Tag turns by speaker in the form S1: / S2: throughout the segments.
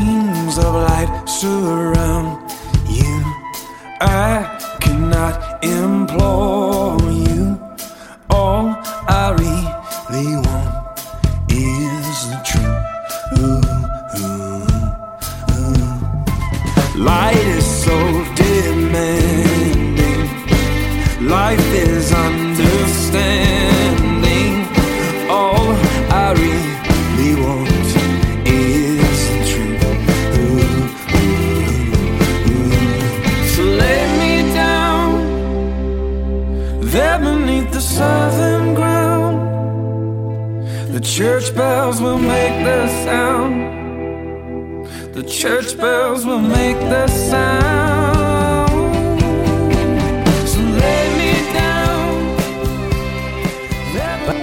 S1: of light surround you. I cannot implore you. All I really want is the truth. Ooh, ooh, ooh. Light is so demanding. Life is understanding. All I really want is the truth. Ooh, ooh, ooh. So lay me down there beneath the southern ground. The church bells will make the sound. The church bells will make the sound. So lay me down.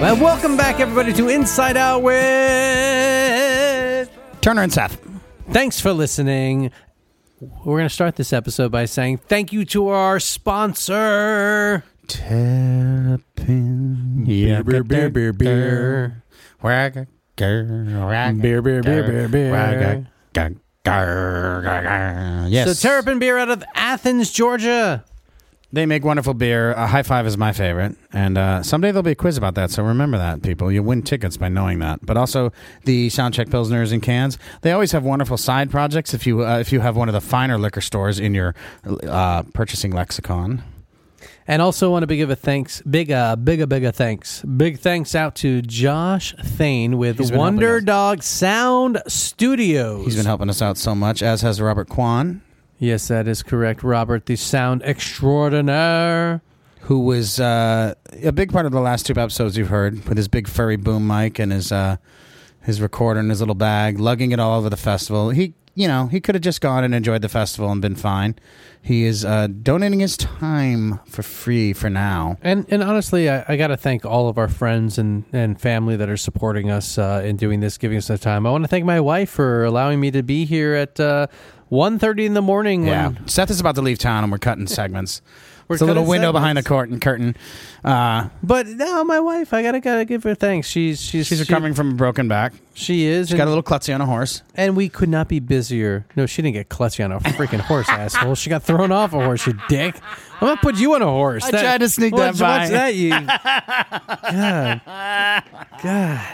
S2: Well, welcome back, everybody, to Inside Out with.
S3: Turner and Seth.
S2: Thanks for listening. We're going to start this episode by saying thank you to our sponsor.
S3: Tapping.
S2: Yeah, beer, beer, beer, beer.
S3: Wagga, grr, wagga,
S2: Beer, beer, beer, beer,
S3: grr,
S2: beer.
S3: wagga, grr, grr, grr.
S2: So,
S3: Yes.
S2: Terrapin Beer out of Athens, Georgia.
S3: They make wonderful beer. A high five is my favorite. And uh, someday there'll be a quiz about that. So remember that, people. You win tickets by knowing that. But also the Soundcheck Pilsners and cans. They always have wonderful side projects if you uh, if you have one of the finer liquor stores in your uh, purchasing lexicon.
S2: And also want to be give a thanks, big uh, big a big a thanks, big thanks out to Josh Thane with
S3: He's been
S2: Wonder
S3: helping us.
S2: Dog Sound Studios.
S3: He's been helping us out so much, as has Robert Kwan,
S2: yes, that is correct, Robert. The sound extraordinaire.
S3: who was uh, a big part of the last two episodes you've heard with his big furry boom mic and his uh, his recorder in his little bag, lugging it all over the festival. He, you know, he could have just gone and enjoyed the festival and been fine. He is uh, donating his time for free for now.
S2: And and honestly, I, I got to thank all of our friends and, and family that are supporting us uh, in doing this, giving us the time. I want to thank my wife for allowing me to be here at uh, 1.30 in the morning.
S3: Yeah,
S2: when-
S3: Seth is about to leave town, and we're cutting segments.
S2: We're
S3: it's a little
S2: cutting
S3: window behind the
S2: segments.
S3: curtain. Curtain. Uh,
S2: but no, my wife, I gotta gotta give her thanks. She's she's
S3: she's
S2: she-
S3: recovering from a broken back.
S2: She is.
S3: She
S2: and-
S3: got a little klutzy on a horse.
S2: And we could not be busier. No, she didn't get klutzy on a freaking horse, asshole. She got thrown off a horse, you dick. I'm gonna put you on a horse.
S3: I tried to sneak that
S2: what's, What's
S3: by.
S2: that? You God, God.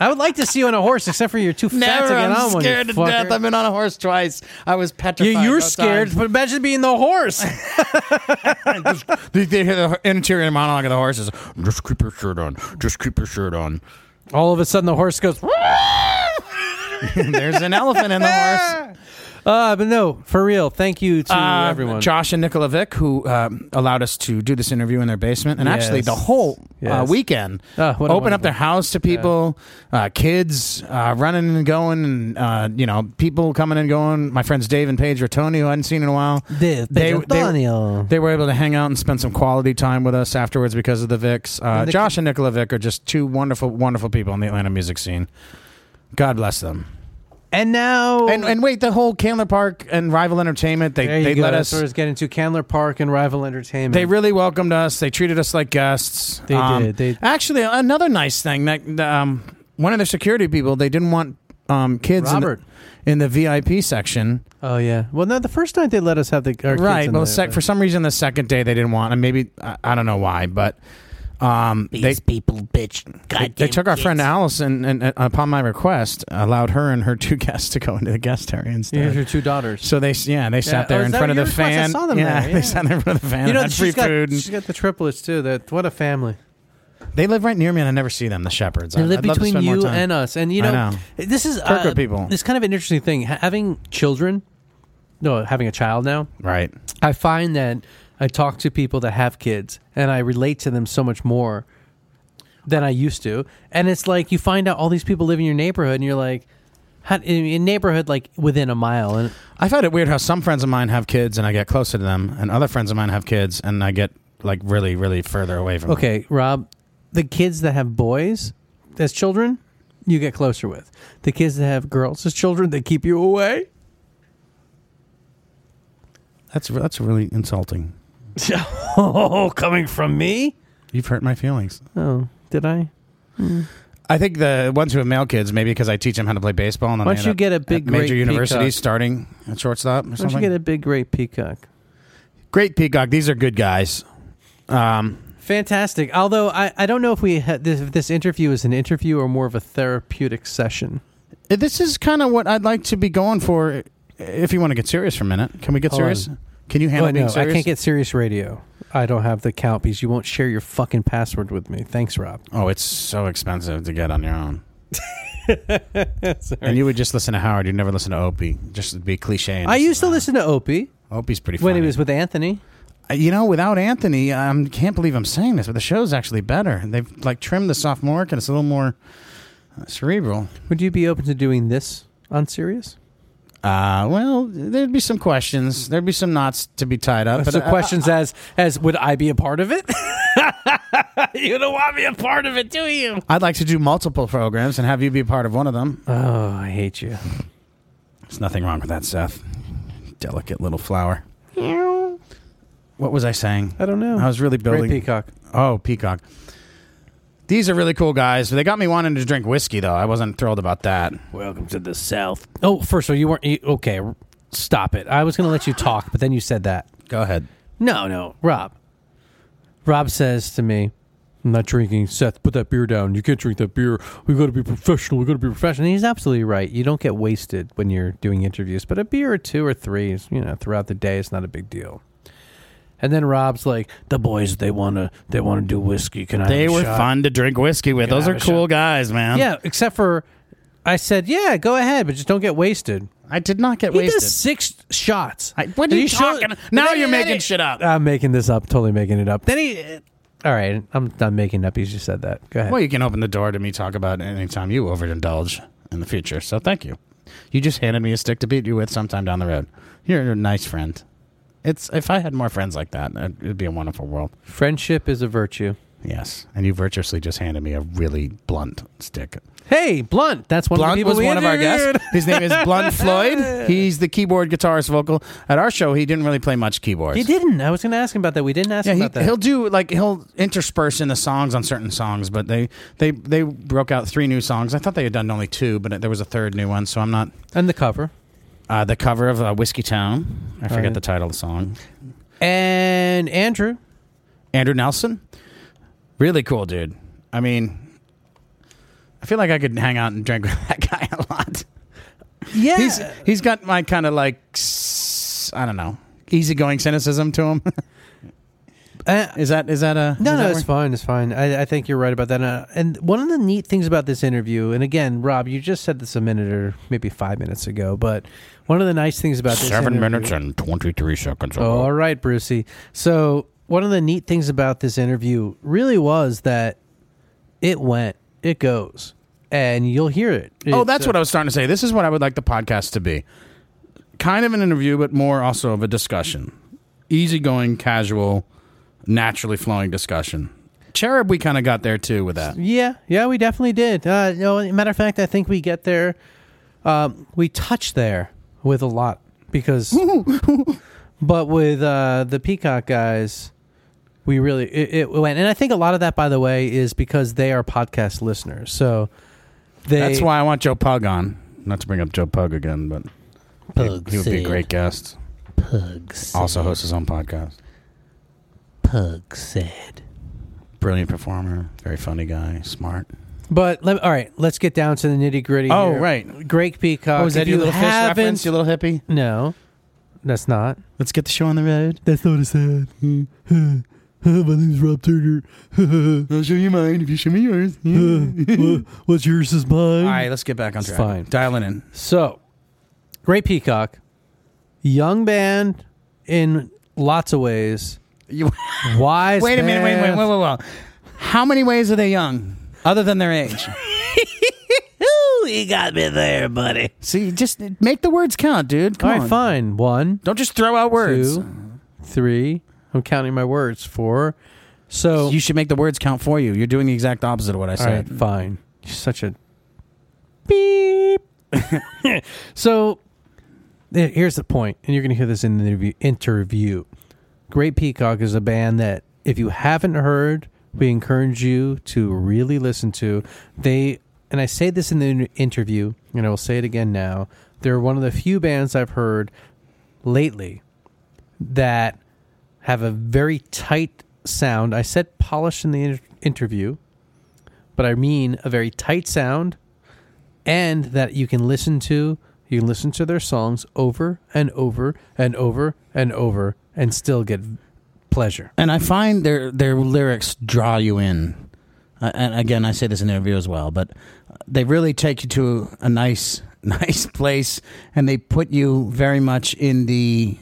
S2: I would like to see you on a horse, except for you're too fat to get on one. Oh, you fucker.
S3: been on a horse twice. I was petrified.
S2: You, you're scared, but imagine being the horse.
S3: They, they hear the interior monologue of the horse is, just keep your shirt on. Just keep your shirt on.
S2: All of a sudden, the horse goes.
S3: There's an elephant in the horse.
S2: Uh, but no, for real. Thank you to
S3: Uh,
S2: everyone.
S3: Josh and Nicola Vick, who um, allowed us to do this interview in their basement, and actually
S2: Yes.
S3: the whole uh,
S2: Yes.
S3: weekend,
S2: Oh, what a
S3: open up
S2: wonderful-
S3: their house to people, uh, kids uh, running and going, and uh, you know people coming and going. My friends Dave and Paige Rotoni, who I hadn't seen in a while,
S2: Dave, Paige Rotoni.
S3: they were able to hang out and spend some quality time with us afterwards because of the Vicks. Uh,
S2: the
S3: Josh and Nicola Vick are just two wonderful, wonderful people in the Atlanta music scene. God bless them.
S2: and now,
S3: And and wait, the whole Candler Park and Rival Entertainment, they
S2: Oh there you
S3: they
S2: go.
S3: let
S2: That's
S3: us.
S2: where it's getting to Candler Park and Rival Entertainment.
S3: They really welcomed us. They treated us like guests. Um,
S2: They did. They-
S3: actually another nice thing that um, one of the security people they didn't want um, kids in the-
S2: Robert.
S3: in the, VIP section.
S2: Oh yeah. Well, no, the first night they let us have the uh, our kids
S3: right.
S2: in
S3: Well,
S2: there,
S3: sec-
S2: but-
S3: for some reason the second day they didn't want, and maybe I, I don't know why, but um, they
S4: These people, bitch.
S3: they,
S4: Goddamn
S3: they took our
S4: kids.
S3: friend Allison and, and upon my request allowed her and her two guests to go into the guest area
S2: you have
S3: instead.
S2: your two daughters.
S3: So they s- yeah they
S2: Yeah.
S3: sat
S2: Oh,
S3: there
S2: is
S3: in
S2: that
S3: front of
S2: your
S3: the
S2: request? I
S3: fan.
S2: saw them
S3: yeah,
S2: there. Yeah.
S3: they sat there in front of the fan.
S2: you know,
S3: and had
S2: she's
S3: free
S2: got
S3: food. and-
S2: she's got the triplets too. That what a family.
S3: They live right near me, and I never see them. The shepherds.
S2: They
S3: I-
S2: live
S3: I'd love to
S2: between
S3: spend more
S2: you
S3: time.
S2: and us, and you
S3: I
S2: know,
S3: know.
S2: this is uh,
S3: Kirkwood people.
S2: It's kind of an interesting thing ha- having children. No, having a child now.
S3: Right.
S2: I find that I talk to people that have kids and I relate to them so much more than I used to. And it's like you find out all these people live in your neighborhood and you're like, how, in in neighborhood like within a mile. And
S3: I found it weird how some friends of mine have kids, and I get closer to them, and other friends of mine have kids, and I get like really, really further away from. them.
S2: okay, Rob, the kids that have boys as children, you get closer with. The kids that have girls as children, they keep you away.
S3: That's re- that's really insulting.
S2: oh, coming from me?
S3: You've hurt my feelings.
S2: Oh, did I?
S3: I think the ones who have male kids, maybe because I teach them how to play baseball. And then
S2: Why
S3: they
S2: don't you
S3: end
S2: get a
S3: up
S2: big,
S3: at major
S2: great
S3: university
S2: peacock?
S3: starting at shortstop or
S2: Why don't you
S3: something?
S2: get a big, great peacock?
S3: Great peacock. These are good guys. Um,
S2: Fantastic. Although I, I don't know if we ha- this, if this interview is an interview or more of a therapeutic session.
S3: this is kind of what I'd like to be going for. If you want to get serious for a minute, can we get
S2: Hold
S3: serious?
S2: on.
S3: Can you handle
S2: Oh,
S3: being
S2: no, I
S3: serious?
S2: can't get serious radio. I don't have the count because you won't share your fucking password with me. Thanks, Rob.
S3: Oh, it's so expensive to get on your own. And you would just listen to Howard. You'd never listen to Opie. Just to be cliche. and
S2: I
S3: just-
S2: used to listen to Opie
S3: Opie's pretty funny. Uh,
S2: when he was with Anthony.
S3: you know, without Anthony, I um, can't believe I'm saying this, but the show's actually better. They've like trimmed the sophomore arc and it's a little more uh, cerebral.
S2: Would you be open to doing this on Sirius?
S3: Uh, well, there'd be some questions. There'd be some knots to be tied up.
S2: so
S3: I-
S2: questions as as would I be a part of it? you don't want me a part of it, do you?
S3: I'd like to do multiple programs and have you be a part of one of them.
S2: Oh, I hate you.
S3: There's nothing wrong with that, Seth. Delicate little flower. What was I saying?
S2: I don't know.
S3: I was really
S2: Great
S3: building.
S2: peacock.
S3: Oh, Peacock. These are really cool guys. They got me wanting to drink whiskey, though. I wasn't thrilled about that.
S2: Welcome to the South. Oh, first of all, you weren't you, okay. r- Stop it. I was going to let you talk, but then you said that.
S3: Go ahead.
S2: No, no, Rob. Rob says to me, "I'm not drinking." Seth, put that beer down. You can't drink that beer. We got to be professional. We got to be professional. And he's absolutely right. You don't get wasted when you're doing interviews, but a beer or two or three is, you know, throughout the day, it's not a big deal. And then Rob's like, "The boys, they wanna, they wanna do whiskey. Can I?" have
S3: They
S2: a
S3: were
S2: shot?"
S3: fun to drink whiskey with. Those
S2: have
S3: are
S2: a
S3: cool guys, man.
S2: Yeah, except for I said, "Yeah, go ahead, but just don't get wasted."
S3: I did not get
S2: He
S3: wasted.
S2: does six shots.
S3: I- what are
S2: Did
S3: you
S2: he show-
S3: talking? Now
S2: Then he-
S3: you're
S2: then
S3: making
S2: he-
S3: shit up.
S2: I'm making this up. Totally making it up. Then he. All right, I'm not making up. He just said that. Go ahead.
S3: Well, you can open the door to me talk about it anytime you overindulge in the future. So thank you. You just handed me a stick to beat you with sometime down the road. You're a nice friend. It's if I had more friends like that, it'd be a wonderful world.
S2: Friendship is a virtue.
S3: Yes, and you virtuously just handed me a really blunt stick.
S2: Hey, Blunt. That's one of the
S3: Blunt
S2: people
S3: was
S2: we
S3: one of our
S2: interviewed.
S3: guests. His name is Blunt Floyd. He's the keyboard guitarist vocal at our show. He didn't really play much keyboards.
S2: He didn't. I was going to ask him about that. We didn't ask him
S3: Yeah,
S2: about
S3: he,
S2: that.
S3: he'll do like he'll intersperse in the songs on certain songs, but they they they broke out three new songs. I thought they had done only two, but there was a third new one. So I'm not
S2: And the cover.
S3: uh, the cover of uh, Whiskey Town. I forget
S2: right.
S3: the title of the song.
S2: And Andrew.
S3: Andrew Nelson, really cool dude. I mean, I feel like I could hang out and drink with that guy a lot.
S2: Yeah.
S3: He's he's got my kind of like s- I don't know easygoing cynicism to him.
S2: Uh,
S3: is that is that a
S2: No,
S3: does
S2: no,
S3: that
S2: it's
S3: work?
S2: fine. It's fine. I, I think you're right about that. Uh, and one of the neat things about this interview, and again, Rob, you just said this a minute or maybe five minutes ago, but one of the nice things about this
S4: Seven
S2: interview- Oh,
S4: minutes and 23 seconds ago.
S2: All right, Brucey. So one of the neat things about this interview really was that it went, it goes, and you'll hear it.
S3: Oh, that's what I was starting to say. This is what I would like the podcast to be. Kind of an interview, but more also of a discussion. Easygoing, casual, naturally flowing discussion. Cherub, we kind of got there too with that.
S2: Yeah, yeah, we definitely did. Uh, no, matter of fact, I think we get there. Um, we touch there with a lot because, but with uh, the Peacock guys, we really it, it went. And I think a lot of that, by the way, is because they are podcast listeners. So they
S3: That's why I want Joe Pug on. Not to bring up Joe Pug again, but he-
S5: Pug
S3: he would be a
S5: said.
S3: great guest.
S5: Pug said.
S3: Also hosts his own podcast.
S5: Pug said.
S3: Brilliant performer, very funny guy, smart.
S2: But let, all right, let's get down to the nitty gritty.
S3: Oh, right.
S2: Greg Peacock.
S3: Oh, is
S2: if
S3: that your
S2: you
S3: little fish
S2: haven't-
S3: reference, you little hippie?
S2: No, that's not.
S3: Let's get the show on the road.
S2: That's not what I said. My name's Rob Turner.
S3: I'll show you mine if you show me yours.
S2: What's yours is
S3: All
S2: mine.
S3: right, let's get back on track.
S2: Fine.
S3: Dialing in.
S2: So, Great Peacock, young band in lots of ways.
S3: You-
S2: Wise.
S3: Wait a minute, wait, wait,
S2: man.
S3: wait, wait, wait. How many ways are they young other than their age?
S5: Ooh, you got me there, buddy.
S3: See, just make the words count, dude. Come
S2: All
S3: on.
S2: right, fine. One,
S3: Don't just throw out words.
S2: two, three. I'm counting my words. Four. So
S3: You should make the words count for you. You're doing the exact opposite of what I
S2: All right,
S3: said.
S2: fine. You're such a beep. so eh, here's the point, and you're going to hear this in the interview. Interview. Great Peacock is a band that if you haven't heard we encourage you to really listen to. They, and I say this in the in- interview, and I will say it again now. They're one of the few bands I've heard lately that have a very tight sound. I said polished in the inter- interview, but I mean a very tight sound and that you can listen to you can listen to their songs over and over and over and over and still get pleasure.
S3: and I find their their lyrics draw you in. Uh, and again, I say this in the interview as well, but they really take you to a nice nice place, and they put you very much in the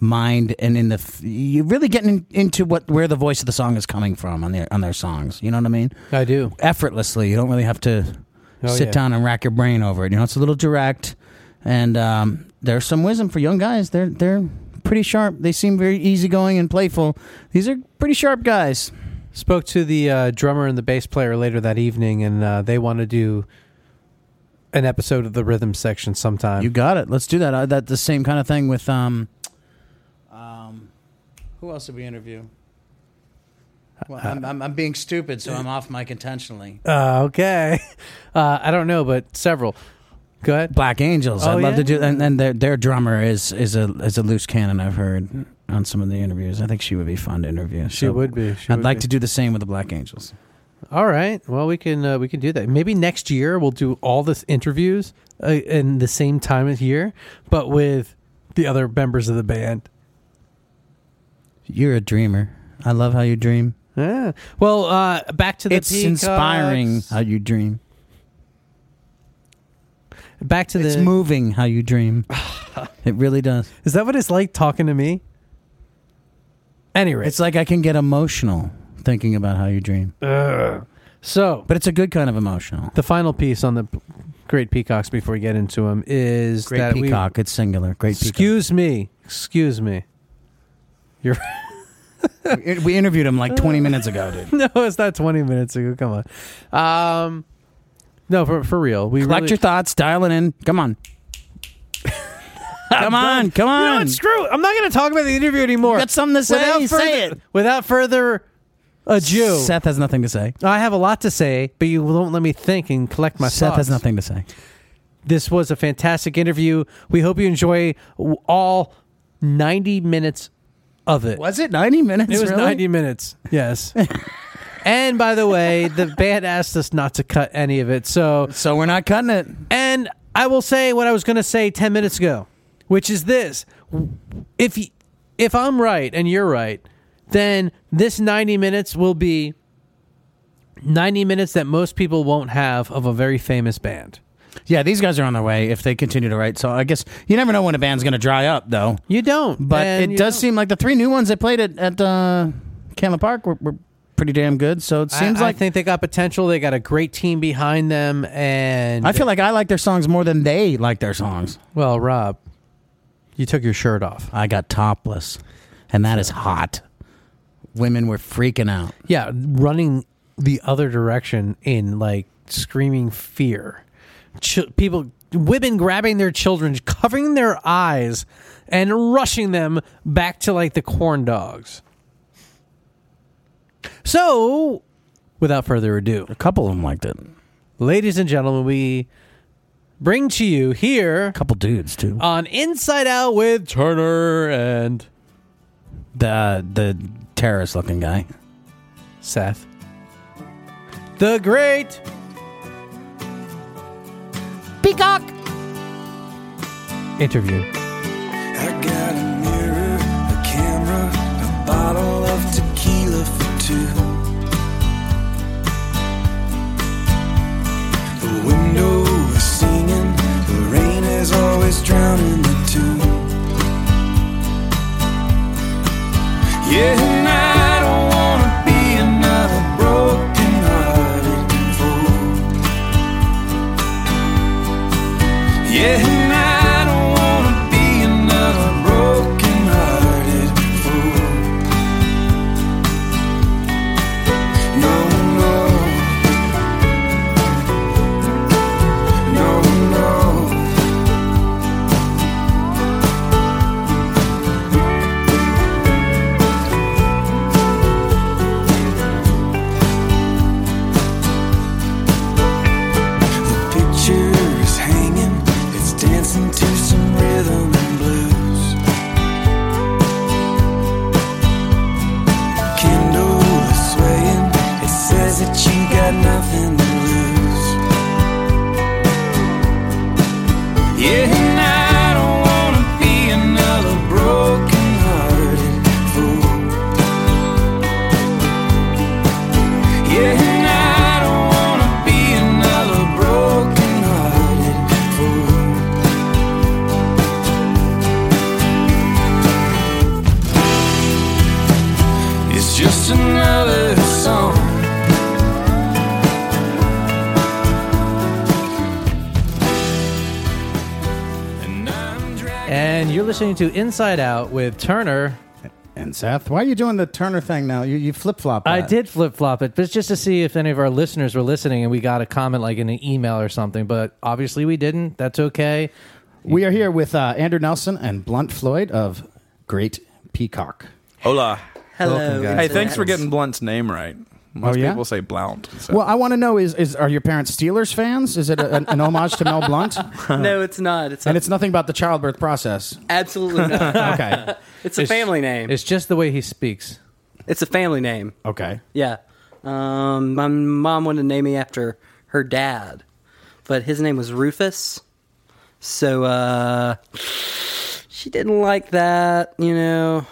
S3: mind and in the f- you're really getting in, into what where the voice of the song is coming from on their on their songs. You know what I mean?
S2: I do.
S3: Effortlessly, you don't really have to
S2: Oh,
S3: sit
S2: yeah.
S3: down and rack your brain over it. You know, it's a little direct, and um, there's some wisdom for young guys. They're they're pretty sharp. They seem very easygoing and playful. These are pretty sharp guys.
S2: Spoke to the uh, drummer and the bass player later that evening, and uh, they want to do an episode of the rhythm section sometime.
S3: You got it. Let's do that. Uh, that the same kind of thing with um, um, who else did we interview? Well, I'm, I'm, I'm being stupid, so I'm off mic intentionally.
S2: uh, okay. Uh, I don't know, but several. Go ahead.
S3: Black Angels.
S2: Oh,
S3: I'd love
S2: yeah?
S3: to do, and, and their their drummer is is a is a loose cannon. I've heard on some of the interviews. I think she would be fun to interview.
S2: She
S3: So
S2: would be. She
S3: I'd
S2: would
S3: like
S2: be.
S3: to do the same with the Black Angels.
S2: All right. Well, we can uh, we can do that. Maybe next year we'll do all the interviews uh, in the same time of year, but with the other members of the band.
S3: You're a dreamer. I love how you dream.
S2: Yeah. Well, uh, back to the
S3: It's inspiring
S2: Peacocks.
S3: how you dream.
S2: Back to the.
S3: It's moving how you dream. it really does.
S2: is that what it's like talking to me? Anyway,
S3: It's like I can get emotional thinking about how you dream.
S2: so
S3: But it's a good kind of emotional.
S2: the final piece on the p- Great Peacocks before we get into them is
S3: Great
S2: that we.
S3: peacock. it's singular. Great peacock.
S2: Excuse me. Excuse me. You're.
S3: We- we interviewed him like 20 minutes ago, dude.
S2: no, it's not 20 minutes ago. Come on. Um, no, for, for real. We
S3: Collect
S2: really,
S3: your thoughts. Dial it in. Come on. come on. Come
S2: You know
S3: on.
S2: what? Screw it. I'm not going to talk about the interview anymore.
S3: You got something to say?
S2: further,
S3: Say it.
S2: Without further ado,
S3: Seth has nothing to say.
S2: I have a lot to say, but you won't let me think and collect my
S3: Seth
S2: thoughts.
S3: has nothing to say.
S2: This was a fantastic interview. We hope you enjoy w- all 90 minutes of it.
S3: Was it 90 minutes?
S2: It was
S3: really?
S2: 90 minutes. Yes. and by the way, the band asked us not to cut any of it. So
S3: So we're not cutting it.
S2: And I will say what I was going to say 10 minutes ago, which is this. If y- if I'm right and you're right, then this 90 minutes will be 90 minutes that most people won't have of a very famous band.
S3: Yeah, these guys are on their way if they continue to write. So I guess you never know when a band's going to dry up, though.
S2: You don't.
S3: But
S2: and
S3: it
S2: you
S3: does
S2: don't.
S3: seem like the three new ones they played at at uh, Canla Park were, were pretty damn good. So it seems
S2: I,
S3: like
S2: I think they got potential. They got a great team behind them and
S3: I feel like I like their songs more than they like their songs.
S2: well, Rob, you took your shirt off.
S3: I got topless, and that is hot. Women were freaking out.
S2: Yeah, running the other direction in like screaming fear. Ch- people, women grabbing their children, covering their eyes, and rushing them back to like the corn dogs. So, without further ado,
S3: A couple of them liked it. A
S2: ladies and gentlemen, we bring to you here
S3: couple dudes too.
S2: on Inside Out with Turner and
S3: the uh, the terrorist looking guy.
S2: Seth. The great
S5: Peacock.
S2: interview.
S1: I got a mirror, a camera, a bottle of tequila for two. The window is singing, the rain is always drowning the tune. Yeah, and I don't wanna be another broken hearted fool. Yeah, and I don't wanna be another broken-hearted fool. had nothing to lose. Yeah, and I don't wanna be another broken-hearted fool. Yeah, and I don't wanna be another broken-hearted fool. It's just another song. And I'm dragging
S2: And you're listening to Inside Out with Turner.
S3: And Seth, why are you doing the Turner thing now? You, you flip flop.
S2: I did flip flop it, but it's just to see if any of our listeners were listening and we got a comment like in an email or something. But obviously we didn't. That's okay.
S3: We are here with uh, Andrew Nelson and Blunt Floyd of Great Peacock.
S6: Hola.
S2: Welcome, guys.
S6: Hey, thanks for getting Blunt's name right. Most
S3: Oh, yeah?
S6: people say Blount. so-
S3: Well, I want to know is, is are your parents Steelers fans? Is it a, an, an homage to Mel Blunt?
S7: No, it's not. It's,
S3: And it's nothing about the childbirth process.
S7: absolutely not.
S3: Okay.
S7: It's a family name.
S2: It's just the way he speaks.
S7: It's a family name.
S3: Okay.
S7: Yeah. Um, my mom wanted to name me after her dad, but his name was Rufus. So uh, she didn't like that, you know.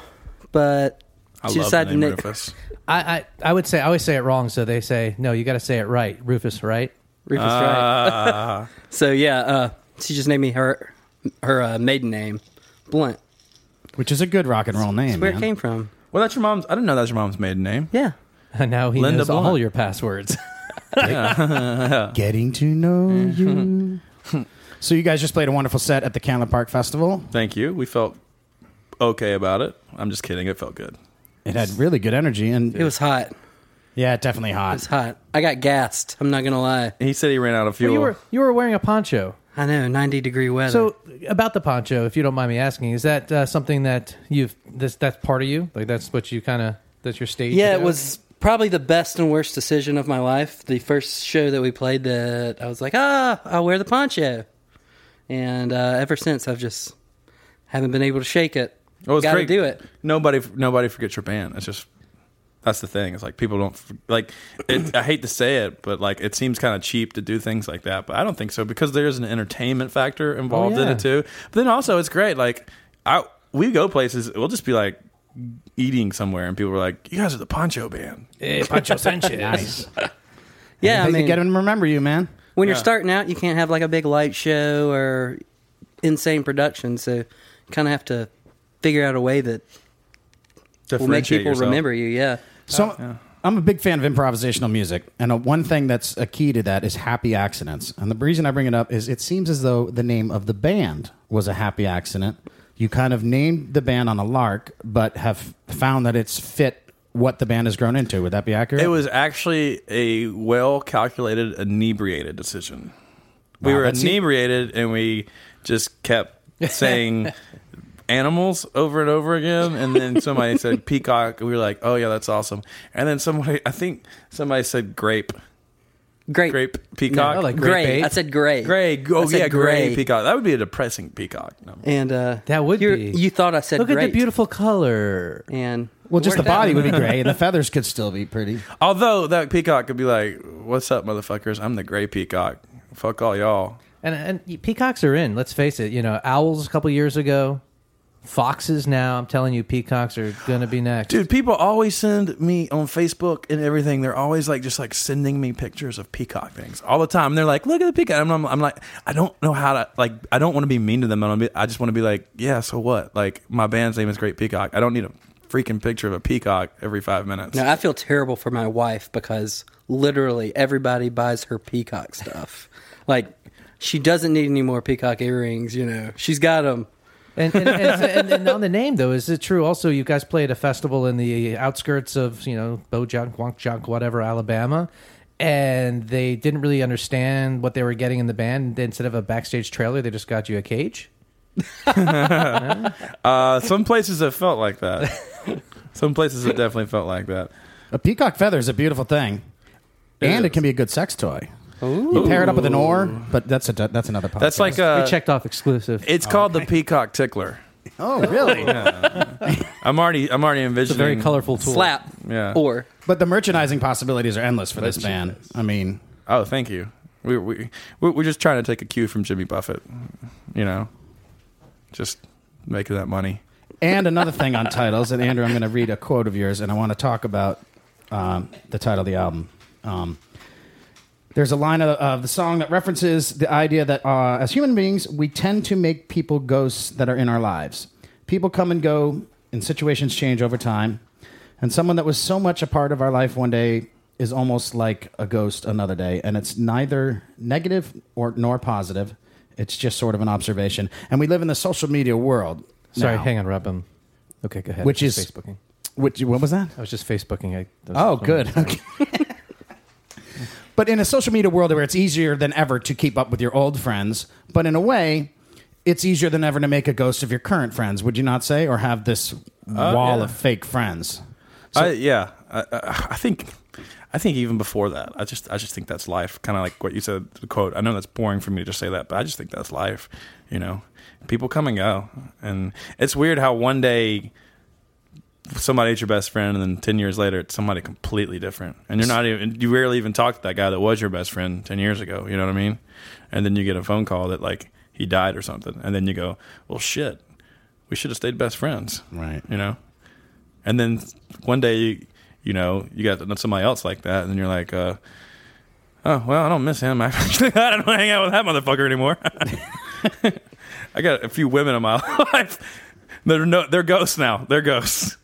S7: But
S6: I
S7: she
S6: love the
S7: decided
S6: name
S7: to name
S6: Rufus.
S2: I, I, I would say I always say it wrong, so they say no. You got to say it right, Rufus. Right?
S7: Rufus
S6: Uh,
S7: right. so yeah, uh, she just named me her her uh, maiden name, Blunt.
S3: Which is a good rock and roll name.
S7: That's where
S3: man.
S7: it came from.
S6: Well, that's your mom's. I didn't know that's your mom's maiden name.
S7: Yeah.
S2: And now he
S6: Linda
S2: knows all
S6: Blunt.
S2: your passwords.
S3: Getting to know you. so you guys just played a wonderful set at the Cannon Park Festival.
S6: Thank you. We felt okay about it. I'm just kidding. It felt good.
S3: It had really good energy and
S7: It was hot. It
S3: yeah, definitely
S7: was
S3: hot.
S7: hot. I got gassed. I'm not gonna lie.
S6: He said he ran out of fuel.
S2: you were you were wearing a poncho.
S7: I know 90 degree weather.
S2: So about the poncho, if you don't mind me asking, is that uh, something that you've this that's part of you? Like that's what you kind of that's your stage.
S7: Yeah,
S2: you
S7: it
S2: know?
S7: was probably the best and worst decision of my life. The first show that we played that I was like, ah, I'll wear the poncho. And uh, ever since, I've just haven't been able to shake it.
S6: It was
S7: Gotta
S6: Oh, great.
S7: do it.
S6: Nobody, nobody forgets your band. It's just that's the thing. It's like people don't f- like. It, I hate to say it, but like it seems kind of cheap to do things like that. But I don't think so because there's an entertainment factor involved in
S2: yeah.
S6: it too. But then also it's great. Like I, we go places. We'll just be like eating somewhere, and people are like, "You guys are the Poncho Band."
S2: poncho Eh, Sanchez. nice.
S7: Yeah, I
S3: they,
S7: mean,
S3: they get them to remember you, man.
S7: when you're starting out, you can't have like a big light show or insane production. So you kind of have to figure out a way that will make
S6: Differentiate
S7: people
S6: yourself.
S7: remember you. Yeah.
S3: So I'm a big fan of improvisational music, and uh one thing that's a key to that is happy accidents. And the reason I bring it up is it seems as though the name of the band was a happy accident. You kind of named the band on a lark, but have found that it's fit what the band has grown into. Would that be accurate?
S6: It was actually a well calculated, inebriated decision. we
S3: Wow,
S6: were
S3: that seem-
S6: inebriated and we just kept saying animals over and over again. And then somebody said peacock. And we were like, oh, yeah, that's awesome. And then somebody, I think somebody said grape.
S7: Great.
S6: Grape peacock.
S2: No, I like
S7: Gray.
S2: Grape ape.
S7: I said gray.
S6: Gray. Oh,
S7: I said
S6: yeah, gray.
S7: gray.
S6: peacock. That would be a depressing peacock. No.
S7: And uh,
S2: That would
S7: you're-
S2: be.
S7: You thought I said
S2: Look at
S7: great.
S2: the beautiful color.
S7: And
S3: well, just the
S7: worked out.
S3: body would be gray, and the feathers could still be pretty.
S6: Although that peacock could be like, what's up, motherfuckers? I'm the gray peacock. Fuck all y'all.
S2: And and peacocks are in. Let's face it. You know, owls a couple years ago, foxes now. I'm telling you, peacocks are gonna be next.
S6: Dude, people always send me on Facebook and everything. They're always like just like sending me pictures of peacock things all the time. They're like, "Look at the peacock." I'm, I'm, I'm like, I don't know how to like. I don't want to be mean to them. I, don't be, I just want to be like, "Yeah, so what?" Like my band's name is Great Peacock. I don't need a freaking picture of a peacock every five minutes.
S7: Now I feel terrible for my wife because literally everybody buys her peacock stuff. like she doesn't need any more peacock earrings. You know, she's got them.
S2: And and, and, and, and on the name though, is it true? Also, you guys play at a festival in the outskirts of you know Bojunk, Wonkjunk, whatever, Alabama, and they didn't really understand what they were getting in the band. Instead of a backstage trailer, they just got you a cage.
S6: Uh, some places it felt like that. some places it definitely felt like that.
S3: A peacock feather is a beautiful thing, and it can be a good sex toy. You pair it up with an oar, but that's a that's another podcast.
S6: That's like uh,
S2: we checked off exclusive.
S6: it's called the peacock tickler.
S8: Oh, really?
S6: I'm already I'm already envisioning
S2: It's a very colorful tool.
S7: Slap.
S6: Yeah.
S7: Or
S8: But the merchandising possibilities are endless for this band. I mean,
S6: Oh, thank you. We we we- we're just trying to take a cue from Jimmy Buffett, you know, just making that money.
S8: and another thing on titles, and Andrew, I'm going to read a quote of yours, and I want to talk about um, the title of the album. Um, there's a line of, of the song that references the idea that uh, as human beings, we tend to make people ghosts that are in our lives. People come and go, and situations change over time. And someone that was so much a part of our life one day is almost like a ghost another day. And it's neither negative or nor positive. It's just sort of an observation. And we live in the social media world.
S9: Sorry,
S8: now.
S9: hang on, Rob. Um, okay, go ahead.
S8: Which
S9: I was
S8: is-
S9: just Facebooking.
S8: Which, what was that?
S9: I was just Facebooking. I, I was
S8: Oh,
S9: just-
S8: good. Okay. but in a social media world where it's easier than ever to keep up with your old friends, but in a way, it's easier than ever to make a ghost of your current friends, would you not say? Or have this wall
S6: yeah.
S8: of fake friends?
S6: I, yeah, I, I, I think I think even before that, I just I just think that's life. Kind of like what you said, the quote. I know that's boring for me to just say that, but I just think that's life. You know, people come and go, and it's weird how one day somebody's your best friend, and then ten years later, it's somebody completely different, and you're not even you rarely even talk to that guy that was your best friend ten years ago. You know what I mean? And then you get a phone call that like he died or something, and then you go, well, shit, we should have stayed best friends,
S8: Right.
S6: You know and then one day you, you know you got somebody else like that and then you're like uh, oh well i don't miss him actually i don't hang out with that motherfucker anymore i got a few women in my life they're no they're ghosts now they're ghosts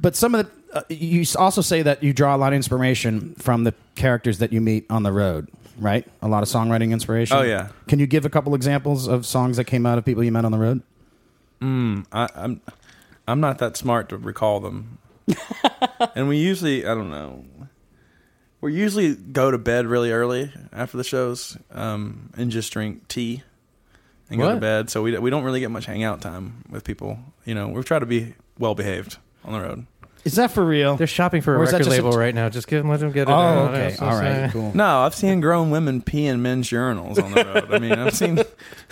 S8: But some of the, uh, you s- also say that you draw a lot of inspiration from the characters that you meet on the road, right? A lot of songwriting inspiration.
S6: Oh, yeah.
S8: Can you give a couple examples of songs that came out of people you met on the road?
S6: I, i'm i'm not that smart to recall them and we usually i don't know we usually go to bed really early after the shows um, and just drink tea and go to
S2: What?
S6: bed. So we we don't really get much hangout time with people. You know, we've tried to be well behaved on the road.
S8: Is that for real?
S9: They're shopping for a
S8: Or is that
S9: record
S8: just a
S9: label
S8: t-
S9: right now. Just give them, let them get it.
S8: oh,
S9: out.
S8: okay.
S9: That's what
S8: All
S9: I'm
S8: right.
S9: saying.
S8: Cool.
S6: No, I've seen grown women pee in men's urinals on the road. I mean, I've seen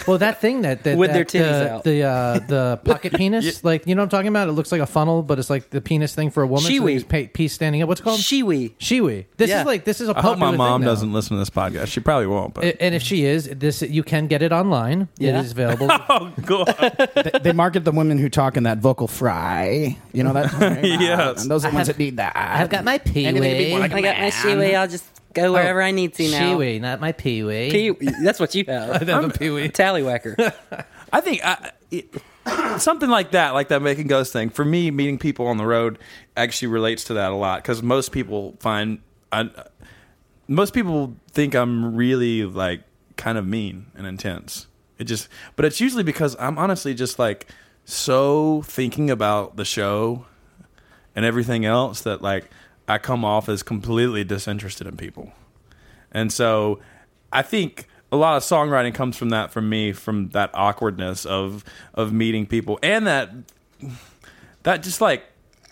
S2: Well, that thing that, that
S7: With their
S2: that,
S7: titties
S2: uh,
S7: out.
S2: the uh, the pocket penis,
S6: Yeah.
S2: like you know what I'm talking about. It looks like a funnel, but it's like the penis thing for a woman.
S7: Shiwi.
S2: So there's pa- piece standing up. What's it called
S7: shiwi.
S2: shiwi. This
S7: Yeah.
S2: is like this is a
S6: I hope
S2: popular
S6: my mom
S2: thing now.
S6: doesn't listen to this podcast. She probably won't, but
S2: A- And if she is, this you can get it online.
S7: Yeah.
S2: It is available.
S6: Oh god.
S8: they market the women who talk in that vocal fry. You know that?
S6: Yes.
S8: And those are the ones that need that. I've
S2: got my peewee.
S7: I got my shiwi. I'll just go wherever I need to now.
S2: Shiwi, not my peewee.
S7: Pee- that's what you have.
S2: I'm, peewee.
S7: Tallywhacker.
S6: I think I, it, something like that, like that making ghost thing, for me, meeting people on the road actually relates to that a lot because most people find I, most people think I'm really like kind of mean and intense. It just, but it's usually because I'm honestly just like so thinking about the show and everything else that like I come off as completely disinterested in people. And so I think a lot of songwriting comes from that for me, from that awkwardness of of meeting people and that that just like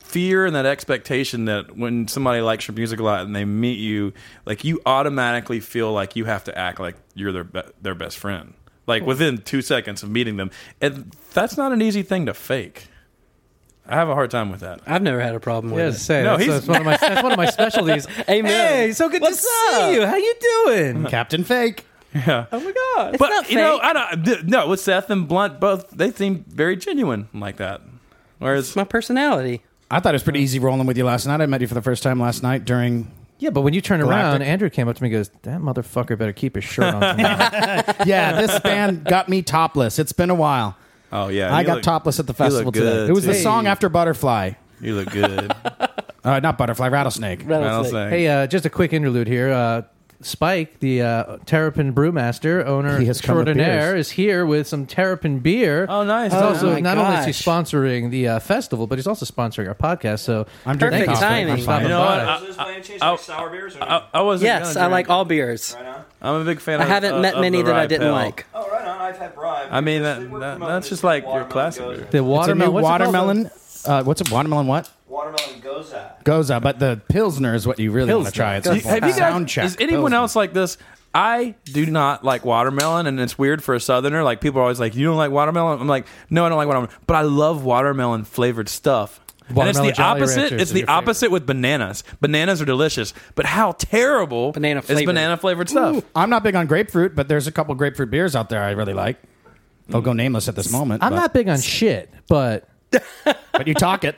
S6: fear and that expectation that when somebody likes your music a lot and they meet you, like you automatically feel like you have to act like you're their be- their best friend. Like within two seconds of meeting them, and that's not an easy thing to fake. I have a hard time with that.
S7: I've never had a problem with
S2: Yeah,
S7: it.
S2: say
S6: No,
S2: that's,
S6: he's-
S2: that's one of my that's one of my specialties.
S7: Amen.
S2: Hey, so good to
S7: What's
S2: see
S7: up?
S2: you. How you doing?
S8: Captain Fake.
S2: Oh my god.
S6: but
S7: not
S6: you know,
S7: fake.
S6: I don't. th- No, with Seth and Blunt, both they seem very genuine like that. Whereas,
S7: It's my personality.
S8: I thought it was pretty easy rolling with you last night. I met you for the first time last night during.
S2: Yeah, but when you turn around,
S8: Galactic.
S2: Andrew came up to me and goes, That motherfucker better keep his shirt on. tonight."
S8: Yeah, this band got me topless. It's been a while.
S6: oh yeah,
S8: I
S6: you
S8: got
S6: look-
S8: topless at the
S6: you look
S8: festival
S6: good,
S8: today. It was the
S6: too.
S8: song after Butterfly.
S6: You look good.
S8: Uh, not Butterfly, Rattlesnake.
S6: Rattlesnake.
S2: hey, uh, just a quick interlude here. Uh, Spike, the uh, Terrapin brewmaster, owner
S8: He has come with
S2: extraordinaire,
S8: beers.
S2: is here with some Terrapin beer.
S6: Oh, nice.
S2: He's
S6: Oh,
S2: also
S7: my
S2: not only is he
S7: gosh.
S2: sponsoring the uh, festival, but he's also sponsoring our podcast. So
S8: I'm drinking
S7: Perfect
S8: coffee.
S7: timing.
S8: I'm
S7: You
S8: fine.
S6: You know what?
S2: Bye.
S6: I,
S10: Does by any chance
S6: I-
S10: like sour beers? Or
S6: I, I wasn't.
S7: Yes,
S6: gonna
S7: I like
S6: drink.
S7: all beers.
S6: oh.
S10: right on.
S6: I'm a big fan.
S7: I
S6: of-
S7: haven't
S6: of-
S7: met
S6: of
S7: many
S6: the
S7: that I
S6: Rye
S7: didn't
S6: Pale.
S7: like.
S10: Oh, right on. I've had bribe.
S6: I mean,
S10: Because
S6: that,
S10: we're
S6: that
S10: promoting
S6: that's
S10: this
S6: just like your
S10: watermelon
S6: classic
S10: goza.
S6: beer.
S2: the
S8: It's a new
S2: watermelon. what's it called?
S8: watermelon. Uh, what's a watermelon? What
S10: Watermelon goza.
S8: goes up? But the Pilsner is what you really want to try. It's
S6: Have you guys,
S8: sound check.
S6: Is anyone else like this? I do not like watermelon, and it's weird for a Southerner. Like people are always like, "You don't like watermelon?" I'm like, "No, I don't like watermelon," but I love watermelon flavored stuff. and
S2: Watermelon
S6: it's the
S2: Jolly
S6: opposite.
S2: Ranchers
S6: It's
S2: are
S6: the
S2: your favorite.
S6: opposite with bananas. Bananas are delicious, but how terrible
S7: Banana
S6: is
S7: flavored.
S6: banana flavored stuff?
S3: Ooh, I'm not big on grapefruit, but there's a couple grapefruit beers out there I really like. They'll go nameless at this moment.
S2: I'm
S3: but,
S2: not big on shit, but
S3: but you talk it.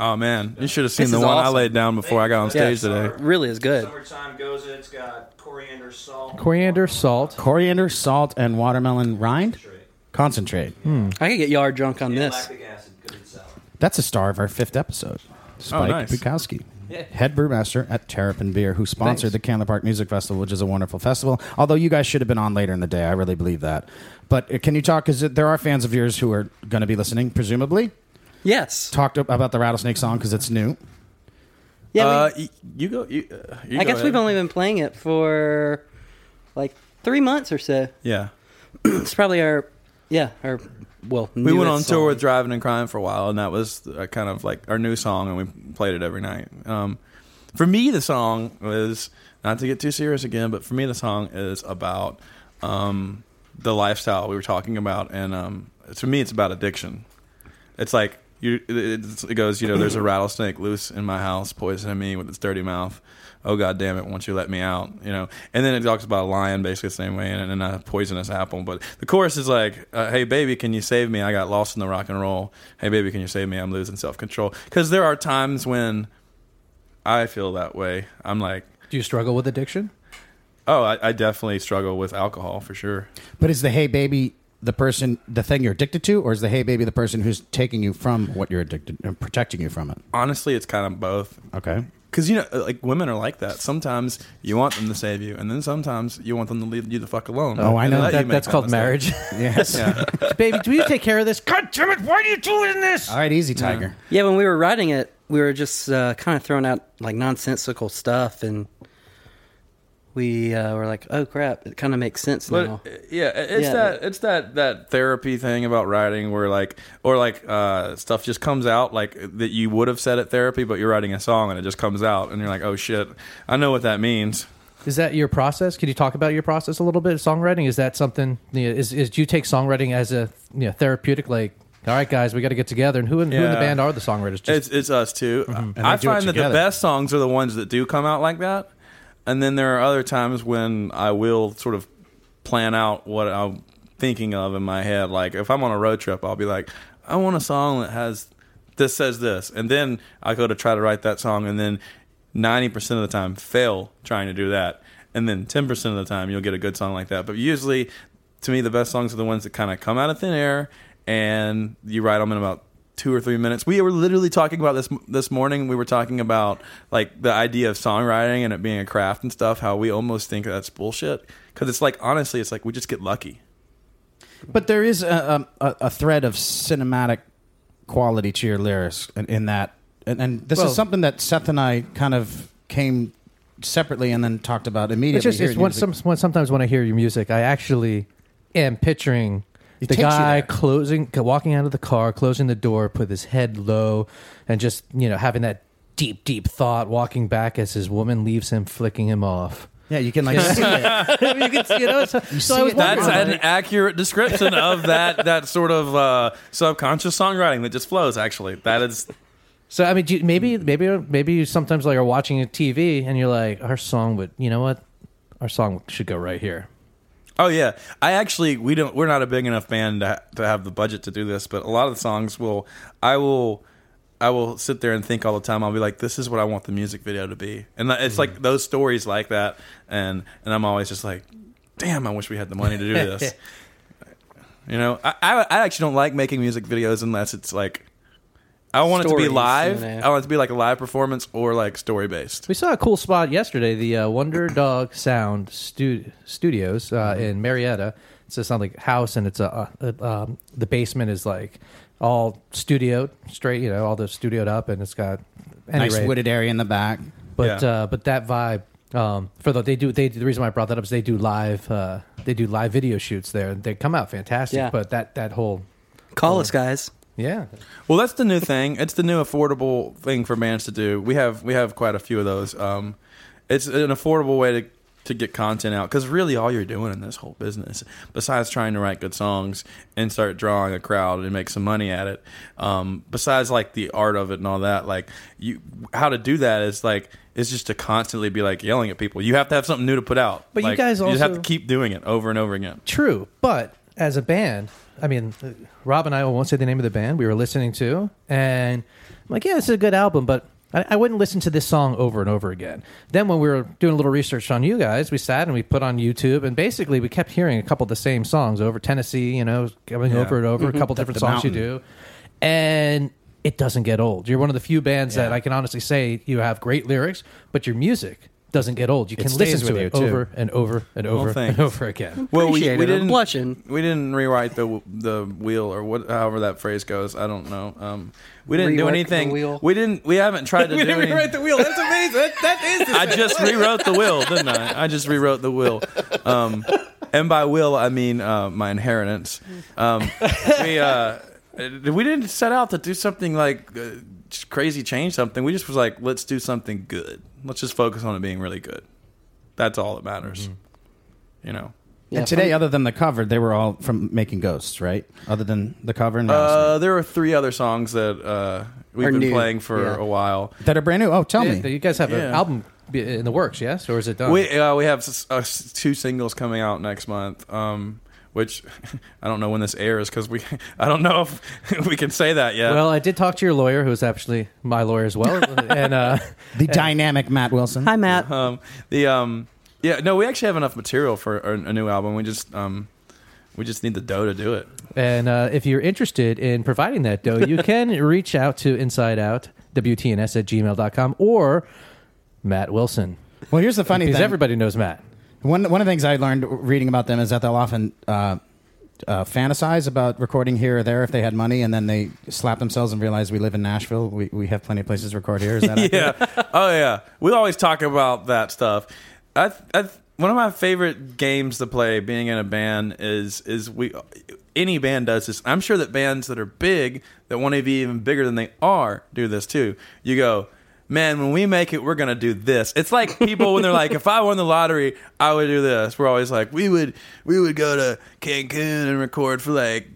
S6: Oh man, you should have seen
S7: This
S6: the
S7: is
S6: one I
S7: awesome.
S6: laid down before I got on stage
S7: Yes.
S6: today.
S7: Really is good.
S10: Summertime goes. It's got coriander, salt,
S2: coriander, salt.
S3: Coriander, salt, and watermelon rind Hmm. concentrate.
S7: I could get yard drunk on
S10: and
S7: this.
S10: lactic acid because it's sour.
S3: That's a star of our fifth episode. Spike
S6: nice.
S3: Bukowski, head brewmaster at Terrapin Beer, who sponsored the Candler Park Music Festival, which is a wonderful festival. Although you guys should have been on later in the day, I really believe that. But uh, can you talk? Because there are fans of yours who are going to be listening, presumably.
S7: Yes.
S3: Talked ab- about the rattlesnake song because it's new.
S7: Yeah. we-
S6: Uh, you, you go. You, uh, you
S7: I
S6: go
S7: guess
S6: ahead.
S7: we've only been playing it for like three months or so.
S6: yeah.
S7: It's probably our yeah our well.
S6: We went on tour with Driving and Crying for a while, and that was uh, kind of like our new song, and we played it every night. Um, for me, the song was not to get too serious again, but for me, the song is about um, the lifestyle we were talking about, and um, to me, it's about addiction. It's like you, it's, it goes, you know, there's a rattlesnake loose in my house, poisoning me with its dirty mouth. Oh God damn it! Won't you let me out? You know, and then it talks about a lion, basically the same way, and, and a poisonous apple. But the chorus is like, uh, "Hey baby, can you save me? I got lost in the rock and roll. Hey baby, can you save me? I'm losing self control." Because there are times when I feel that way. I'm like,
S2: Do you struggle with addiction?
S6: "Oh, I, I definitely struggle with alcohol for sure."
S3: But is the hey baby the person, the thing you're addicted to, or is the hey baby the person who's taking you from what you're addicted and protecting you from it?
S6: Honestly, it's kind of both.
S3: Okay.
S6: Because you know, uh, like women are like that. Sometimes you want them to save you, and then sometimes you want them to leave you the fuck alone.
S3: Oh, I
S6: And
S3: know.
S6: let you
S3: That-
S6: make
S2: that's
S6: that
S2: called
S6: mistake.
S2: marriage.
S3: Yes.
S2: Baby, do you take care of this? God damn it! Why are you doing this?
S3: All right, easy, Tiger.
S7: Yeah, when we were writing it, we were just uh, kind of throwing out like nonsensical stuff, and we uh, were like, "Oh crap!" It kind of makes sense
S6: But
S7: now.
S6: uh, yeah, it- it's
S7: Yeah.
S6: that it's that that therapy thing about writing where like or like uh, stuff just comes out like that you would have said at therapy, but you're writing a song and it just comes out, and you're like, oh shit, I know what that means.
S2: Is that your process? Can you talk about your process a little bit? Songwriting is that something? You know, is is do you take songwriting as a you know, therapeutic? Like, all right, guys, we got to get together. And who in, who in the
S6: Yeah.
S2: band are the songwriters? Just,
S6: it's it's us too. I
S3: Mm-hmm. do it
S6: find that the
S3: together.
S6: best songs are the ones that do come out like that, and then there are other times when I will sort of plan out what I'm thinking of in my head. Like if I'm on a road trip, I'll be like, I want a song that has this says this, and then I go to try to write that song, and then ninety percent of the time fail trying to do that, and then ten percent of the time you'll get a good song like that. But usually, to me, the best songs are the ones that kind of come out of thin air, and you write them in about two or three minutes. We were literally talking about this this morning. We were talking about like the idea of songwriting and it being a craft and stuff. How we almost think that's bullshit because it's like honestly, it's like we just get lucky.
S3: But there is a, a, a thread of cinematic quality to your lyrics in, in that, and, and this
S2: Well-
S3: is something that Seth and I kind of came separately and then talked about immediately.
S2: It's just
S3: here
S2: it's
S3: at
S2: when,
S3: Music-
S2: some, when- sometimes when I hear your music, I actually am picturing the
S3: takes you
S2: guy
S3: there.
S2: closing, walking out of the car, closing the door, put his head low, and just you know having that deep, deep thought, walking back as his woman leaves him, flicking him off.
S3: yeah, you can like see it.
S2: you can see, you know, so, so I
S3: see
S2: was wondering,
S3: it
S6: That's
S3: Wow.
S6: an accurate description of that that sort of uh, subconscious songwriting that just flows. Actually, that is
S2: So I mean, do you, maybe maybe maybe you sometimes like are watching a TV and you're like, our song would, you know what, our song should go right here.
S6: Oh yeah, I actually we don't we're not a big enough band to, to have the budget to do this, but a lot of the songs will I will I will sit there and think all the time. I'll be like, this is what I want the music video to be, and that- it's
S7: Mm-hmm.
S6: like those stories like that, and and I'm always just like, damn, I wish we had the money to do this. you know, I, I I actually don't like making music videos unless it's like. I want it to
S7: Stories,
S6: be live.
S7: you know.
S6: I want it to be like a live performance or like story based.
S2: We saw a cool spot yesterday, the uh, Wonder Dog Sound stu- Studios uh, in Marietta. It's a sound like house, and it's a, a, a um, the basement is like all studioed, straight, you know, all the studioed up, and it's got
S3: nice
S2: anyway,
S3: wooded area in the back.
S2: But
S6: Yeah.
S2: uh, but that vibe um, for the they do they the reason why I brought that up is they do live uh, they do live video shoots there. They come out fantastic.
S7: Yeah.
S2: But that that whole
S7: Call us, guys.
S2: yeah,
S6: Well, that's the new thing. It's the new affordable thing for bands to do. We have we have quite a few of those. Um, it's an affordable way to to get content out because really all you're doing in this whole business besides trying to write good songs and start drawing a crowd and make some money at it um, besides like the art of it and all that like you how to do that is like it's just to constantly be like yelling at people you have to have something new to put out
S2: But you
S6: Like,
S2: guys
S6: you just have
S2: also-
S6: to keep doing it over and over again
S2: True, but as a band, I mean, uh, Rob and I I won't say the name of the band we were listening to, and I'm like, yeah, this is a good album, but I, I wouldn't listen to this song over and over again. Then when we were doing a little research on you guys, we sat and we put on YouTube, and basically we kept hearing a couple of the same songs over Tennessee, you know, coming
S6: Yeah.
S2: over and over, a couple
S3: Up
S2: different
S3: the
S2: songs you do, and. It doesn't get old. You're one of the few bands that
S11: Yeah.
S2: I can honestly say you have great lyrics, but your music doesn't get old. You can
S11: stays
S2: listen to
S11: with
S2: it
S11: you, too.
S2: over and over and
S6: Well,
S2: over and
S6: thanks.
S2: over again.
S6: well we,
S7: Appreciate
S6: we
S7: it. I'm
S6: didn't
S7: blushing.
S6: we didn't rewrite the the wheel or what however that phrase goes i don't know um, we didn't do
S7: Rework the
S6: anything
S7: wheel.
S6: we didn't we haven't tried to do anything
S2: the wheel. That's amazing. That, that is.
S6: I just rewrote the will, didn't I? I just rewrote the will. Um, and by will, I mean uh, my inheritance. Um, we uh, we didn't set out to do something like uh, just crazy, change something. We just was like, let's do something good. Let's just focus on it being really good. That's all that matters. You know.
S7: Yeah,
S3: and today, other than the cover, they were all from Making Ghosts, right? Other than the cover and Rattlesnake.
S6: Uh, there are three other songs that uh, we've
S7: Are
S6: been
S7: new,
S6: playing for
S7: yeah.
S6: a while.
S3: that are brand new. Oh, tell me.
S2: you guys have an
S6: Yeah.
S2: album be- in the works, yes, or is
S7: Oh.
S2: it done?
S6: We uh, we have s- uh, s- two singles coming out next month. Um, which I don't know when this airs because we I don't know if we can say that yet.
S2: well, I did talk to your lawyer, who's actually my lawyer as well, and uh,
S3: the dynamic Matt Wilson.
S7: Hi, Matt.
S6: um, the um, yeah, no, we actually have enough material for a, a new album. We just um, we just need the dough to do it.
S2: and uh, if you're interested in providing that dough, you can reach out to Inside Out WTNS at gmail.com or Matt Wilson
S3: well, here's the funny
S2: because
S3: thing.
S2: everybody knows Matt.
S3: One one of the things I learned reading about them is that they'll often uh, uh, fantasize about recording here or there if they had money, and then they slap themselves and realize we live in Nashville. We we have plenty of places to record here. Is that accurate?
S6: yeah. Oh yeah. We always talk about that stuff. I, I one of my favorite games to play being in a band is is we any band does this. I'm sure that bands that are big that want to be even bigger than they are do this too. You go Man, when we make it, we're gonna do this. It's like people when they're like, "If I won the lottery, I would do this." We're always like, "We would, we would go to Cancun and record for like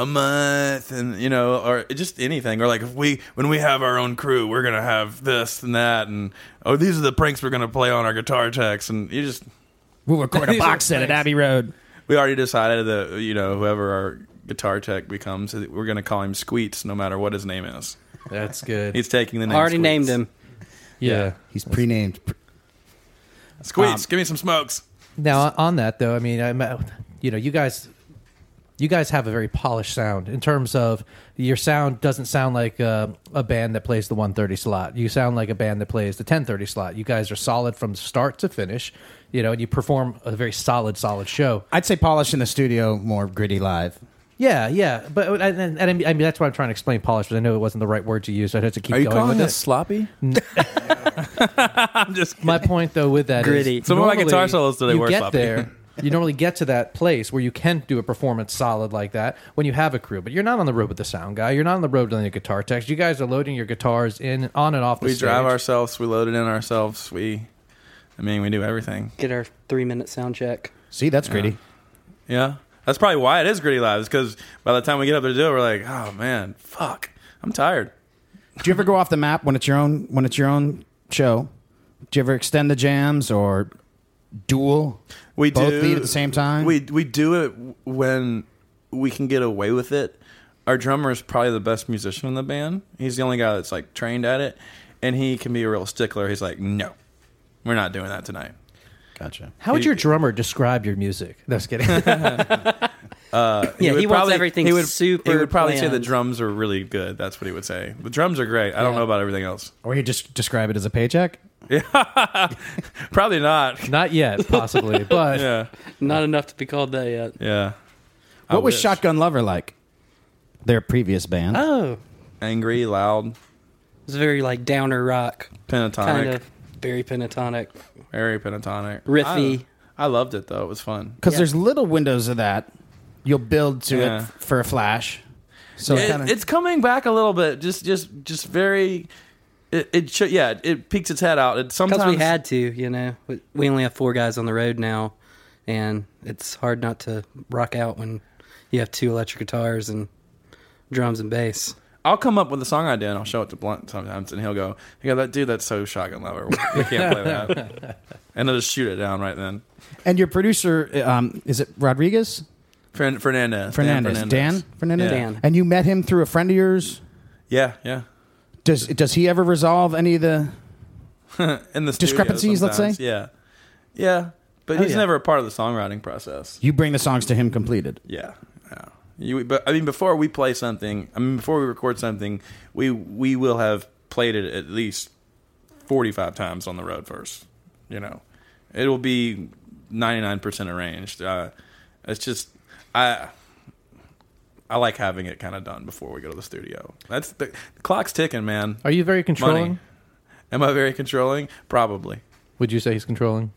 S6: a month and you know or just anything or like if we when we have our own crew we're gonna have this and that and oh these are the pranks we're gonna play on our guitar techs and you just
S3: We'll record a box set at Abbey Road.
S6: we already decided that you know whoever our guitar tech becomes we're gonna call him squeets no matter what his name is
S2: That's good.
S6: he's taking the name
S7: Already
S6: Squeets.
S7: named him.
S2: yeah.
S3: He's pre-named.
S7: Um,
S6: squeets give me some smokes
S2: Now on that though, I mean, i you know, you guys, you guys have a very polished sound in terms of your sound doesn't sound like uh, a band that plays the one thirty slot. You sound like a band that plays the ten thirty slot. You guys are solid from start to finish. You know, and you perform a very solid, solid show.
S3: I'd say polished in the studio, more gritty live.
S2: Yeah, yeah, but and, and, and I mean I mean, that's why I'm trying to explain polished. But I know it wasn't the right word to use. So I had to keep going with it.
S6: sloppy i'm just
S2: My point though with that is
S7: Gritty.
S6: Some of my
S2: normally
S6: guitar solos today
S2: you
S6: were
S2: get
S6: sloppy.
S2: there. You normally get to that place where you can do a performance solid like that when you have a crew, but you're not on the road with the sound guy. You're not on the road with the guitar techs. You guys are loading your guitars in on and off the
S6: we
S2: stage.
S6: drive ourselves we load it in ourselves we i mean we do everything
S7: Get our three minute sound check.
S3: See, that's gritty.
S6: Yeah. That's probably why it is gritty live, is because by the time we get up there to do it, we're like, oh man, fuck. I'm tired.
S3: Do you ever go off the map when it's your own when it's your own show? Do you ever extend the jams or duel?
S6: We
S3: both
S6: do
S3: lead at the same time.
S6: We we do it when we can get away with it. Our drummer is probably the best musician in the band. He's the only guy that's like trained at it, and he can be a real stickler. He's like, no, we're not doing that tonight.
S3: gotcha.
S2: How would your drummer describe your music? No, just kidding.
S7: Yeah, he
S6: would
S7: wants everything
S6: he would,
S7: super
S6: He would probably say the
S7: planned.
S6: drums are really good. That's what he would say. The drums are great. I don't
S7: Yeah.
S6: know about everything else.
S3: Or you just describe it as a paycheck?
S6: Probably not.
S2: not yet, possibly, but
S6: yeah,
S7: Not enough to be called that yet.
S6: yeah. I
S3: What was
S6: wish.
S3: Shotgun Lover like? Their previous band.
S7: Oh,
S6: Angry, loud,
S7: it's very like downer rock,
S6: pentatonic.
S7: kind of very pentatonic,
S6: Very pentatonic.
S7: riffy.
S6: I, I loved it though. It was fun.
S3: Because
S7: Yeah.
S3: there's little windows of that. You'll build to
S6: Yeah.
S3: it f- for a flash. So
S6: It-
S3: kinda,
S6: it's coming back a little bit. Just just just very It, it should, yeah, it peeks its head out. It
S7: Because
S6: sometimes
S7: we had to, you know. We- We only have four guys on the road now, and it's hard not to rock out when you have two electric guitars and drums and bass.
S6: I'll come up with a song idea and I'll show it to Blunt sometimes, and he'll go, "Yeah, that dude, that's so shotgun lover. We can't play that." and they'll just shoot it down right then.
S3: And your producer, um, is it Rodriguez?
S6: Fern- Fernandez,
S3: Fernandez.
S6: Dan
S3: Dan? Fernandez?
S6: Yeah.
S7: Dan.
S3: And you met him through a friend of yours?
S6: Yeah, yeah.
S3: Does does he ever resolve any of the
S6: In the studio
S3: Discrepancies, let's
S6: sometimes.
S3: say? Oh,
S6: Yeah, yeah. But he's
S3: yeah.
S6: never a part of the songwriting process.
S3: you bring the songs to him completed?
S6: Yeah. yeah. You, but I mean, before we play something, I mean, before we record something, we we will have played it at least forty five times on the road first. You know, it will be ninety nine percent arranged. Uh, it's just I. I like having it kind of done before we go to the studio. That's the, the clock's ticking, man.
S2: Are you very controlling?
S6: Money. Am I very controlling? Probably.
S2: Would you say he's controlling?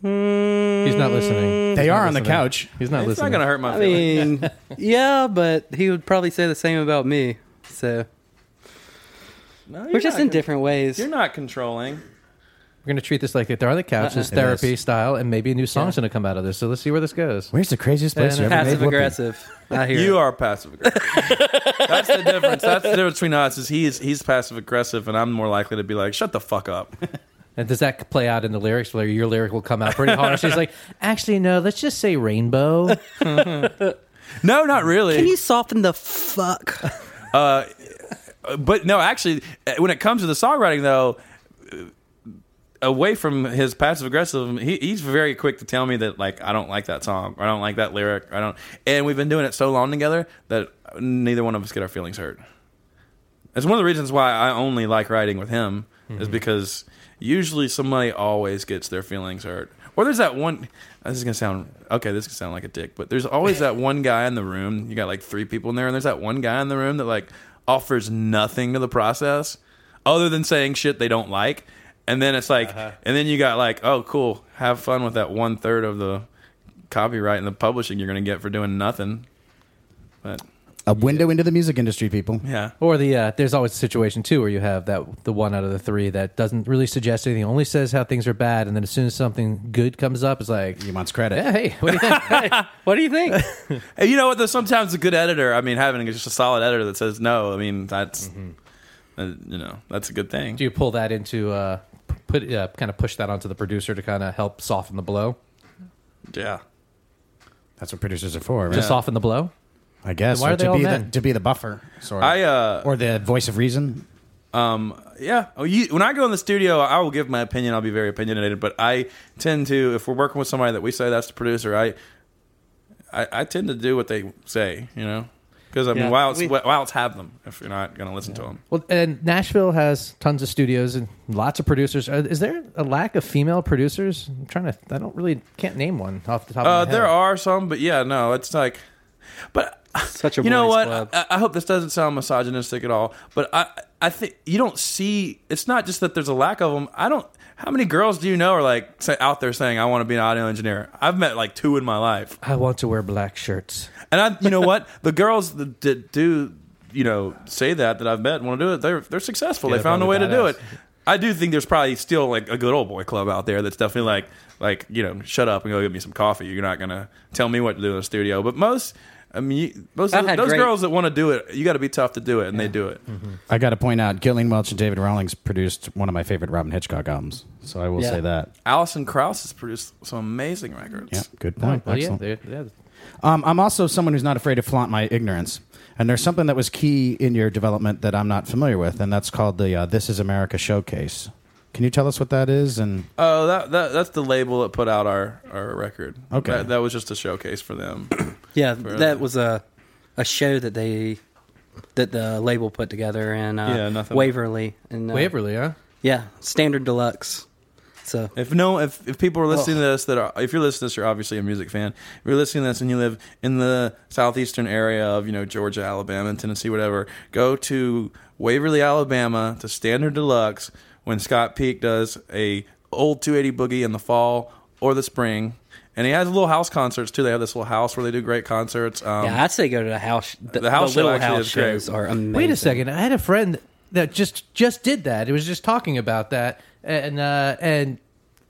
S2: He's not listening.
S3: They
S2: He's not
S3: are on the
S2: listening.
S3: couch.
S2: He's not
S6: Mm. It's
S2: listening.
S6: not going to hurt my
S7: I
S6: feelings.
S7: mean, yeah, but he would probably say the same about me. So
S6: No,
S7: we're
S6: you're
S7: just
S6: not
S7: in
S6: con-
S7: different ways.
S6: You're not controlling.
S2: We're going to treat this like they are on the couch.
S6: Uh-uh.
S2: This
S3: It is.
S2: therapy style, and maybe a new song's going to come out of this. So let's see where this goes.
S3: Where's the craziest place
S2: And
S3: you ever made
S7: Passive
S3: whoopee?
S7: aggressive. I hear
S6: You
S7: it.
S6: are passive aggressive. That's the difference. That's the difference between us. Is he's he's passive aggressive, and I'm more likely to be like, "Shut the fuck up."
S2: And does that play out in the lyrics? Where your lyric will come out pretty harsh. She's like, actually, no. Let's just say rainbow.
S6: No, not really.
S7: Can you soften the fuck?
S6: but no, actually, uh, when it comes to the songwriting, though, uh, away from his passive aggressive, he, he's very quick to tell me that like I don't like that song, or I don't like that lyric, or I don't. And we've been doing it so long together that neither one of us get our feelings hurt. It's one of the reasons why I only like writing with him is because usually somebody always gets their feelings hurt. Or there's that one. This is gonna sound okay. This could sound like a dick, but there's always that one guy in the room. You got like three people in there, and there's that one guy in the room that like offers nothing to the process, other than saying shit they don't like. And then it's like, and then you got like, oh cool, have fun with that one third of the copyright and the publishing you're gonna get for doing nothing. But
S3: A window into the music industry, people.
S6: yeah,
S2: Or the uh, there's always a situation too where you have that the one out of the three that doesn't really suggest anything, only says how things are bad, and then as soon as something good comes up, it's like,
S3: He wants credit.
S2: yeah, hey, what do you think?
S7: What do you think?
S6: And you know what? Though sometimes a good editor, I mean, having just a solid editor that says no, I mean, that's uh, you know, that's a good thing.
S2: do you pull that into uh, p- put uh, kind of push that onto the producer to kind of help soften the blow,
S6: yeah,
S3: That's what producers are for, right?
S2: to soften the blow?
S3: I guess.
S2: Why are
S3: or
S2: they
S3: to
S2: all
S3: be the
S2: men?
S3: to be the buffer, sort of.
S6: I uh,
S3: or the voice of reason.
S6: yeah. Oh, you, when I go in the studio, I will give my opinion. I'll be very opinionated, but I tend to, if we're working with somebody that we say that's the producer, I, I, I tend to do what they say, you know, because I mean,
S7: Yeah.
S6: why else,
S7: We-
S6: why else have them if you're not going to listen to 'em? to them?
S2: Well, and Nashville has tons of studios and lots of producers. Are, is there a lack of female producers? I'm trying to. I don't really can't name one off the top.
S6: Uh,
S2: of my
S6: there
S2: head.
S6: are some, but yeah, no, it's like, but
S7: Such a
S6: you know
S7: boys'
S6: what?
S7: club.
S6: I, I hope this doesn't sound misogynistic at all, but I I think you don't see. It's not just that there's a lack of them. I don't. How many girls do you know are like say, out there saying I want to be an audio engineer? I've met like two in my life,
S2: I want to wear black shirts.
S6: and I you know what? The girls that, that do you know say that that I've met want to do it. They're they're successful.
S2: Yeah,
S6: they
S2: they're
S6: found a way
S2: probably
S6: to do
S2: badass.
S6: it. I do think there's probably still like a good old boy club out there that's definitely like like you know shut up and go get me some coffee. You're not gonna tell me what to do in the studio. But most, I mean, you- most
S7: I've
S6: of the-
S7: had
S6: those
S7: great-
S6: girls that want to do it, you got to be tough to do it, and they do it.
S3: I got to point out, Gillian Welch and David Rawlings produced one of my favorite Robin Hitchcock albums, so I will
S7: Yeah.
S3: say that.
S6: Allison Krauss has produced some amazing records.
S3: Yeah, good
S2: Oh,
S3: point.
S2: well, yeah,
S3: Excellent.
S2: there- yeah.
S3: Um, I'm also someone who's not afraid to flaunt my ignorance. And there's something that was key in your development that I'm not familiar with, and that's called the uh, This Is America Showcase. Can you tell us what that is? And
S6: Oh, that, that that's the label that put out our our record.
S3: Okay.
S6: that, that was just a showcase for them.
S7: Yeah, that was a a show that they that the label put together in uh,
S6: Yeah, nothing-
S7: Waverly and uh,
S2: Waverly, huh?
S7: Yeah, standard deluxe. So
S6: If no, if, if people are listening to this, that are, if you're listening to this, you're obviously a music fan. If you're listening to this and you live in the southeastern area of you know Georgia, Alabama, and Tennessee, whatever, go to Waverly, Alabama, to Standard Deluxe when Scott Peak does a old 280 boogie in the fall or the spring, and he has little house concerts too. They have this little house where they do great concerts. Um,
S7: yeah, I'd say go to the house. The,
S6: the house
S7: the
S6: show
S7: little
S6: actually
S7: house
S6: is great.
S7: shows are amazing.
S2: Wait a second. I had a friend that just just did that. It was just talking about that, and uh, and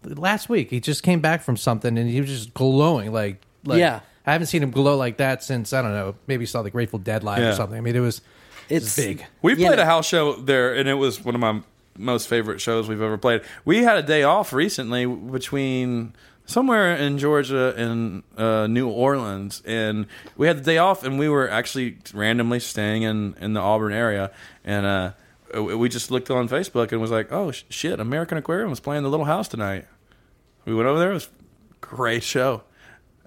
S2: last week he just came back from something, and he was just glowing like, like
S7: Yeah.
S2: I haven't seen him glow like that since I don't know. Maybe he saw the Grateful Dead live
S6: Yeah.
S2: or something. I mean, it was it was
S7: It's-
S2: big.
S6: We
S7: You
S6: played
S7: know-
S6: a house show there, and it was one of my most favorite shows we've ever played. We had a day off recently between somewhere in Georgia and uh, New Orleans, and we had the day off, and we were actually randomly staying in in the Auburn area, and uh, w- we just looked on Facebook and was like, "Oh sh- shit, American Aquarium was playing the Little House tonight." We went over there. It was a great show.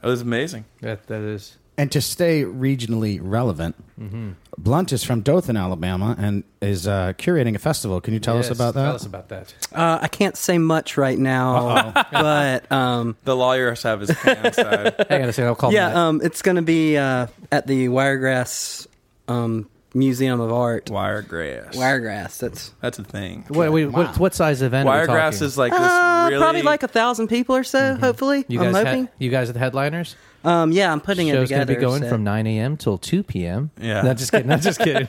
S6: It was amazing.
S2: That that is
S3: And to stay regionally relevant,
S2: Mm-hmm.
S3: Blunt is from Dothan, Alabama, and is uh, curating a festival. Can you tell us
S2: yes,
S3: about that?
S2: Tell us about that.
S7: Uh, I can't say much right now, but um,
S6: The lawyers have his hands tied.
S2: I gotta say, I'll call. him that.
S7: yeah, um, it's going to be uh, at the Wiregrass um, Museum of Art.
S6: Wiregrass.
S7: Wiregrass. That's
S6: That's a thing.
S2: Wait, wait, what, what size event? are we
S6: Wiregrass
S2: talking?
S6: is like this
S7: uh,
S6: really
S7: probably like a thousand people or so. Hopefully,
S2: Mm-hmm. You
S7: I'm
S2: guys,
S7: hoping.
S2: ha- you guys are the headliners.
S7: um, yeah, I'm putting it
S2: Show's gonna
S7: together.
S2: be going
S7: so-
S2: from 9 a.m. till 2 p.m.
S6: Yeah.
S2: no, just kidding. I'm just kidding.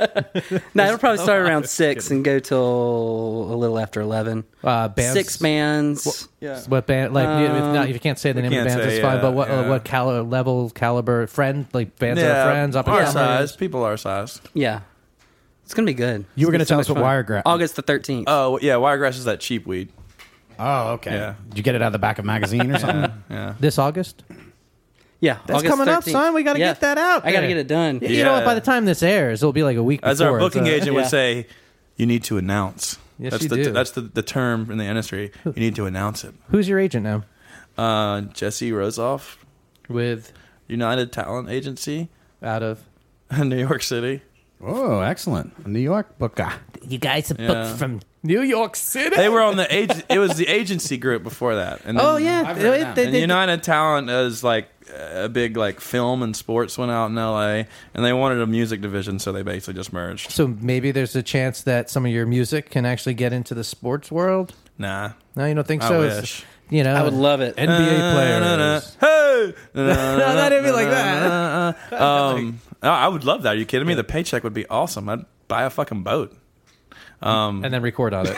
S7: No, it'll probably start around six and go till a little after eleven.
S2: Uh, bands,
S7: Six bands.
S6: yeah.
S2: What band? Like, if not, if you can't say the name of
S6: can't
S2: bands,
S6: say,
S2: it's fine.
S6: yeah,
S2: but what, uh,
S6: yeah.
S2: what cali- level, caliber, friend, like bands that are friends, up and
S6: our
S2: comers.
S6: size, people our size.
S7: Yeah, it's gonna be good.
S3: you were going to
S7: It's gonna
S3: tell
S7: be
S3: us
S7: so
S3: what
S7: much
S3: Wiregrass.
S7: fun. August the thirteenth.
S6: Oh yeah, wiregrass is that cheap weed.
S3: Oh, okay.
S6: Yeah.
S3: Did you get it out of the back of magazine or something?
S6: Yeah,
S2: This August.
S7: yeah,
S2: That's
S7: August
S2: coming up,
S7: 13th.
S2: son. We gotta
S7: Yeah.
S2: get that out.
S7: I gotta
S2: there.
S7: get it done.
S2: You know what?
S6: Yeah.
S2: By the time this airs, it'll be like a week.
S6: as
S2: before, uh,
S6: our booking
S2: so-
S6: agent
S7: yeah.
S6: would say, you need to announce.
S2: Yes,
S6: that's
S2: you
S6: the
S2: do.
S6: that's the, the term in the industry. You need to announce it.
S2: Who's your agent now?
S6: Uh, Jesse Rosoff,
S2: With
S6: United Talent Agency,
S2: out of
S6: in New York City.
S3: Oh, excellent. A New York booker.
S5: You guys are booked
S6: Yeah.
S5: from
S2: New York City.
S6: They were on the age. it was the agency group before that. And
S2: oh
S6: then-
S2: yeah,
S3: I've heard
S2: They-
S3: that.
S2: they-
S6: And
S2: they-
S6: United Talent is like a big like film and sports went out in L.A. and they wanted a music division, so they basically just merged.
S2: So maybe there's a chance that some of your music can actually get into the sports world.
S6: Nah,
S2: No, you don't think
S6: I
S2: so?
S6: wish. Uh,
S2: you know,
S7: I would love it.
S2: NBA players.
S6: Hey!
S2: No, that didn't be like that.
S6: Um, no, I would love that. Are you kidding me? The paycheck would be awesome. I'd buy a fucking boat. Um,
S2: And then record on it.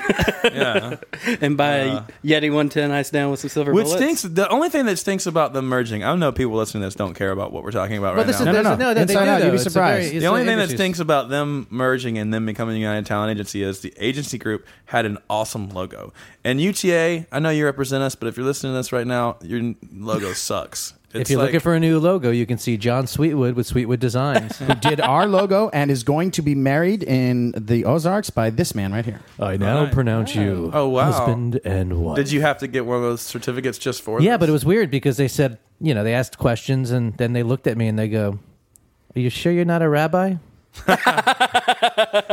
S6: Yeah.
S7: and buy a Yeti 110 ice down with some silver
S6: Which
S7: bullets.
S6: stinks. The only thing that stinks about them merging. I know people listening to this don't care about what we're talking about
S2: Well,
S6: right
S2: this is
S6: now.
S3: No,
S2: there's
S3: no,
S2: a-
S3: no.
S2: no. they
S3: Inside
S2: do,
S3: Out,
S2: though.
S3: you'd be
S2: It's a
S3: surprised.
S2: very- it's
S6: the only
S2: an
S6: thing that
S2: industry.
S6: stinks about them merging and then becoming the United Talent Agency is the agency group had an awesome logo. And UTA, I know you represent us, but if you're listening to this right now, your logo sucks.
S2: If you're looking for a new logo, you can see John Sweetwood with Sweetwood Designs.
S3: Who did our logo and is going to be married in the Ozarks by this man right here.
S2: I now
S6: Right.
S2: pronounce you
S6: Oh, wow.
S2: husband and wife.
S6: did you have to get one of those certificates just for?
S2: Yeah,
S6: this?
S2: but it was weird because they said, you know, they asked questions and then they looked at me and they go, "Are you sure you're not a rabbi?"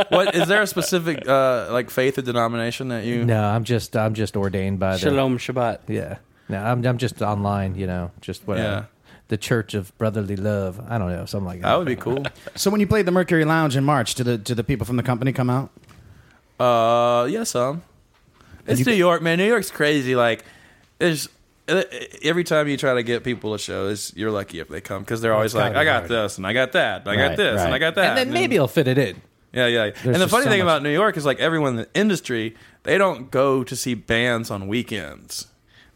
S6: what is there a specific uh, like faith or denomination that you?
S2: No, I'm just I'm just ordained by the
S7: Shalom Shabbat.
S2: Yeah. No, I'm I'm just online, you know, just whatever. The Church of Brotherly Love. I don't know, something like that.
S6: That would be cool.
S3: So when you played the Mercury Lounge in March, did the did the people from the company come out?
S6: Uh, yeah, some. It's
S3: you
S6: New
S3: get-
S6: York, man. New York's crazy. Like, there's every time you try to get people to shows, you're lucky if they come
S7: Oh,
S6: because they're always
S3: gotta
S6: like,
S3: be
S6: "I got
S3: hard.
S6: this and I got that, and I
S3: Right,
S6: got this and
S3: right.
S6: I got that,"
S2: and then maybe I'll fit it in.
S6: yeah, yeah.
S3: There's
S6: and the
S3: just
S6: funny
S3: so
S6: thing
S3: much-
S6: about New York is like everyone in the industry, they don't go to see bands on weekends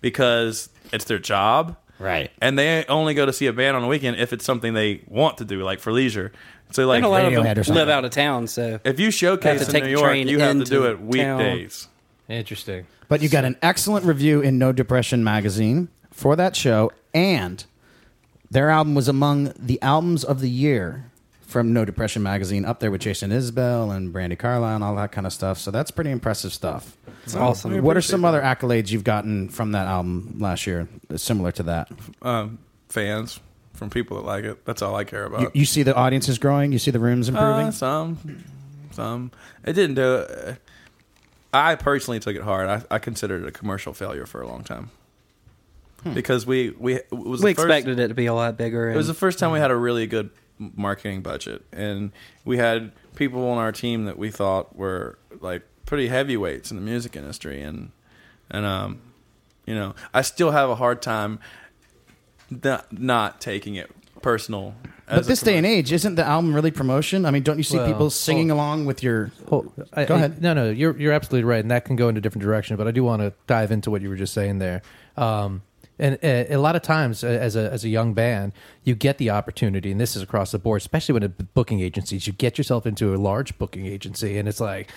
S6: because it's their job.
S3: Right.
S6: And they only go to see a band on a weekend if it's something they want to do, like for leisure. So like
S7: And a lot of
S3: Radiohead or
S7: them
S3: something.
S7: live out of town, so
S6: if you showcase
S7: Have to
S6: in
S7: take
S6: New
S7: the
S6: York,
S7: train
S6: you have to
S7: into
S6: do it
S7: town.
S6: weekdays.
S2: Interesting.
S3: But you got an excellent review in No Depression magazine for that show, and their album was among the albums of the year from No Depression magazine, up there with Jason Isbell and Brandy Carlisle and all that kind of stuff. So that's pretty impressive stuff.
S7: it's awesome.
S3: What are some other accolades you've gotten from that album last year, similar to that?
S6: um, fans from people that like it. That's all I care about.
S3: You, you see the audience is growing. You see the rooms improving.
S6: Uh, some, some. It didn't do. Uh, I personally took it hard. I, I considered it a commercial failure for a long time
S3: Hmm.
S6: because we we it was
S7: We
S6: the first-
S7: expected it to be a lot bigger.
S6: it was the first time we had a really good m- marketing budget, and we had people on our team that we thought were like pretty heavyweights in the music industry, and and um, you know, I still have a hard time not, not taking it personal.
S3: But this day and age, isn't the album really promotion? I mean, don't you see
S2: Well,
S3: people singing along with your?
S2: Well, Oh, I-
S3: Go
S2: I-
S3: ahead.
S2: no, no, you're you're absolutely right, and that can go in a different direction. But I do want to dive into what you were just saying there. Um, and a, a lot of times, uh, as a as a young band, you get the opportunity, and this is across the board, especially when it booking agencies. You get yourself into a large booking agency, and it's like.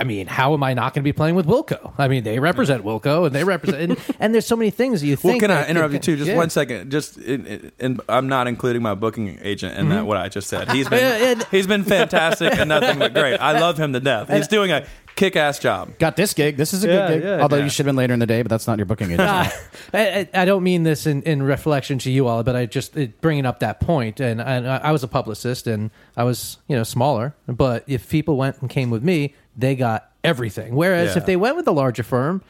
S2: I mean, how am I not going to be playing with Wilco? I mean, they represent Wilco, and they represent, and, and there's so many things that you
S6: Well,
S2: think.
S6: can I
S2: like,
S6: interrupt you too? Just
S2: yeah.
S6: one second. Just in, in, and I'm not including my booking agent in that what I just said. He's
S2: Yeah,
S6: been
S2: and-
S6: he's been fantastic and nothing but great. I love him to death. He's doing a kick ass job.
S3: Got this gig. This is a
S11: Yeah,
S3: good gig.
S11: yeah,
S3: Although
S11: yeah.
S3: you should have been later in the day, but that's not your booking agent.
S2: I, Uh, I, I don't mean this in, in reflection to you all, but I just it, bringing up that point. And, and I, I was a publicist, and I was you know smaller, but if people went and came with me, they got everything. Whereas
S6: Yeah.
S2: if they went with a larger firm,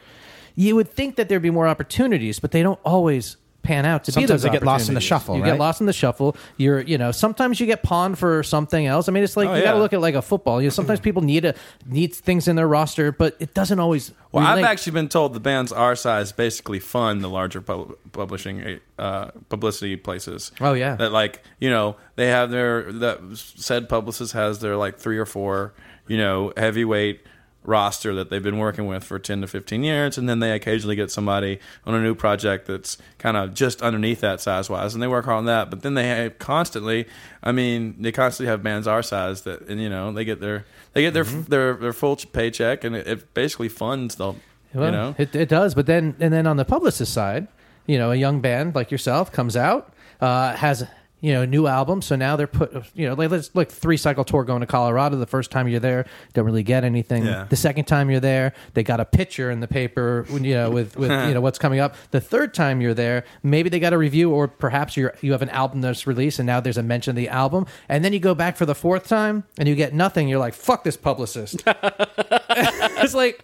S2: you would think that there'd be more opportunities, but they don't always pan out to be those.
S3: Sometimes they get lost in the
S2: opportunities.
S3: shuffle,
S2: You
S3: right?
S2: get lost in the shuffle. You're you know sometimes you get pawned for something else. I mean, it's like
S6: Oh,
S2: you got to
S6: yeah.
S2: look at like a football. You know, sometimes people need a need things in their roster, but it doesn't always.
S6: Well, I've
S2: relate.
S6: actually been told the bands our size basically fund the larger pub- publishing uh, publicity places.
S2: Oh, yeah.
S6: that like you know they have their that said publicist has their like three or four you know heavyweight roster that they've been working with for 10 to 15 years and then they occasionally get somebody on a new project that's kind of just underneath that size wise and they work hard on that but then they have constantly i mean they constantly have bands our size that and you know they get their they get their their, their full paycheck and it, it basically funds the
S2: Well,
S6: you know
S2: it, it does. But then, and then on the publicist side, you know, a young band like yourself comes out, uh, has you know a new album, so now they're put, you know, like let's like three cycle tour going to Colorado. The first time you're there, don't really get anything.
S6: Yeah.
S2: The second time you're there, they got a picture in the paper, when, you know, with with you know what's coming up. The third time you're there, maybe they got a review, or perhaps you you have an album that's released, and now there's a mention of the album, and then you go back for the fourth time, and you get nothing. You're like, fuck this publicist. it's like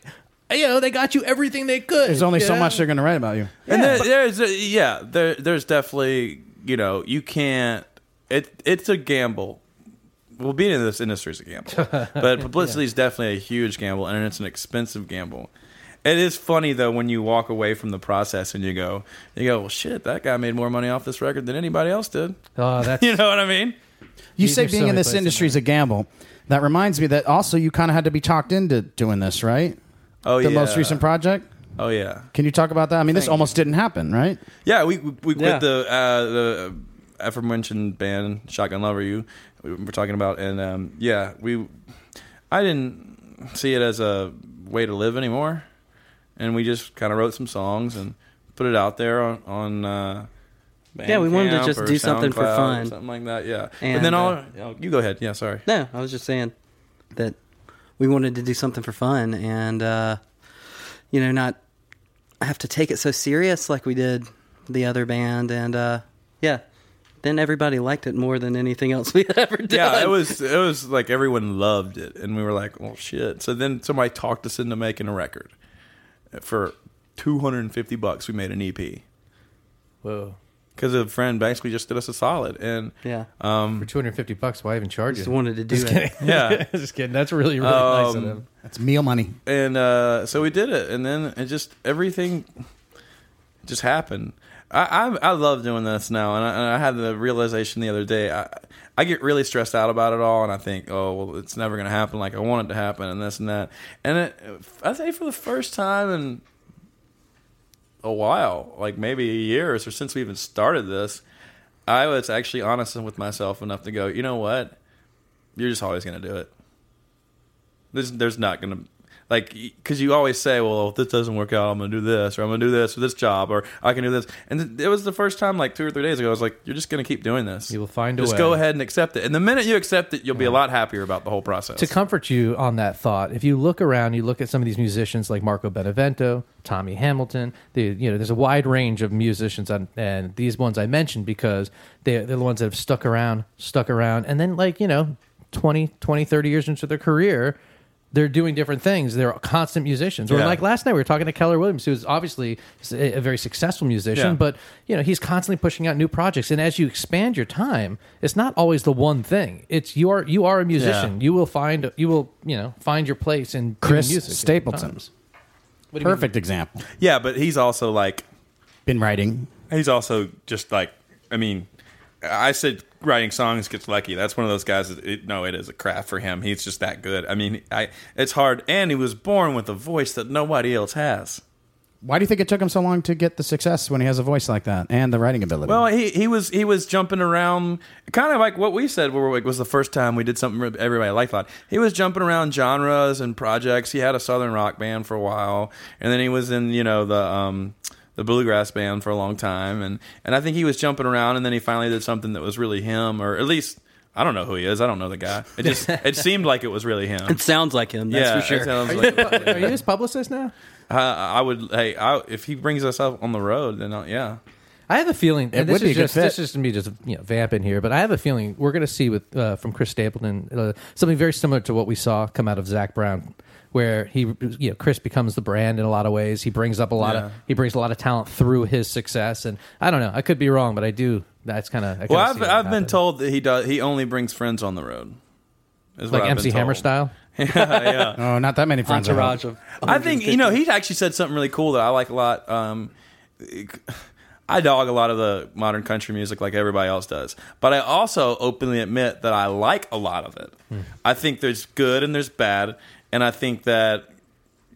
S2: you know they got you everything they could
S3: There's only
S2: you
S3: so
S2: know?
S3: much they're going to write about you.
S6: and there, there's a, yeah there there's definitely you know you can't it it's a gamble well being in this industry is a gamble but publicity is definitely a huge gamble and it's an expensive gamble it is funny though when you walk away from the process and you go you go well shit that guy made more money off this record than anybody else did
S2: oh that's
S6: you know what i mean
S3: You
S2: These
S3: say
S2: are so
S3: being in
S2: many
S3: this
S2: places,
S3: industry is a gamble. That reminds me that also you kind of had to be talked into doing this, right?
S6: oh
S3: the
S6: yeah
S3: most recent project.
S6: oh yeah
S3: Can you talk about that? I mean, this almost didn't happen, right?
S6: Yeah, we we we quit
S7: Yeah.
S6: the uh, the aforementioned band Shotgun Lover. You we were talking about, and um, yeah, we I didn't see it as a way to live anymore, and we just kind of wrote some songs and put it out there on on. Uh,
S7: Yeah, we wanted to
S6: Bandcamp
S7: just
S6: or
S7: do something
S6: SoundCloud
S7: for
S6: or
S7: fun.
S6: something like that. Yeah, and
S7: And,
S6: then all
S7: uh,
S6: oh, you go ahead. Yeah, sorry.
S7: No, I was just saying that we wanted to do something for fun and, uh, you know, not have to take it so serious like we did the other band. And, uh, yeah, then everybody liked it more than anything else we had ever done.
S6: Yeah, it was it was like everyone loved it, and we were like, "Well, shit." So then somebody talked us into making a record for two hundred and fifty bucks. We made an EP
S2: whoa
S6: because a friend basically just did us a solid, and
S7: Yeah.
S2: for 250 bucks why even charge
S7: just
S2: you
S7: wanted to do it.
S6: yeah,
S2: just kidding that's really really nice of
S6: Um,
S2: them
S3: That's meal money.
S6: and uh, so we did it, and then it just everything just happened. I, I I love doing this now, and I, and I had the realization the other day. I I get really stressed out about it all, and I think, oh well, it's never going to happen like I want it to happen, and this and that. And it, I think for the first time in a while, like maybe years or since we even started this, I was actually honest with myself enough to go, you know what, you're just always going to do it. There's there's not gonna like because you always say, well, if this doesn't work out, I'm gonna do this, or I'm gonna do this for this job, or I can do this. And th- it was the first time, like two or three days ago, I was like, you're just gonna keep doing this.
S2: You will find a
S6: Just
S2: way.
S6: go ahead and accept it. And the minute you accept it, you'll be a lot happier about the whole process.
S2: to comfort you on that thought if you look around you look at some of these musicians like marco benevento tommy hamilton the, you know there's a wide range of musicians and, and these ones i mentioned because they, they're the ones that have stuck around stuck around and then like you know 20 20 30 years into their career they're doing different things. They're constant musicians. Or
S6: Yeah.
S2: like last night, we were talking to Keller Williams, who's obviously a a very successful musician,
S6: Yeah.
S2: but you know he's constantly pushing out new projects. And as you expand your time, it's not always the one thing. It's you are you are a musician. You will find you will you know find your place in doing
S3: Chris
S2: music at
S3: Stapleton.
S2: times.
S3: Perfect example.
S6: yeah, but he's also like
S3: Been writing.
S6: he's also just like I mean, I said writing songs gets lucky. That's one of those guys. That it, no, it is a craft for him. He's just that good. I mean, I it's hard, and he was born with a voice that nobody else has.
S8: Why do you think it took him so long to get the success when he has a voice like that and the writing ability?
S6: Well, he, he was he was jumping around, kind of like what we said. Where like was the first time we did something everybody liked a lot. He was jumping around genres and projects. He had a southern rock band for a while, and then he was in you know the um, the bluegrass band for a long time, and and I think he was jumping around, and then he finally did something that was really him, or at least. I don't know who he is. I don't know the guy. It just it seemed like it was really him.
S7: It sounds like him. That's
S6: yeah,
S7: for
S6: it
S7: sure.
S6: sounds like it.
S2: Are you his publicist now?
S6: Uh, I would hey, I, if he brings us up on the road, then i yeah.
S2: I have a feeling and this
S8: would be a
S2: is
S8: good
S2: just this
S8: fit.
S2: is me just you know vamping here, but I have a feeling we're going to see with uh, from Chris Stapleton uh, something very similar to what we saw come out of Zach Brown, where he you know Chris becomes the brand in a lot of ways. He brings up a lot
S6: Yeah.
S2: of he brings a lot of talent through his success, and I don't know. I could be wrong, but I do. That's kind of
S6: Well, I've, I've been told that he does. He only brings friends on the road. Is what
S2: like
S6: I've
S2: MC
S6: been
S2: Hammer
S6: told.
S2: style.
S6: yeah, yeah.
S8: oh, not that many friends. I hope.
S7: Entourage of.
S6: I think you know he actually said something really cool that I like a lot. Um, I dog a lot of the modern country music like everybody else does, but I also openly admit that I like a lot of it.
S2: Hmm.
S6: I think there's good and there's bad, and I think that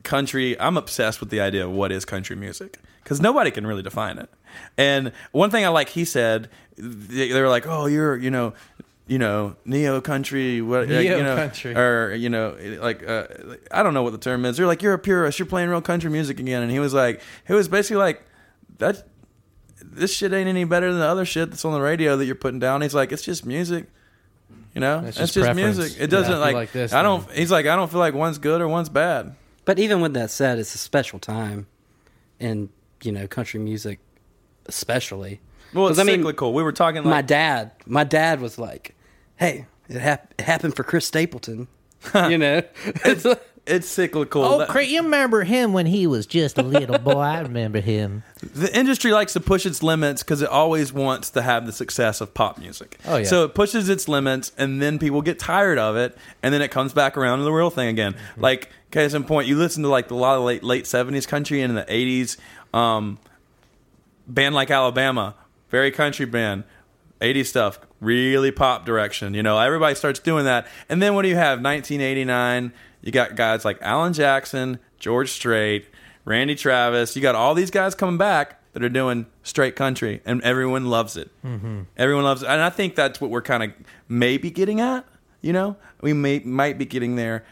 S6: country i'm obsessed with the idea of what is country music because nobody can really define it and one thing i like he said they, they were like oh you're you know you know neo country what like, you know
S12: Neo-country.
S6: or you know like uh, i don't know what the term is they're like you're a purist you're playing real country music again and he was like he was basically like that this shit ain't any better than the other shit that's on the radio that you're putting down he's like it's just music you know, it's
S2: just
S6: just,
S2: preference.
S6: music.
S2: Yeah,
S6: It doesn't
S2: if you
S6: like,
S2: like this,
S6: I don't. He's like, I don't feel like one's good or one's bad.
S7: But even with that said, it's a special time, in you know country music, especially.
S6: Well,
S7: 'Cause,
S6: it's
S7: I mean,
S6: cyclical. We were talking
S7: my
S6: like
S7: dad my dad was like hey it, hap- it happened for chris stapleton you know it's like,
S6: it's cyclical.
S7: Oh,
S6: That-
S12: Oh, you remember him when he was just a little boy? I remember him.
S6: the industry likes to push its limits because it always wants to have the success of pop music.
S2: Oh, yeah.
S6: So it pushes its limits, and then people get tired of it, and then it comes back around to the real thing again.
S7: Mm-hmm.
S6: Like case in point, you listen to like a lot of late late seventies country and in the eighties. Um, band like Alabama, very country band, 80s stuff, really pop direction. You know, everybody starts doing that. And then what do you have? 1989, you got guys like Alan Jackson, George Strait, Randy Travis. You got all these guys coming back that are doing straight country, and everyone loves it. Everyone loves it. And I think that's what we're kind of maybe getting at. You know, we may might be getting there.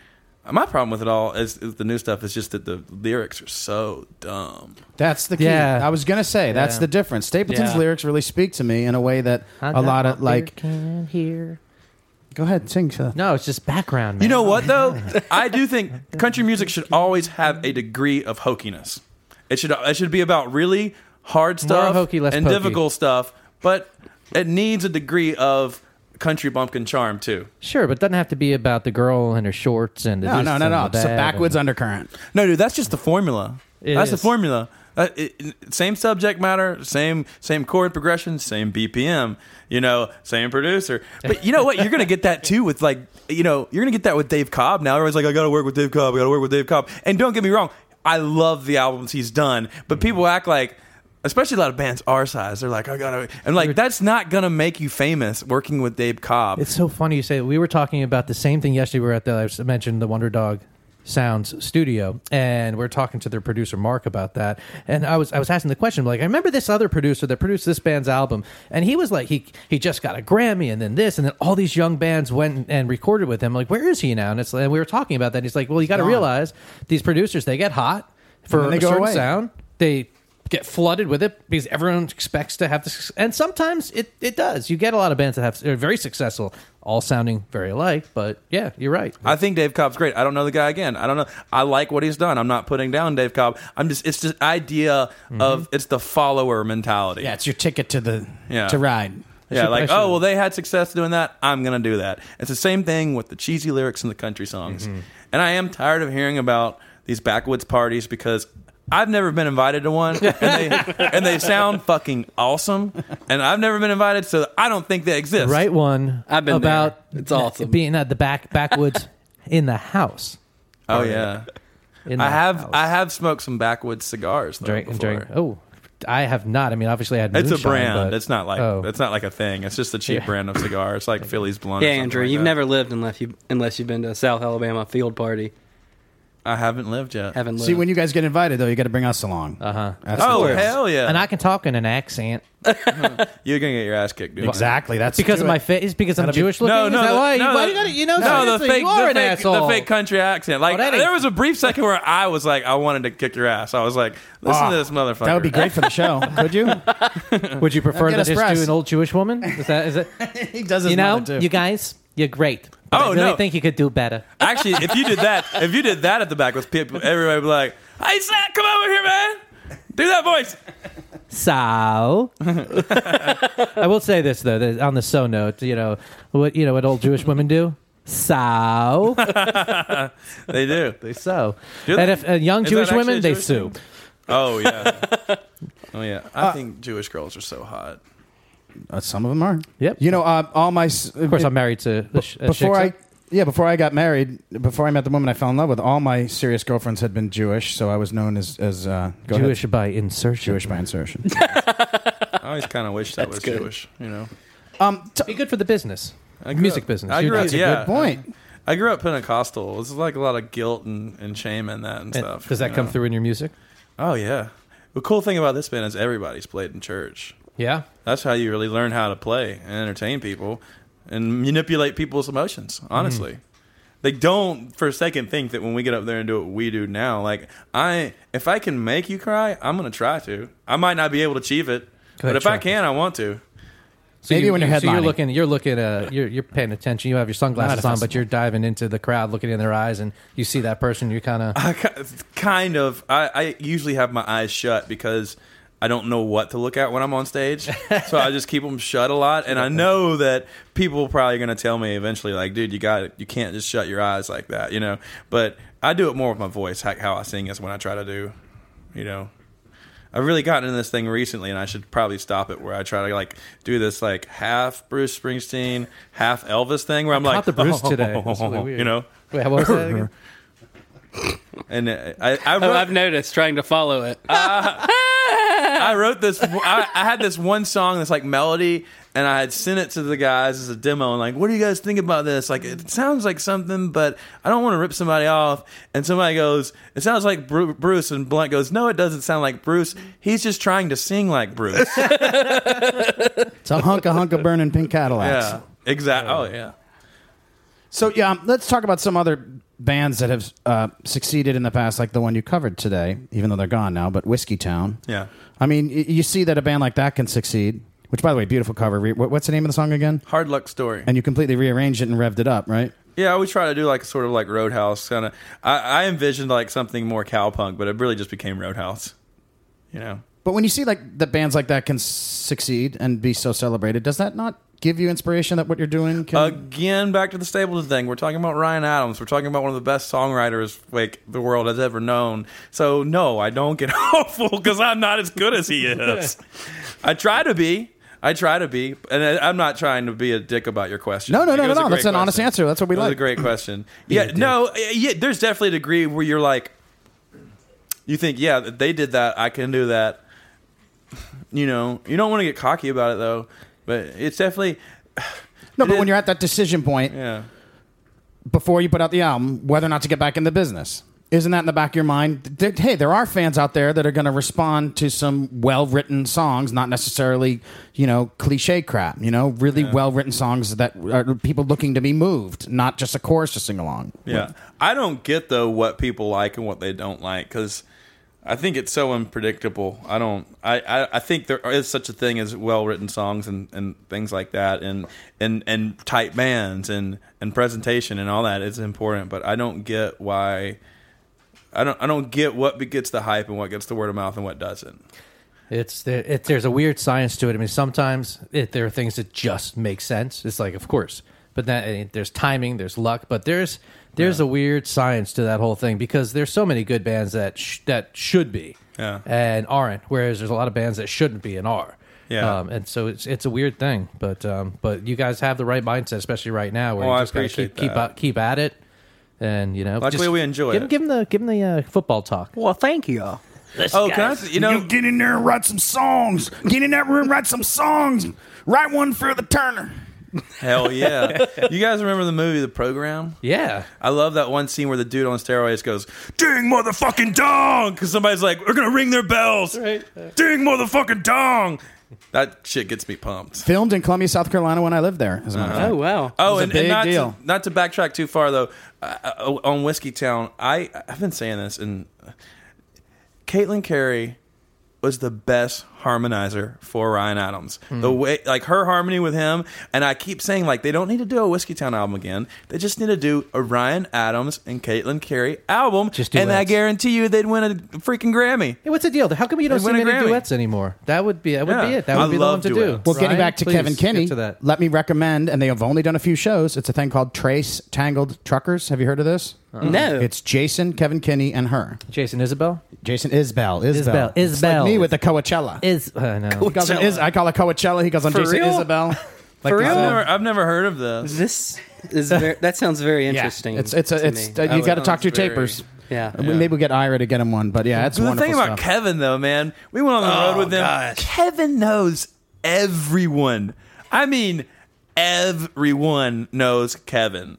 S6: My problem with it all is, is the new stuff is just that the lyrics are so dumb.
S8: That's the key.
S2: Yeah.
S8: I was gonna say that's
S2: Yeah.
S8: the difference. Stapleton's
S2: Yeah.
S8: lyrics really speak to me in a way that a lot of like.
S12: can hear.
S8: Go ahead, sing. Seth.
S2: No, it's just background. Man.
S6: You know what though? I do think country music should always have a degree of hokiness. It should it should be about really hard stuff
S2: hokey, less
S6: and
S2: pokey.
S6: difficult stuff, but it needs a degree of country bumpkin charm too.
S2: Sure, but it doesn't have to be about the girl and her shorts and the
S8: No,
S2: this
S8: no, no,
S2: and
S8: no.
S2: the
S8: It's
S2: that
S8: a
S2: and-
S8: backwards undercurrent.
S6: No, dude, that's just the formula.
S2: It
S6: that's the
S2: is.
S6: formula. Uh, it- it- same subject matter, same same chord progression, same BPM. You know, same producer. But you know what? You're gonna get that too with like you know you're gonna get that with Dave Cobb. Now everybody's like, I gotta work with Dave Cobb. I gotta work with Dave Cobb. And don't get me wrong, I love the albums he's done. But people act like. Especially a lot of bands our size, they're like, I gotta, and like that's not gonna make you famous working with Dave Cobb.
S2: It's so funny you say. that. We were talking about the same thing yesterday. We were at the I mentioned the Wonder Dog Sounds studio, and we are talking to their producer Mark about that. And I was I was asking the question like, I remember this other producer that produced this band's album, and he was like, he he just got a Grammy, and then this, and then all these young bands went and recorded with him. Like, where is he now? And it's and we were talking about that. And he's like, well, you got to realize these producers they get hot for
S8: then they
S2: a
S8: go
S2: certain
S8: away.
S2: sound. They get flooded with it because everyone expects to have this and sometimes it, it does you get a lot of bands that have are very successful all sounding very alike but yeah you're right
S6: I think Dave Cobb's great. I don't know the guy again. I don't know. I like what he's done. I'm not putting down Dave Cobb. I'm just it's the idea
S2: Mm-hmm.
S6: of it's the follower mentality.
S8: Yeah, it's your ticket to the
S6: Yeah.
S8: to ride.
S6: Yeah, like,
S2: pressure.
S6: oh well they had success doing that, I'm gonna do that. It's the same thing with the cheesy lyrics in the country songs.
S2: Mm-hmm.
S6: And I am tired of hearing about these backwoods parties because I've never been invited to one, and they, and they sound fucking awesome. And I've never been invited, so I don't think they exist.
S2: right one
S7: I've been
S2: about
S7: there. It's awesome.
S2: being at the back backwoods in the house
S6: Oh yeah.
S2: in
S6: I
S2: the
S6: have
S2: house.
S6: I have smoked some backwoods cigars. Though,
S2: drink and
S6: before.
S2: drink oh I have not. I mean, obviously, I had.
S6: It's a
S2: moonshine,
S6: brand.
S2: but-
S6: it's not like
S2: oh.
S6: it's not like a thing. It's just a cheap
S2: Yeah.
S6: brand of cigar. It's like Philly's blunt. or
S7: Yeah,
S6: something
S7: Andrew,
S6: like
S7: you've
S6: that.
S7: never lived unless you unless you've been to a South Alabama field party.
S6: I haven't lived yet.
S7: Haven't lived.
S8: See, when you guys get invited, though, you got to bring us along. Uh huh.
S6: oh hell yeah!
S2: and I can talk in an accent
S6: You're gonna get your ass kicked, dude.
S8: exactly. That's
S2: because of
S8: do
S2: my
S8: it.
S2: face. Because I'm Jewish looking.
S6: No,
S2: Is
S6: no,
S2: that
S6: the-
S2: why?
S6: no,
S2: why
S6: the-
S2: you gotta, you know,
S6: no, the
S2: seriously,
S6: fake,
S2: you are
S6: the
S2: an
S6: fake,
S2: asshole.
S6: the fake country accent. Like
S2: Oh, that ain't-
S6: there was a brief second where I was like, I wanted to kick your ass. I was like, listen
S8: Ah,
S6: to this motherfucker.
S8: That would be great for the show. Could you?
S2: Would you prefer
S8: Get
S2: that
S8: us
S2: just
S8: press.
S2: do an old Jewish woman? Is that is it?
S8: he does his
S2: you know,
S8: mother, too.
S2: you guys, you're great. But
S6: Oh,
S2: I really
S6: no.
S2: think you could do better.
S6: Actually, if you did that, if you did that at the back with people, everybody would be like, Hey, Zach, come over here, man. Do that voice.
S2: So, I will say this though, that on the so note, you know what you know what old Jewish women do. So,
S6: They do. They s-
S2: so,
S6: Do
S2: and
S6: they?
S2: if uh, young
S6: Is
S2: Jewish
S6: that actually
S2: women,
S6: a
S2: they
S6: Jewish
S2: sue.
S6: Oh yeah. Oh yeah. I think Jewish girls are so hot.
S8: Uh, some of them are.
S2: Yep.
S8: You know, uh, all my.
S2: Of course, I'm married to a, sh- a
S8: before I
S2: shiksa.
S8: yeah before I got married before I met the woman I fell in love with all my serious girlfriends had been Jewish so I was known as as uh, go ahead.
S2: Jewish by insertion.
S8: Jewish by insertion.
S6: I always kind of wish that was Jewish. You know.
S8: um, t-
S2: Be good for the business,
S6: I grew
S2: music
S6: up-
S2: business.
S6: I
S2: You're
S6: grew up,
S2: not-
S6: yeah.
S8: good point.
S6: I grew up Pentecostal. It's like a lot of guilt and, and shame in that and
S2: And
S6: stuff.
S2: Does
S6: you
S2: that come
S6: know?
S2: through in your music?
S6: Oh yeah. The cool thing about this band is everybody's played in church.
S2: Yeah.
S6: That's how you really learn how to play and entertain people and manipulate people's emotions,
S2: Mm-hmm.
S6: honestly. They don't for a second think that when we get up there and do what we do now, like I if I can make you cry, I'm gonna try to. I might not be able to achieve it. but
S2: ahead,
S6: if I
S2: try.
S6: can, I want to.
S2: So
S8: Maybe when you're
S2: so you're
S8: headlining.
S2: looking, you're looking, uh, you're, you're paying attention. You have your sunglasses
S8: Not a
S2: on, but you're diving into the crowd, looking in their eyes, and you see that person. You're kind of
S6: I ki- kind of. I, I usually have my eyes shut because I don't know what to look at when I'm on stage, so I just keep them shut a lot. And I know that people are probably going to tell me eventually, like, "Dude, you got it. You can't just shut your eyes like that," you know. But I do it more with my voice. How, how I sing is when I try to do, you know. I've really gotten into this thing recently, and I should probably stop it. Where I try to like do this like half Bruce Springsteen, half Elvis thing, where I'm like
S2: caught the Bruce today. That's really weird.
S6: you know.
S2: wait, what was that again?
S6: And uh, I, I
S7: Oh,
S6: wrote-
S7: I've noticed trying to follow it.
S3: Oh,
S6: I wrote this. I, I had this one song, this like melody, and I had sent it to the guys as a demo. And like, what do you guys think about this? Like, it sounds like something, but I don't want to rip somebody off. And somebody goes, "It sounds like Bru- Bruce." And Blunt goes, "No, it doesn't sound like Bruce. He's just trying to sing like Bruce."
S8: Some hunka hunka burning pink Cadillacs.
S6: yeah, exactly. Oh yeah.
S8: So yeah, um, let's talk about some other bands that have uh, succeeded in the past, like the one you covered today, even though they're gone now. But Whiskey Town.
S6: Yeah.
S8: I mean, y- you see that a band like that can succeed. Which, by the way, beautiful cover. Re- what- What's the name of the song again?
S6: Hard luck story.
S8: And you completely rearranged it and revved it up, right?
S6: Yeah, we try to do like sort of like Roadhouse kind of. I, I envisioned like something more cowpunk, but it really just became Roadhouse. You know.
S8: But when you see like that bands like that can succeed and be so celebrated, does that not give you inspiration that what you're doing
S6: Uh,
S8: can?
S6: Again, back to the Stapleton thing. We're talking about Ryan Adams. We're talking about one of the best songwriters like the world has ever known. So no, I don't get hopeful because I'm not as good as he is. I try to be. I try to be, and I- I'm not trying to be a dick about your question.
S8: No, no,
S6: Like,
S8: no,
S6: it was
S8: no,
S6: a
S8: no.
S6: great
S8: That's an honest answer. That's what we
S6: It was
S8: like.
S6: a great question. Yeah, no, uh, yeah. There's definitely a degree where you're like, you think, yeah, they did that. I can do that. You know, you don't want to get cocky about it though, but it's definitely
S8: no, but
S6: it-
S8: when you're at that decision point
S6: yeah.
S8: before you put out the album, whether or not to get back in the business, isn't that in the back of your mind? Th- hey, there are fans out there that are going to respond to some well-written songs, not necessarily you know cliche crap. You know, really well-written songs that are people looking to be moved, not just a chorus to sing along.
S6: Yeah. I don't get though what people like and what they don't like because I think it's so unpredictable. I don't. I, I, I think there is such a thing as well written songs and, and things like that and and and tight bands and and presentation and all that is important. But I don't get why. I don't. I don't get what gets the hype and what gets the word of mouth and what doesn't.
S2: It's there, it, there's a weird science to it. I mean, sometimes it, there are things that just make sense. It's like, of course, but then eh, there's timing, there's luck, but there's there's a weird science to that whole thing because there's so many good bands that sh- that should be
S6: Yeah.
S2: and aren't, whereas there's a lot of bands that shouldn't be and are.
S6: Yeah.
S2: um, and so it's it's a weird thing, but um, but you guys have the right mindset, especially right now, where
S6: Oh,
S2: you
S6: I
S2: just gotta keep
S6: appreciate
S2: keep
S6: that.
S2: at, keep at it, and you know,
S6: Luckily,
S2: just
S6: we enjoy
S2: give,
S6: it.
S2: Give them the give 'em the uh, football talk.
S7: well, thank you.
S6: oh, can I, you know,
S4: get in there and write some songs. Get in that room, write some songs. Write one for the Turner.
S6: hell yeah. you guys remember the movie The Program?
S2: Yeah.
S6: I love that one scene where the dude on steroids goes, "Ding motherfucking dong," because somebody's like, "We're gonna ring their bells." Ding motherfucking dong. That shit gets me pumped.
S3: Filmed in Columbia, South Carolina when I lived there. As a matter of
S2: Uh-huh.
S3: fact.
S7: Oh wow.
S6: Oh,
S3: was a
S6: and, and
S3: big
S6: not,
S3: deal.
S6: To, not to backtrack too far though, uh, uh, on Whiskey Town, I I've been saying this, and Caitlin Carey was the best harmonizer for Ryan Adams.
S3: Hmm.
S6: The way, like her harmony with him, and I keep saying like they don't need to do a Whiskey Town album again. They just need to do a Ryan Adams and Caitlin Carey album,
S2: Just
S6: and I
S2: duets.
S6: guarantee you they'd win a freaking Grammy.
S2: Hey, what's the deal? How come you don't
S6: They
S2: see
S6: win a
S2: many
S6: Grammy.
S2: duets anymore? That would be that would
S6: Yeah.
S2: be it. That
S6: I
S2: would be the
S6: love
S2: one to do.
S6: duets.
S3: Well, getting
S2: Ryan,
S3: back to
S2: please
S3: Kevin
S2: get
S3: Kinney,
S2: to that.
S3: let me recommend, and they have only done a few shows. It's a thing called Trace Tangled Truckers. Have you heard of this?
S2: Uh-huh.
S7: No.
S3: It's Jason, Kevin Kinney, and her.
S2: Jason Isabel
S3: Jason Isbell. Isbell.
S2: Isbell,
S3: It's like
S2: Isbell.
S3: me with the Coachella.
S2: is uh, no.
S3: He calls it Is- I call it Coachella. He calls on
S7: For
S3: Jason
S7: real?
S3: Isabel. Like uh,
S7: For
S3: the-
S7: real?
S6: I've
S7: Yeah.
S6: never, I've never heard of this.
S7: This is ver that sounds very
S3: Yeah.
S7: interesting.
S3: It's it's a,
S7: to
S3: it's
S7: me.
S3: uh, you
S6: I
S3: got to
S6: would-
S3: talk to your
S6: Sounds very-
S3: tapers.
S7: yeah.
S3: We- Maybe we get Ira to get him one, but yeah, that's
S6: the
S3: wonderful
S6: thing
S3: stuff.
S6: about Kevin though, man, we went on the road with them. Kevin knows everyone. I mean, everyone knows Kevin.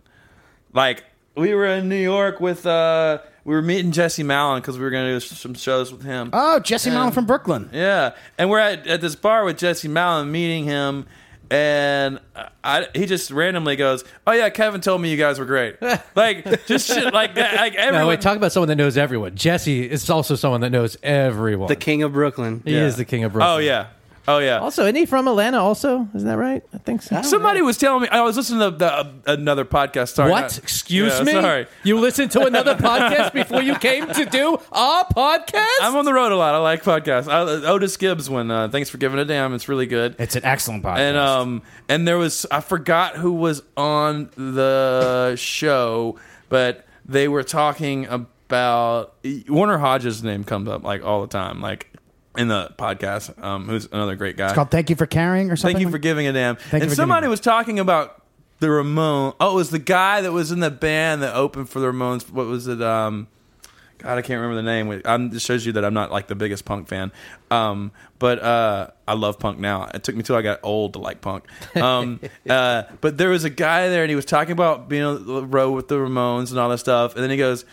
S6: Like we were in New York with uh we were meeting Jesse Mallon because we were gonna do some shows with him.
S3: oh, Jesse Malin from Brooklyn.
S6: Yeah, and we're at, at this bar with Jesse Mallon, meeting him, and I, he just randomly goes, "Oh yeah, Kevin told me you guys were great." like just shit like that. Like everyone.
S2: No, wait. Talk about someone that knows everyone. Jesse is also someone that knows everyone.
S7: The king of Brooklyn.
S2: he is the king of Brooklyn.
S6: oh yeah, oh yeah.
S2: Also, isn't he from Atlanta? Also, isn't that right? I think so.
S6: Somebody was telling me I was listening to the, uh, another podcast. Sorry,
S2: What?
S6: not-
S2: Excuse
S6: Yeah,
S2: me?
S6: Sorry,
S2: You listened to another podcast before you came to do our podcast?
S6: I'm on the road a lot. I like podcasts. I, Otis Gibbs one. Uh, Thanks for giving a damn. It's really good.
S3: It's an excellent podcast.
S6: And um, and there was I forgot who was on the show, but they were talking about Warner Hodges' name comes up like all the time, like in the podcast. Um, who's another great guy?
S3: it's called Thank You for Caring or something.
S6: Thank you
S3: like-
S6: for giving a damn.
S3: you
S6: and
S3: for
S6: somebody
S3: giving-
S6: was talking about the Ramon. Oh, it was the guy that was in the band that opened for the Ramones. What was it? Um, God, I can't remember the name. I'm, it shows you that I'm not like the biggest punk fan. Um, but uh, I love punk now. It took me till I got old to like punk. Um, uh, but there was a guy there, and he was talking about being on the road with the Ramones and all that stuff. And then he goes.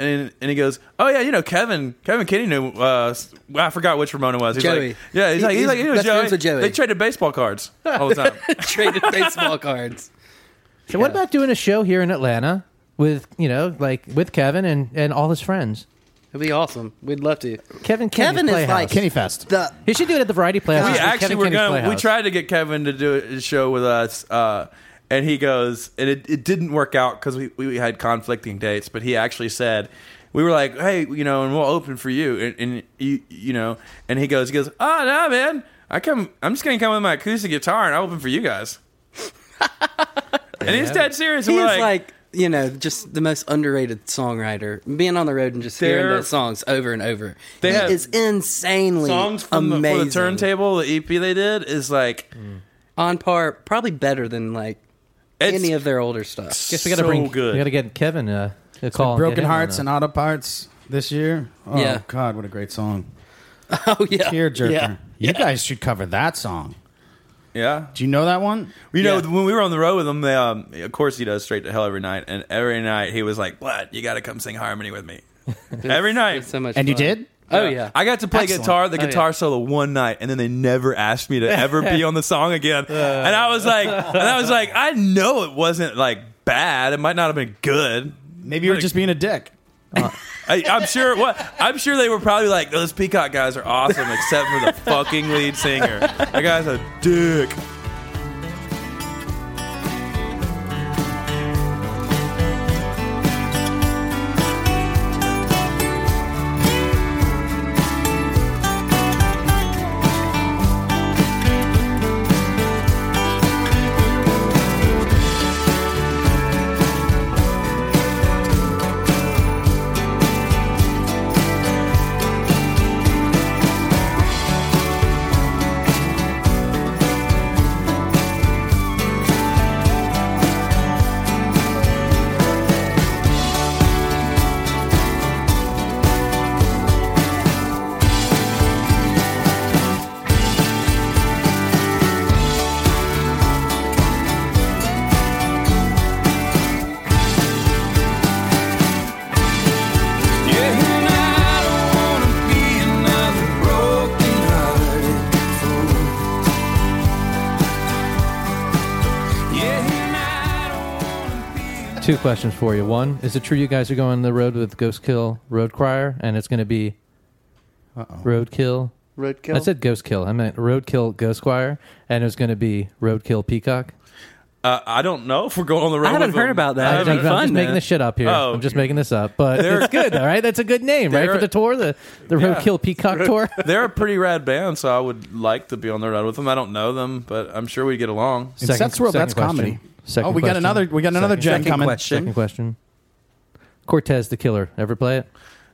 S6: And, and he goes, oh yeah, you know Kevin, Kevin Kinney knew. Uh, I forgot which Ramon it was. He's
S7: Joey.
S6: Like, yeah, he's
S7: He-
S6: like, he's
S7: he's
S6: like, you know,
S7: best friends
S6: Joey.
S7: with Joey.
S6: They traded baseball cards all the time.
S7: Traded baseball cards.
S2: So what about doing a show here in Atlanta with you know like with Kevin and and all his friends?
S7: It'd be awesome. We'd love to.
S2: Kevin Kenny
S7: Kevin is
S2: Playhouse.
S7: like-
S3: Kenny Fest.
S7: The
S2: He should do it at the Variety Playhouse.
S6: we
S2: with
S6: actually
S2: Kevin
S6: were
S2: Kenny's
S6: gonna. We
S2: Playhouse.
S6: tried to get Kevin to do a show with us, uh, and he goes, and it, it didn't work out because we, we had conflicting dates. But he actually said. We were like, hey, you know, and we'll open for you, and, and you, you know, and he goes, he goes, oh no, man, I come, I'm just gonna come with my acoustic guitar and I will open for you guys. and he's dead serious.
S7: he
S6: and
S7: is
S6: we're
S7: like, you know just the most underrated songwriter. Being on the road and just hearing
S6: They're-
S7: those songs over and over.
S6: They
S7: He
S6: have
S7: is insanely
S6: songs from the, for
S7: amazing.
S6: the turntable, the EP they did is like
S7: on par, probably better than like
S6: It's
S7: any of their older stuff.
S2: Guess we gotta
S6: so
S2: bring.
S6: good.
S2: We gotta get Kevin uh, a call. and get
S3: Broken
S2: him uh, on
S3: Hearts
S2: that.
S3: and Auto Parts this year. Oh
S7: Yeah.
S3: God, what a great song.
S7: Oh yeah,
S3: Tearjerker.
S7: Yeah.
S3: You guys should cover that song.
S6: yeah.
S3: Do you know that one?
S6: You know,
S7: Yeah.
S6: when we were on the road with him, they, um, of course he does straight to hell every night, and every night he was like, "But you got to come sing harmony with me." every night.
S7: It's so much.
S3: And you
S7: fun.
S3: did?
S7: Oh yeah.
S6: I got to play
S3: Excellent.
S6: guitar, the
S7: yeah.
S6: guitar solo one night, and then they never asked me to ever be on the song again.
S7: Uh.
S6: and I was like, and I was like, I know it wasn't like bad. It might not have been good.
S3: Maybe you were just being a dick.
S6: I, I'm sure. What I'm sure they were probably like, those Peacock guys are awesome, except for the fucking lead singer. That guy's a dick.
S2: Two questions for you. One, is it true you guys are going on the road with Ghost Kill Road Crier and it's going to be Roadkill?
S13: Roadkill.
S2: I said Ghost Kill. I meant Roadkill Ghost Choir and it was going to be Roadkill Peacock.
S6: Uh, I don't know if we're going on the road.
S7: I haven't
S6: with
S7: heard
S6: them.
S7: about that.
S6: I
S2: I
S7: That'd
S6: haven't-
S7: be fun,
S2: am just making
S7: man.
S2: this shit up here.
S6: Oh.
S2: I'm just making this up, but it's good. All right, that's a good name, right,
S6: They're-
S2: for the tour, the the Roadkill Peacock tour.
S6: They're a pretty rad band, so I would like to be on the road with them. I don't know them, but I'm sure we get along.
S3: In Seth's world, that's comedy.
S2: Second
S3: oh, we got
S2: question.
S3: another. We got another gem
S7: Second
S3: coming.
S7: question.
S2: Second question. Cortez the Killer. Ever play it?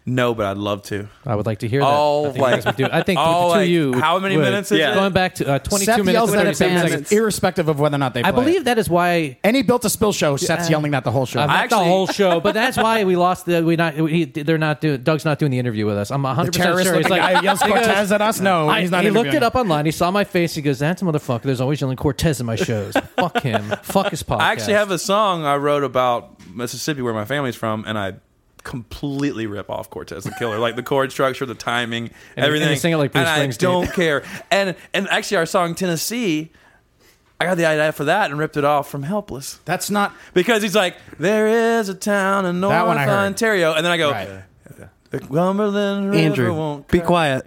S6: No, but I'd love to.
S2: I would like to hear
S6: All
S2: that. I think
S6: like-
S2: you guys would do. it. I think
S6: all
S2: the two
S6: Oh like-
S2: of you. would-
S6: how many
S2: would.
S6: minutes is Yeah. it?
S2: Going back to uh, 22
S3: Seth
S2: minutes
S3: yells
S2: and
S3: that at
S2: 37
S3: bands,
S2: seconds.
S3: irrespective of whether or not they. Play
S2: I
S3: it.
S2: believe that is why.
S3: any built a spill show. Seth's yelling that the whole show.
S2: Uh, not the
S6: actually-
S2: whole show, but that's why we lost. The, we not. He, they're not doing. Doug's not doing the interview with us. I'm 100 percent
S3: terrorist
S2: sure. He's
S3: looking
S2: like,
S3: guy who yells
S2: he goes,
S3: Cortez at us. No,
S2: I-
S3: he's not.
S2: he looked
S3: interviewing.
S2: it up online. He saw my face. He goes, "That's a motherfucker." There's always yelling Cortez in my shows. Fuck him. Fuck his podcast.
S6: I actually have a song I wrote about Mississippi, where my family's from, and I completely rip off Cortez the Killer, like the chord structure, the timing,
S2: and
S6: everything.
S2: you sing it like Bruce
S6: and I
S2: Springsteen.
S6: don't care. And and actually, our song Tennessee, I got the idea for that and ripped it off from Helpless
S3: That's not.
S6: because he's like, "There is a town in North
S3: That one I heard.
S6: Ontario," and then I go.
S3: Right.
S6: The Cumberland River
S7: Andrew,
S6: won't
S7: be quiet.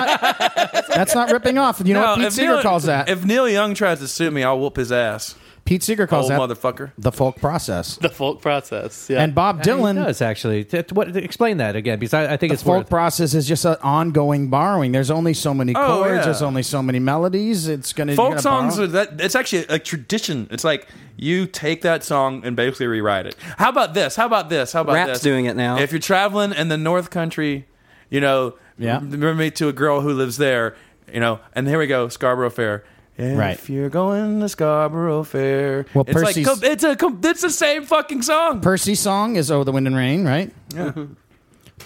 S3: That's not ripping off. You know
S6: No,
S3: what Pete
S6: if
S3: Seeger
S6: Neil-
S3: calls that?
S6: If Neil Young tries to sue me, I'll whoop his ass.
S3: Pete Seeger calls
S6: Old
S3: that
S6: motherfucker.
S3: the folk process.
S13: the folk process. Yeah.
S3: And Bob
S2: Yeah, he
S3: Dylan,
S2: does actually. T- t- what, explain that again, because I, I think
S3: the
S2: it's
S3: folk
S2: worth.
S3: process is just an ongoing borrowing. There's only so many
S6: Oh,
S3: chords.
S6: yeah.
S3: There's only so many melodies. It's gonna you're
S6: Folk
S3: gonna
S6: songs
S3: borrow.
S6: are that. It's actually a tradition. It's like you take that song and basically rewrite it. How about this? How about this? How about
S7: Rap's
S6: this?
S7: doing it now.
S6: If you're traveling in the North Country, you know,
S3: Yeah.
S6: remember me to a girl who lives there. You know, and here we go, Scarborough Fair. If
S3: Right.
S6: you're going to Scarborough Fair,
S3: Well,
S6: it's like
S3: Percy's-
S6: com- it's a com- it's the same fucking song.
S3: Percy's song is "Oh, the Wind and Rain," right? Yeah.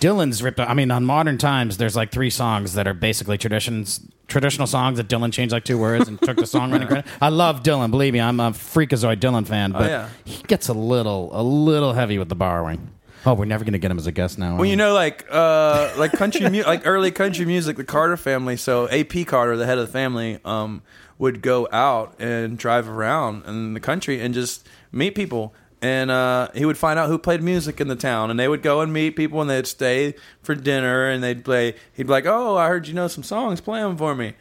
S3: Dylan's ripped. I mean, on modern times, there's like three songs that are basically traditions, traditional songs that Dylan changed like two words and took the songwriting credit. I love Dylan. Believe me, I'm a freakazoid Dylan fan, but
S6: yeah.
S3: he gets a little, a little heavy with the borrowing. Oh, we're never gonna get him as a guest now.
S6: Well, you know, like uh, like country, mu- like early country music, the Carter family. So AP Carter, the head of the family, um, would go out and drive around in the country and just meet people. And uh, he would find out who played music in the town, and they would go and meet people, and they'd stay for dinner, and they'd play. He'd be like, "Oh, I heard you know some songs. Play them for me,"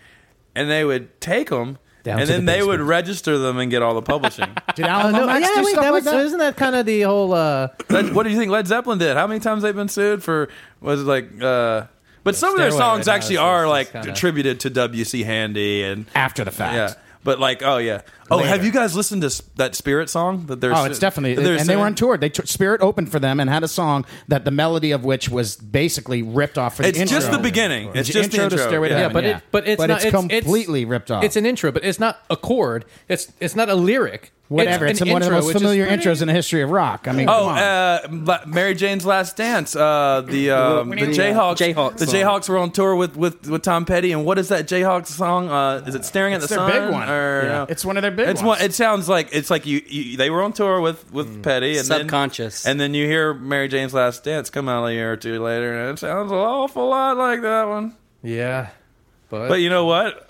S6: and they would take them,
S2: Down
S6: and
S2: to
S6: then
S2: the
S6: they would
S2: basement.
S6: register them and get all the publishing.
S3: did Alan
S2: Uh, No,
S3: Lomax
S2: yeah,
S3: do
S2: wait,
S3: stuff
S2: that
S3: like
S2: was,
S3: that?
S2: isn't that kind of the whole? Uh,
S6: Led, what do you think Led Zeppelin did? How many times they've been sued for was it like uh but some of their
S2: Stairway
S6: songs
S2: to Heaven
S6: actually
S2: is-
S6: are
S2: is
S6: like
S2: kinda-
S6: attributed to W.C. Handy and
S3: After the fact.
S6: yeah. But like, oh yeah, oh have you guys listened to s- that Spirit song that they're?
S3: Oh, it's
S6: su-
S3: definitely.
S6: that uh, they're
S3: and they were
S6: singing?
S3: on tour. They t- Spirit opened for them and had a song that the melody of which was basically ripped off for the
S6: It's
S3: intro.
S6: just the beginning. It's
S3: J-
S6: just
S3: intro
S6: the
S3: to
S6: intro.
S3: Stairway to
S6: yeah.
S3: Heaven.
S2: but
S3: yeah.
S2: it, but it's
S3: But
S2: not
S3: it's completely ripped off.
S2: It's an intro, but it's not a chord. It's it's not a lyric.
S3: Whatever. It's,
S2: an
S3: one of the
S2: intro,
S3: most
S2: which is
S3: familiar
S2: pretty-
S3: intros in the history of rock. I mean,
S6: Oh,
S3: come on.
S6: uh, La- Mary Jane's Last Dance. Uh, the uh, the Jayhawks.
S7: Jayhawks
S6: The
S7: song.
S6: Jayhawks were on tour with, with, with Tom Petty. And what is that Jayhawks song? Uh, is it "Staring at
S3: It's
S6: the
S3: their
S6: Sun"?
S3: big one.
S6: Or,
S3: Yeah.
S6: no.
S3: It's one of their big
S6: It's
S3: ones.
S6: one. It sounds like it's like you, you they were on tour with with Petty and then-
S7: Mm. Subconscious.
S6: and then you hear Mary Jane's Last Dance come out a year or two later, and it sounds an awful lot like that one.
S2: Yeah, but,
S6: But you know what?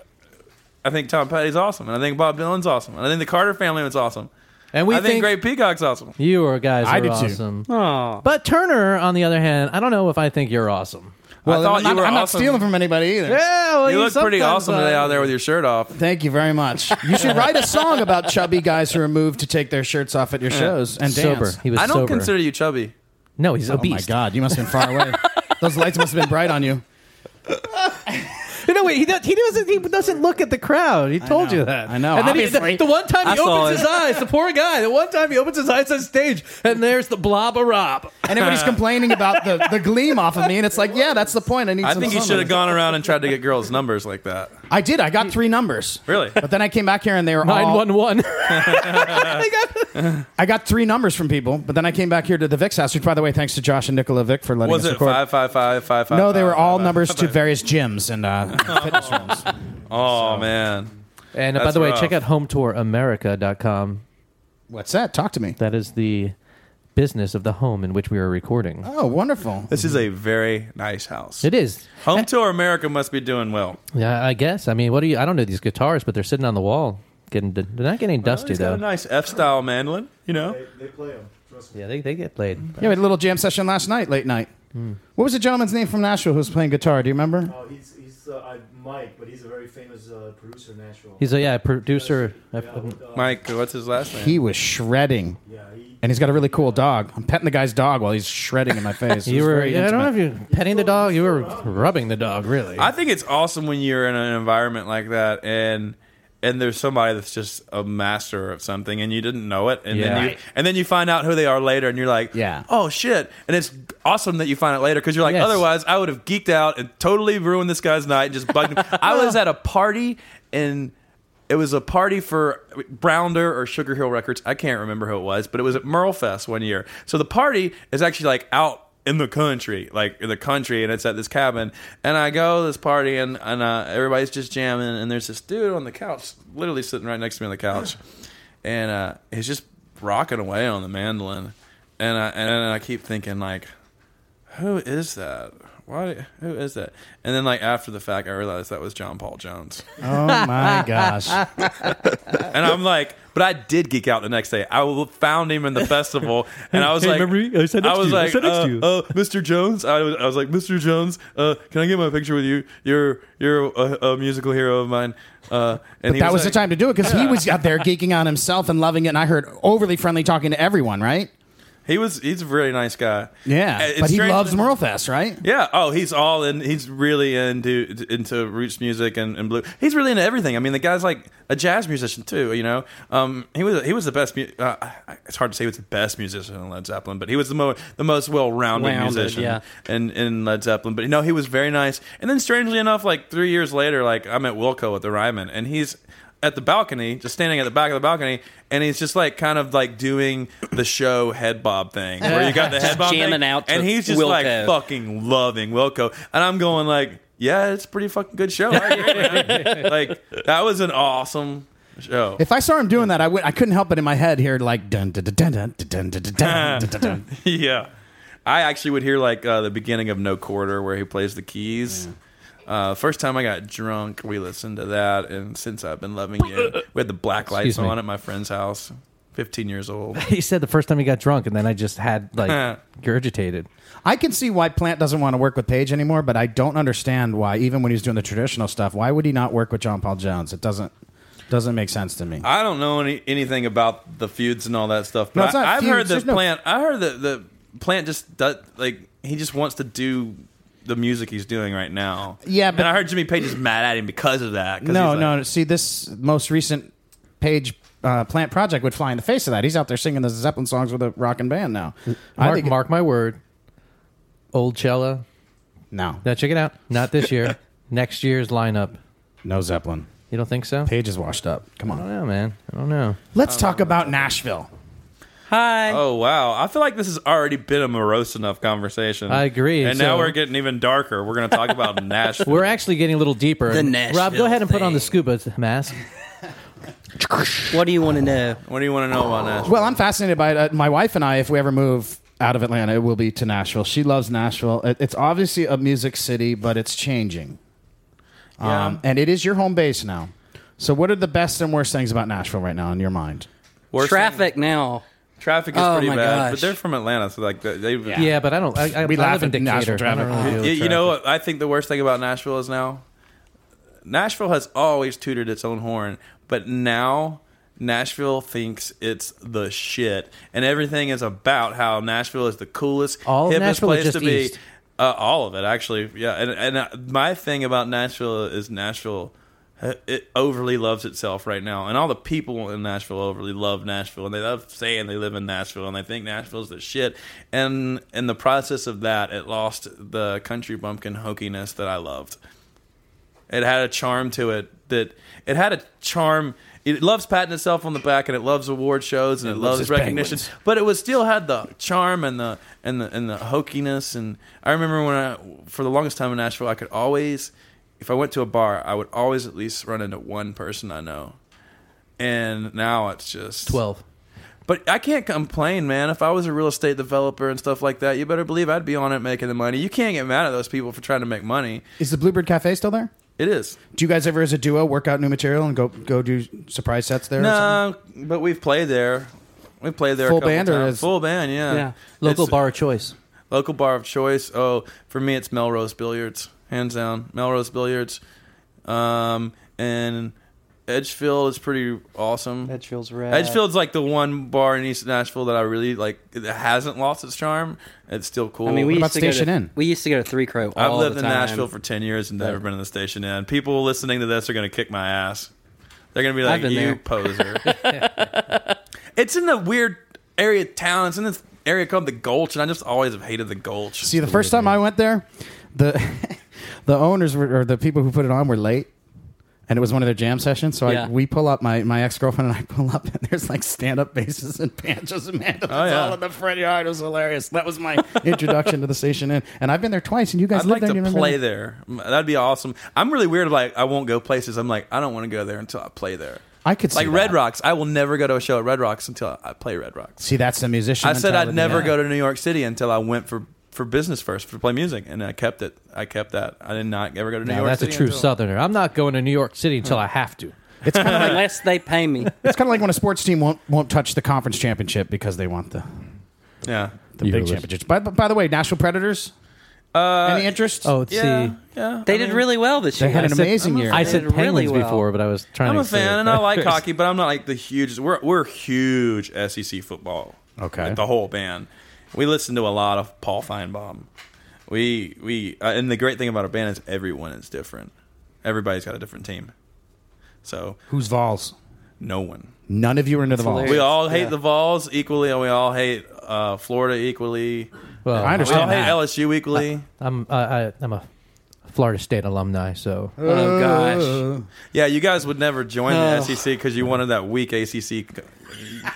S6: I think Tom Petty's awesome, and I think Bob Dylan's awesome, and I think the Carter family was awesome.
S2: and we
S6: I think, Great Peacock's awesome.
S2: you are guys.
S3: I
S2: are
S3: do too.
S2: awesome.
S7: Aw.
S2: But Turner, on the other hand, I don't know if I think you're awesome.
S6: I thought
S3: I'm not,
S6: you were
S3: I'm
S6: awesome.
S3: not stealing from anybody either.
S2: Yeah, well,
S6: You look pretty
S2: sometimes
S6: awesome
S2: are.
S6: today out there with your shirt off.
S3: Thank you very much. You should write a song about chubby guys who are moved to take their shirts off at your shows and
S2: Sober.
S3: dance.
S2: He was
S6: I don't
S2: sober.
S6: consider you chubby.
S2: No, he's
S3: Oh my
S2: obese.
S3: God, you must have been far away. Those lights must have been bright on you.
S2: No, wait. He, does, he doesn't. He doesn't look at the crowd. He told
S3: know.
S2: you that.
S3: I know,
S2: And then he,
S3: obviously.
S2: the, the one time
S7: I
S2: he
S7: saw
S2: opens
S7: it.
S2: his eyes, the poor guy. The one time he opens his eyes on stage, and there's the blob of Rob.
S3: And everybody's complaining about the, the gleam off of me, and it's like, yeah, that's the point. I need.
S6: I
S3: some
S6: think you
S3: sun
S6: should
S3: on
S6: have
S3: it.
S6: gone around and tried to get girls' numbers like that.
S3: I did. I got three numbers.
S6: Really?
S3: But then I came back here and they were
S2: Nine
S3: all.
S2: one one.
S3: I got three numbers from people, but then I came back here to the Vic's house, which, by the way, thanks to Josh and Nicola Vic for letting
S6: Was
S3: us
S6: it
S3: record.
S6: five five five five five?
S3: no, they were
S6: five,
S3: all
S6: five,
S3: numbers
S6: five,
S3: to
S6: five?
S3: various gyms and uh, fitness rooms.
S6: Oh man,
S2: And uh, by
S6: That's
S2: the way,
S6: rough.
S2: check out hometouramerica.com.
S3: What's that? Talk to me.
S2: That is the business of the home in which we are recording.
S3: Oh, wonderful.
S6: this is a very nice house.
S2: It is.
S6: Home tour America must be doing well.
S2: Yeah, I guess. I mean, what do you? I don't know these guitars, but they're sitting on the wall. Getting they're not getting
S6: Oh, He's
S2: dusty
S6: got a
S2: though.
S6: nice F style mandolin. You know?
S10: They play them. Trust me.
S2: Yeah, they, they get played.
S8: Yeah, we had a little jam session last night, late night. What was the gentleman's name from Nashville who was playing guitar? Do you remember?
S10: Oh, he's he's uh, I, Mike, but he's a very famous uh, producer in Nashville.
S2: He's a yeah producer. I've-
S10: yeah,
S2: I've-
S10: with, uh,
S6: Mike, what's his last name?
S8: He was shredding,
S10: yeah, he,
S8: and he's got a really cool dog. I'm petting the guy's dog while he's shredding in my face. It
S2: You
S8: was
S2: were.
S8: very
S2: Yeah, I don't know
S8: intimate.
S2: if you're petting the dog. You were rubbing the dog. Really.
S6: I think it's awesome when you're in an environment like that and and there's somebody that's just a master of something and you didn't know it and
S2: Yeah.
S6: then you
S2: Right.
S6: and then you find out who they are later and you're like
S8: Yeah.
S6: oh shit and it's awesome that you find out later because you're like
S2: Yes.
S6: otherwise I would have geeked out and totally ruined this guy's night and just bugged him I was at a party and it was a party for Brownder or Sugar Hill Records I can't remember who it was but it was at Merlefest one year so the party is actually like out in the country, like in the country, and it's at this cabin. And I go to this party, and and uh, everybody's just jamming. And there's this dude on the couch, literally sitting right next to me on the couch, and uh, he's just rocking away on the mandolin. And I and I keep thinking like, who is that? Why? Who is that? And then like after the fact, I realized that was John Paul Jones.
S8: Oh my gosh!
S6: And I'm like, but I did geek out the next day. I w- found him in the festival, and I was
S2: Hey,
S6: like,
S2: remember
S8: Oh,
S2: me? I sat next
S6: was
S2: to you. I
S6: like,
S2: sat next
S6: uh,
S2: to you.
S6: uh, Mr. Jones. I was, I was like, Mr. Jones, uh, can I get my picture with you? You're you're a, a musical hero of mine. Uh, and he
S8: That was
S6: like-
S8: the time to do it because he was out there geeking on himself and loving it, and I heard overly friendly talking to everyone. Right?
S6: He was he's a really nice guy.
S8: Yeah,
S6: Uh, it's
S8: but he
S6: strange-
S8: loves Merlefest, right?
S6: Yeah. Oh, he's all in. He's really into into roots music and, and blue. He's really into everything. I mean, the guy's like a jazz musician too. You know, um, he was he was the best. mu- Uh, I- it's hard to say he was the best musician in Led Zeppelin, but he was the most the most well rounded
S7: Rounded,
S6: musician
S7: yeah.
S6: in in Led Zeppelin. But no, he was very nice. And then strangely enough, like three years later, like I'm at Wilco at the Ryman, and he's at the balcony, just standing at the back of the balcony, and he's just like kind of like doing the show head bob thing, where you got the head bob
S7: jamming
S6: thing,
S7: out to
S6: and he's just like
S7: Wilco.
S6: fuck fucking loving Wilco, and I'm going like, yeah, it's a pretty fucking good show. I agree, man. like that was an awesome show.
S8: If I saw him doing that, I would. I couldn't help it in my head here, like dun dun dun dun dun dun dun dun dun dun. dun, dun.
S6: yeah, I actually would hear like uh, the beginning of No Quarter where he plays the keys. Uh, first time I got drunk, we listened to that, and since I've been loving you, we had the black lights
S2: Excuse me.
S6: on at my friend's house. Fifteen years old.
S2: he said the first time he got drunk, and then I just had like regurgitated.
S8: I can see why Plant doesn't want to work with Page anymore, but I don't understand why, even when he's doing the traditional stuff, why would he not work with John Paul Jones? It doesn't doesn't make sense to me.
S6: I don't know any, anything about the feuds and all that stuff.
S8: No,
S6: But
S8: it's not
S6: I, have
S8: feuds.
S6: heard
S8: There's
S6: that
S8: no-
S6: plant. I heard that the plant just does, like he just wants to do the music he's doing right now.
S8: Yeah, but-
S6: and I heard Jimmy Page is mad at him because of that. 'cause
S8: No,
S6: he's like-
S8: no. See, this most recent Page uh, Plant project would fly in the face of that. He's out there singing the Zeppelin songs with a rockin' band now. I
S2: Mark,
S8: think
S2: mark my word. Old Cella.
S8: no,
S2: Now check it out. Not this year. Next year's lineup.
S8: no Zeppelin.
S2: You don't think so? I
S8: Page is washed up. Come
S2: don't
S8: on,
S2: know, man. I don't know.
S8: let's talk about Nashville.
S7: Hi.
S6: Oh wow! I feel like this has already been a morose enough conversation.
S2: I agree,
S6: And
S2: so-
S6: now we're getting even darker. We're going to talk about Nashville.
S2: We're actually getting a little deeper.
S7: The
S2: Rob, go
S7: Nashville
S2: ahead and put on the
S7: thing.
S2: scuba mask.
S7: What do you want to know?
S6: what do you want to know about Nashville?
S8: Well, I'm fascinated by it. Uh, my wife and I, if we ever move out of Atlanta, it will be to Nashville. She loves Nashville. It, it's obviously a music city, but it's changing. Um, and it is your home base now. So, what are the best and worst things about Nashville right now in your mind?
S6: Worst thing-
S7: Traffic now.
S6: traffic is
S7: Oh,
S6: pretty
S7: my
S6: bad,
S7: gosh.
S6: but they're from Atlanta, so like they- they've.
S2: Yeah, but I don't. I, I,
S8: We
S2: I
S8: laugh
S2: live in
S8: at national
S2: Decatur. I don't
S8: traffic.
S2: really deal
S6: You,
S2: with
S6: you know
S2: traffic.
S6: what? I think the worst thing about Nashville is now Nashville has always tooted its own horn, but now Nashville thinks it's the shit, and everything is about how Nashville is the coolest,
S2: All of
S6: hippest
S2: Nashville or
S6: place
S2: just
S6: to be.
S2: east?
S6: Uh, all of it, actually. Yeah, and and uh, my thing about Nashville is Nashville. uh, It overly loves itself right now, and all the people in Nashville overly love Nashville, and they love saying they live in Nashville, and they think Nashville's the shit. And in the process of that, it lost the country bumpkin hokiness that I loved. It had a charm to it that it had a charm. It loves patting itself on the back and it loves award shows and it, loves recognition, but it was still had the charm and the and the and the hokiness. And I remember when I, for the longest time in Nashville, I could always, if I went to a bar, I would always at least run into one person I know. And now it's just
S2: Twelve.
S6: but I can't complain, man. If I was a real estate developer and stuff like that, you better believe I'd be on it making the money. You can't get mad at those people for trying to make money.
S8: Is the Bluebird Cafe still there?
S6: It is.
S8: Do you guys ever, as a duo, work out new material and go go do surprise sets there? or something?
S6: No, but we've played there. We played there a
S3: Full
S6: couple
S3: band or
S6: times.
S3: is-
S6: full band, yeah.
S7: Yeah.
S2: Local
S6: It's-
S2: bar of choice.
S6: local bar of choice. Oh, for me, it's Melrose Billiards, hands down. Melrose Billiards, um, and Edgefield is pretty awesome.
S7: Edgefield's rad.
S6: Edgefield's like the one bar in East Nashville that I really like. It hasn't lost its charm. It's still cool.
S7: I mean, we
S3: What
S7: used
S3: about
S7: to go
S3: Station
S7: to,
S3: Inn?
S7: We used to go to Three Crow.
S6: I've
S7: all
S6: lived
S7: the
S6: in
S7: time.
S6: Nashville for ten years and never been in the Station Inn. People listening to this are going to kick my ass. They're going to be like,
S7: I've been
S6: "You
S7: there."
S6: poser." it's in the weird area of town. It's in this area called the Gulch, and I just always have hated the Gulch.
S3: See, the first time I went there, the the owners were, or the people who put it on were late, and it was one of their jam sessions. So
S7: Yeah.
S3: I, we pull up, my, my ex girlfriend and I pull up, and there's like stand up basses and banjos and mandolins
S6: Oh, yeah.
S3: all in the front yard. It was hilarious. That was my introduction to the station inn, and I've been there twice. And you guys
S6: I'd
S3: live
S6: like
S3: there,
S6: to
S3: you
S6: play
S3: remember?
S6: there. That'd be awesome. I'm really weird. Like I won't go places. I'm like I don't want to go there until I play there.
S3: I could see
S6: like Red
S3: that.
S6: Rocks. I will never go to a show at Red Rocks until I play Red Rocks.
S3: See, that's the musician.
S6: I said I'd
S3: mentality.
S6: never
S3: Yeah.
S6: go to New York City until I went for for business first to play music, and I kept it. I kept that. I did not ever go to New
S2: Now
S6: York.
S2: that's a
S6: City
S2: true
S6: until-
S2: Southerner. I'm not going to New York City until I have to.
S3: It's kind of like
S7: Unless they pay me.
S3: it's kind of like when a sports team won't won't touch the conference championship because they want the,
S6: Yeah.
S3: the big championships. By, by the way, Nashville Predators.
S6: Uh,
S3: Any interest?
S2: Oh, it's
S6: yeah,
S2: the
S6: yeah.
S7: They
S6: I
S7: did
S6: mean,
S7: really well this
S3: they
S7: year.
S3: had an
S2: said-
S3: amazing year.
S2: I
S7: They
S2: said
S7: did really
S2: penguins
S7: well.
S2: before, but I was trying
S6: I'm
S2: to
S6: a
S2: say
S6: fan,
S2: it
S6: and I like
S2: backwards.
S6: hockey, but I'm not like the huge. We're we're huge SEC football.
S3: Okay.
S6: like the whole band. We listen to a lot of Paul Feinbaum. We we uh, and the great thing about our band is everyone is different. Everybody's got a different team, so
S3: Who's Vols?
S6: no one.
S3: None of you are into the Vols.
S7: hilarious.
S6: We all hate
S7: Yeah.
S6: the Vols equally, and we all hate uh, Florida equally.
S2: Well,
S3: I
S6: We all
S3: understand
S6: hate
S3: that.
S6: LSU equally.
S2: I'm I, I, I'm a Florida State alumni, so
S7: Oh gosh.
S6: yeah, you guys would never join
S7: Oh.
S6: the SEC because you wanted that weak ACC c-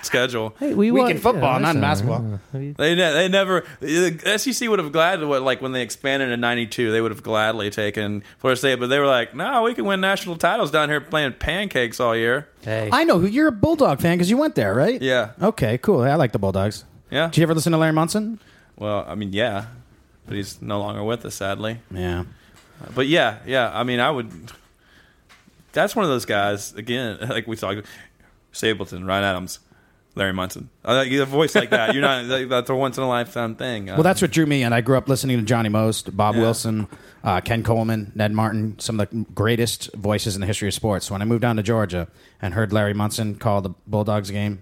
S6: schedule.
S2: we
S3: Weekend football, not basketball.
S6: They ne- they never the SEC would have gladly what like when they expanded in '92 they would have gladly taken Florida State but they were like no we can win national titles down here playing pancakes all year
S2: Hey,
S3: I know who you're a Bulldog fan because you went there, right?
S6: yeah
S3: Okay, cool. I like the Bulldogs.
S6: yeah
S3: Did you ever listen to Larry Munson?
S6: well I mean yeah but he's no longer with us sadly
S3: Yeah.
S6: but yeah yeah I mean I would that's one of those guys again like we talked Sableton Ryan Adams Larry Munson I like a voice like that you're not like, that's a once in a lifetime thing
S3: Well, that's what drew me in. I grew up listening to Johnny Most, Bob
S6: Yeah.
S3: Wilson, uh, Ken Coleman, Ned Martin, some of the greatest voices in the history of sports. So when I moved down to Georgia and heard Larry Munson call the Bulldogs game,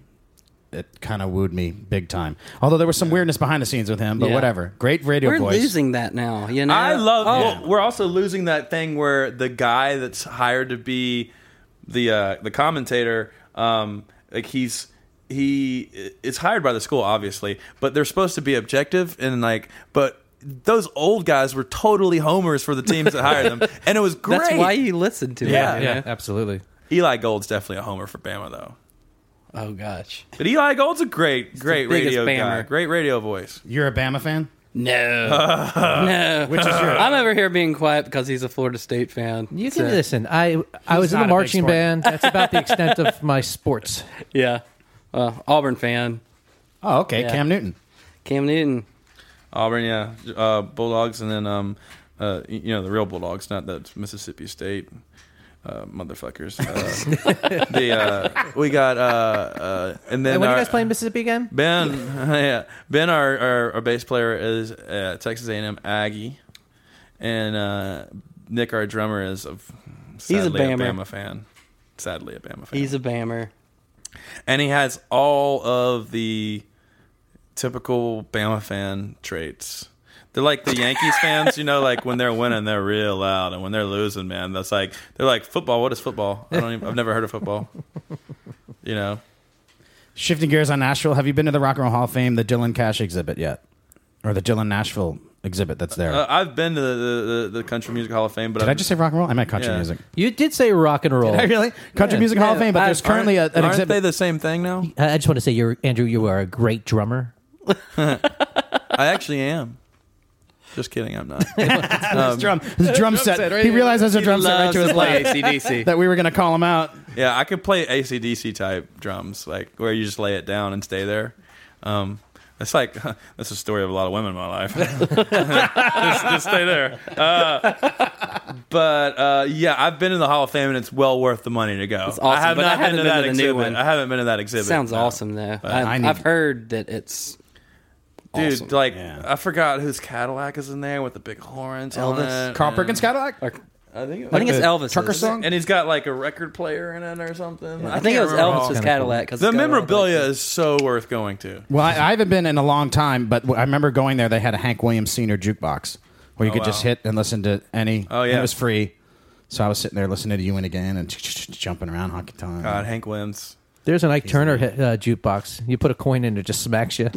S3: it kind of wooed me big time. Although there was some weirdness behind the scenes with him, but
S7: Yeah.
S3: whatever. Great radio
S7: We're
S3: voice.
S7: losing that now. You know.
S6: I love.
S7: Oh,
S6: well, we're also losing that thing where the guy that's hired to be the uh, the commentator, um, like he's he is hired by the school, obviously, but they're supposed to be objective and like, but. Those old guys were totally homers for the teams that hired them, and it was great.
S7: That's why you listen to
S6: Yeah.
S7: it. you
S2: yeah,
S7: know?
S2: absolutely.
S6: Eli Gold's definitely a homer for Bama, though.
S7: Oh gosh.
S6: But Eli Gold's a great, great
S7: biggest
S6: radio guy,
S7: Bammer.
S6: great radio voice.
S3: You're a Bama fan?
S7: No. no. Which is I'm over here being quiet because he's a Florida State fan.
S2: You
S7: so-
S2: can listen. I I was in
S3: not
S2: the
S3: a big
S2: marching
S3: sport.
S2: band. That's about the extent of my sports.
S7: Yeah. Uh, Auburn fan.
S3: Oh, okay.
S7: Yeah.
S3: Cam Newton.
S7: Cam Newton.
S6: Auburn, yeah, uh, Bulldogs, and then um, uh, y- you know the real Bulldogs, not that Mississippi State uh, motherfuckers. Uh, the uh, we got uh, uh, and then
S2: And when
S6: our,
S2: you guys play Mississippi again?
S6: Ben, yeah, Ben, our, our our bass player is uh, Texas A&M Aggie, and uh, Nick, our drummer, is of
S7: a
S6: sadly a,
S7: Bammer.
S6: Bama fan. Sadly, a Bama fan.
S7: He's a bammer.
S6: and he has all of the typical Bama fan traits. They're like the Yankees fans, you know, like when they're winning, they're real loud, and when they're losing, man, that's like they're like football. What is football? I don't. Even, I've never heard of football. You know,
S3: Shifting gears on Nashville, have you been to the Rock and Roll Hall of Fame, the Dylan Cash exhibit yet? Or the Dylan Nashville exhibit that's there?
S6: Uh, I've been to the, the, the, the Country Music Hall of Fame, but
S3: Did
S6: I've,
S3: I just say rock and roll? I meant country
S6: Yeah.
S3: music.
S2: You did say rock and roll.
S3: Did I really? Country Music Hall of Fame, but
S7: I-
S3: there's currently a,
S6: aren't,
S3: an
S6: aren't
S3: exhibit.
S6: they the same thing now?
S2: I I just want to say, you're Andrew. You are a great drummer.
S6: I actually am. Just kidding, I'm not.
S3: his drum, his drum set. he realized there's a drum set right to his left
S7: ACDC.
S3: that we were going to call him out.
S6: yeah, I could play ACDC type drums, like where you just lay it down and stay there. Um, It's like that's the story of a lot of women in my life. just, just stay there. Uh, but uh, yeah, I've been in the Hall of Fame, and it's well worth the money to go.
S7: It's awesome,
S6: I have
S7: but
S6: not
S7: I haven't
S6: been to
S7: been
S6: that
S7: to the new
S6: exhibit.
S7: one.
S6: I haven't been to that exhibit.
S7: Sounds
S6: no.
S7: awesome though. I,
S8: I need-
S7: I've heard that it's
S6: dude.
S7: awesome.
S6: Like
S8: Yeah.
S6: I forgot whose Cadillac is in there with the big horns.
S7: Elvis?
S6: on it,
S8: Carl
S6: and-
S8: Perkins Cadillac?
S7: Like,
S6: Um, I think. It
S7: I think it's
S8: the
S7: Elvis.
S8: trucker song?
S6: and he's got like a record player in it or something.
S7: I think it was Elvis's Cadillac. 'cause
S6: The
S7: it's got all
S6: memorabilia is so worth going to.
S8: Well, I, I haven't been in a long time, but I remember going there. They had a Hank Williams Sr. jukebox where you could just
S6: Oh, wow.
S8: hit and listen to any.
S6: Oh,
S8: and
S6: yeah.
S8: it was free. So I was sitting there listening to you and again and jumping around honky tonk.
S6: God, Hank Williams.
S2: There's an Ike Turner hit, uh, jukebox. You put a coin in, it just smacks you.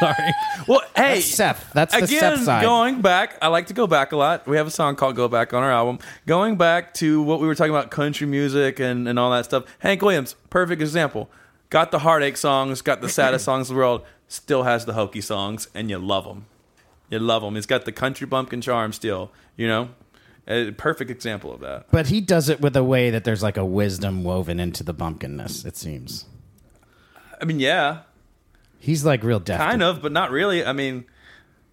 S2: Sorry.
S6: Well, hey,
S8: That's Seth. That's the
S6: again,
S8: Seth side.
S6: going back, I like to go back a lot. We have a song called "Go Back" on our album. Going back to what we were talking about, country music and, and all that stuff. Hank Williams, perfect example. Got the heartache songs, got the saddest songs in the world. Still has the hokey songs, and you love them. You love them. He's got the country bumpkin charm still. You know, a perfect example of that.
S8: But he does it with a way that there's like a wisdom woven into the bumpkinness, it seems.
S6: I mean, yeah,
S8: He's like real deaf.
S6: kind of, but not really. I mean,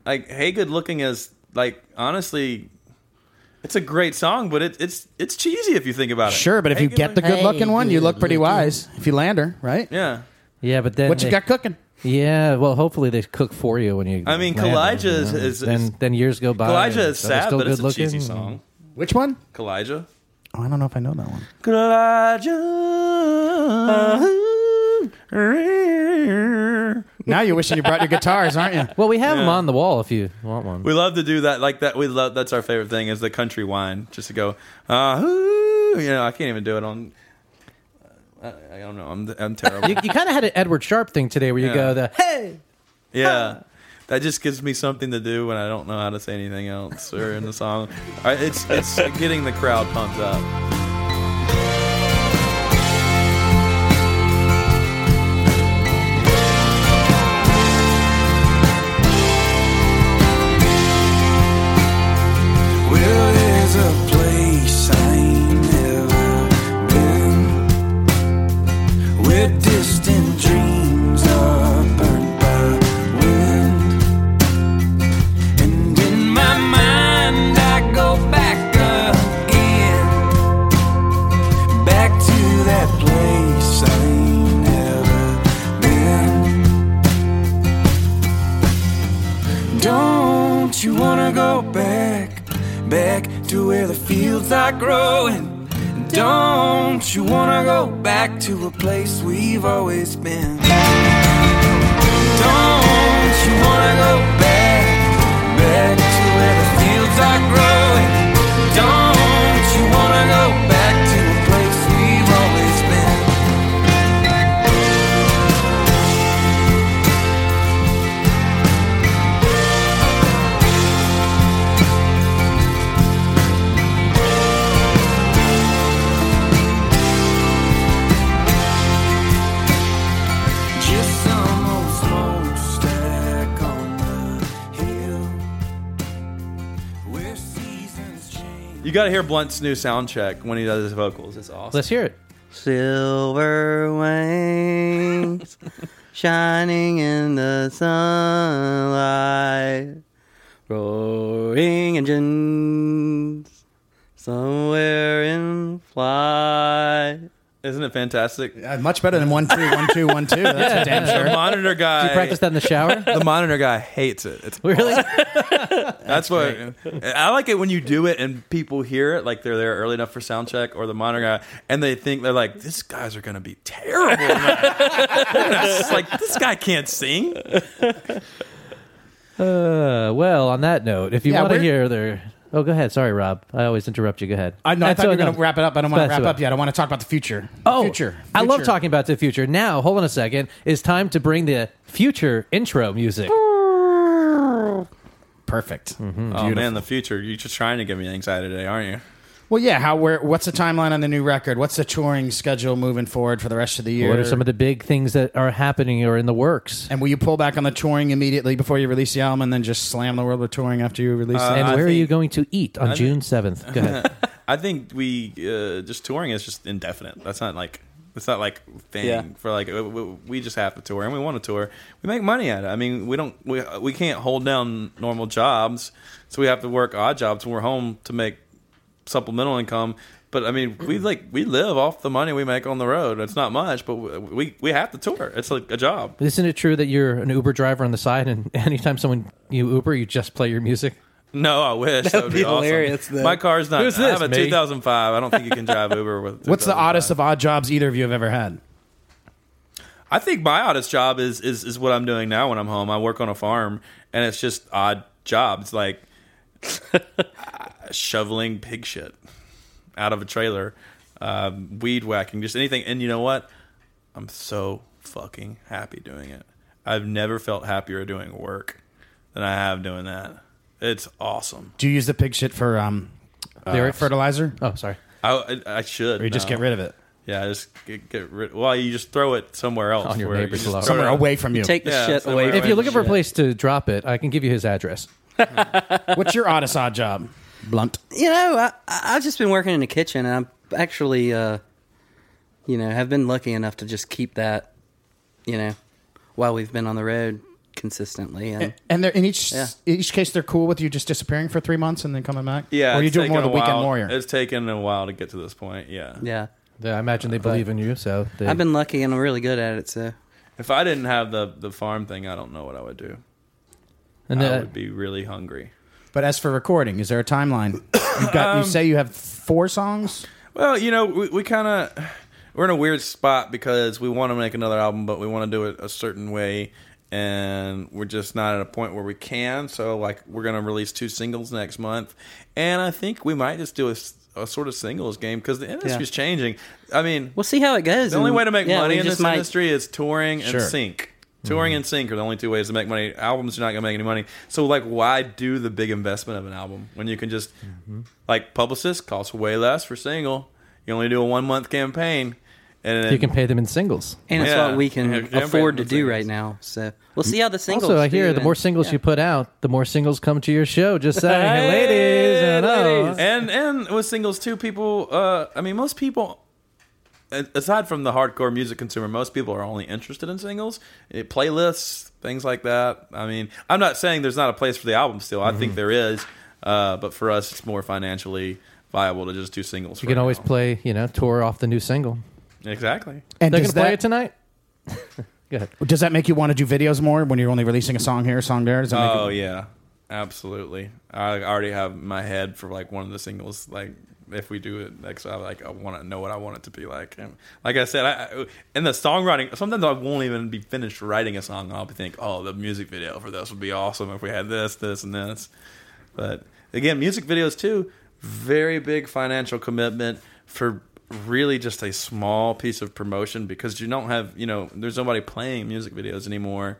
S6: like, hey, good looking is like honestly, it's a great song, but it, it's it's cheesy if you think about it.
S8: Sure, but if
S6: Hey,
S8: you
S6: Good
S8: get the
S6: Looking-
S8: good looking one, you look pretty wise. If you land her, right?
S6: yeah.
S2: Yeah, but then
S8: What you
S2: they-
S8: got cooking?
S2: Yeah, well, hopefully they cook for you when you.
S6: I mean,
S2: land
S6: Kalijah
S2: them, you
S6: is-
S2: know.
S6: is- is-
S2: then, then years go by.
S6: Kalijah
S2: and
S6: is
S2: are they
S6: sad,
S2: still
S6: but it's a
S2: good
S6: cheesy
S2: looking?
S6: song.
S8: Which one?
S6: Kalijah.
S8: Oh, I don't know if I know that one.
S6: Kalijah.
S8: now you're wishing you brought your guitars, aren't you?
S2: Well, we have them on the wall if you want one.
S6: We love to do that. Like that. We love. That's our favorite thing is the country wine. Just to go. Uh, ooh, you know, I can't even do it on. I, I don't know. I'm I'm terrible.
S2: you kind of had an Edward Sharp thing today where you
S6: Yeah.
S2: go the hey.
S6: Yeah. That just gives me something to do when I don't know how to say anything else or in the song. All right, It's it's getting the crowd pumped up.
S1: Well, there's a place I ain't never been where distant dreams are burnt by wind. And in my mind, I go back again, back to that place I ain't never been. Don't you wanna go back, back to where the fields are growing? Don't you wanna go back to a place we've always been? Don't you wanna go back, back to where the fields are growing? Don't you wanna go back to a place we've always been? Just some old smokestack on the hill where seasons change.
S6: You got to hear Blunt's new sound check when he does his vocals. It's awesome.
S2: Let's hear it.
S7: Silver wings shining in the sunlight, roaring engines somewhere in flight.
S6: Isn't it fantastic? The
S8: Uh, much better than one two one two one two. That's for damn sure.
S6: monitor guy.
S2: You practice that in the shower.
S6: The monitor guy hates it. It's,
S2: really?
S6: that's what I like it when you do it and people hear it, like they're there early enough for sound check or the monitor guy, and they think they're like, "These guys are gonna be terrible." tonight." It's just like this guy can't sing.
S2: Uh, well, on that note, if you
S8: Yeah,
S2: want to
S8: we're-
S2: hear their. Oh, go ahead. Sorry, Rob. I always interrupt you. Go ahead.
S8: I know. I
S2: That's
S8: thought you
S2: all
S8: were going to
S2: know.
S8: wrap it up. I don't want to
S2: That's
S8: wrap
S2: all.
S8: up yet. I want to talk about the future.
S2: Oh,
S8: future.
S2: I love
S8: Future.
S2: talking about the future. Now, hold on a second. It's time to bring the future intro music.
S8: Perfect.
S2: Mm-hmm.
S6: Oh man, the future. You're just trying to give me anxiety today, aren't you?
S8: Well, yeah. How? Where? What's the timeline on the new record? What's the touring schedule moving forward for the rest of the year?
S2: What are some of the big things that are happening or in the works?
S8: and will you pull back on the touring immediately before you release the album, and then just slam the world with touring after you release it?
S2: and
S6: I
S2: where are you
S6: think-
S2: going to eat on June seventh? Go ahead.
S6: I think we uh, just touring is just indefinite. That's not like It's not like thing
S7: Yeah.
S6: for like w- w- we just have to tour and we want to tour. We make money at it. I mean, we don't we we can't hold down normal jobs, so we have to work odd jobs when we're home to make supplemental income. But I mean, we like we live off the money we make on the road. It's not much, but we we, we have to tour. It's like a job.
S2: Isn't it true that you're an Uber driver on the side, and anytime someone you Uber, you just play your music?
S6: No, I wish that would be,
S7: be
S6: awesome.
S7: hilarious, though.
S6: My car's not.
S2: Who's
S6: I
S2: this,
S6: have a
S2: me?
S6: 2005. I don't think you can drive Uber with.
S8: What's the
S6: 2005.
S8: oddest of odd jobs either of you have ever had?
S6: I think my oddest job is, is is what I'm doing now when I'm home. I work on a farm, and it's just odd jobs like shoveling pig shit out of a trailer, um, weed whacking, just anything. And you know what? I'm so fucking happy doing it. I've never felt happier doing work than I have doing that. It's awesome.
S8: Do you use the pig shit for um, uh,
S2: Lyrics?
S8: fertilizer,
S2: Oh, sorry.
S6: I I I should.
S8: or you just
S6: now.
S8: get rid of it
S6: Yeah, just get, get rid. Well, you just throw it somewhere else.
S2: On your
S6: where you
S2: neighbor's
S6: just
S2: lot.
S6: throw it
S8: somewhere
S6: out.
S8: away from you?
S7: Take the
S6: Yeah,
S7: shit
S6: somewhere
S7: away.
S6: away
S2: If
S7: from
S2: you're looking for a
S7: shit.
S2: place to drop it, I can give you his address.
S8: What's your oddest odd job? Blunt.
S7: you know, I, I- I've just been working in the kitchen, and I'm actually, uh, you know, have been lucky enough to just keep that, you know, while we've been on the road consistently. And
S8: And they're in each
S7: Yeah.
S8: in each case, they're cool with you just disappearing for three months and then coming back.
S6: Yeah,
S8: or you
S6: it's
S8: do it more the
S6: taken a
S8: weekend
S6: while-
S8: warrior.
S6: It's taken a while to get to this point. Yeah.
S7: yeah,
S2: I imagine they believe in you, so they,
S7: I've been lucky, and I'm really good at it. So
S6: If I didn't have the the farm thing, I don't know what I would do.
S2: and uh,
S6: I
S2: that-
S6: would be really hungry.
S8: But as for recording, is there a timeline? You've got,
S6: Um,
S8: you say you have four songs.
S6: Well, you know, we, we kind of we're in a weird spot because we want to make another album, but we want to do it a certain way, and we're just not at a point where we can. So, like, we're gonna release two singles next month, and I think we might just do a, s- a sort of singles game because the industry's changing. I mean,
S7: we'll see how it goes.
S6: The only
S7: and-
S6: way to make
S7: yeah,
S6: money
S7: we
S6: in
S7: just
S6: this
S7: might- Mm-hmm.
S6: industry is touring and
S8: Sure.
S6: sync. Touring and sync are the only two ways to make money. Albums are not going to make any money. So, like, why do the big investment of an album when you can just,
S7: Mm-hmm.
S6: like, publicist costs way less for single. You only do a one month campaign, and then,
S2: you can pay them in singles.
S7: and it's
S6: Yeah.
S7: what we can
S6: Yeah, yeah,
S7: afford to
S6: the
S7: do
S6: singles.
S7: right now. So we'll see how the singles.
S2: also, I
S7: do,
S2: hear the
S7: and-
S2: more singles you put out, the more singles come to your show. Just saying,
S6: Hey,
S2: hey, ladies, hello.
S6: and and with singles too, people. Uh, I mean, most people. a- Aside from the hardcore music consumer, most people are only interested in singles, eh, playlists, things like that. I mean, I'm not saying there's not a place for the album still. I
S2: Mm-hmm.
S6: think there is, uh, but for us, it's more financially viable to just do singles.
S2: You can always play, you know, tour off the new single.
S6: exactly.
S8: And
S2: They're gonna
S8: does
S2: play it
S8: that,
S2: tonight. Go ahead.
S8: does that make you want to do videos more when you're only releasing a song here, a song there? Does that make
S6: Oh yeah, absolutely. I already have my head for like one of the singles. Like if we do it next, I like I want to know what I want it to be like. And like I said, I- I in the songwriting, sometimes I won't even be finished writing a song, and I'll be think, oh, the music video for this would be awesome if we had this, this, and this. But again, music videos too, very big financial commitment for really just a small piece of promotion because you don't have you know there's nobody playing music videos anymore.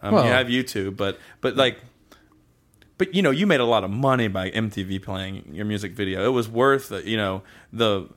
S6: Um,
S2: Well-
S6: you have YouTube, but but like but you know you made a lot of money by MTV playing your music video. It was worth uh, you know the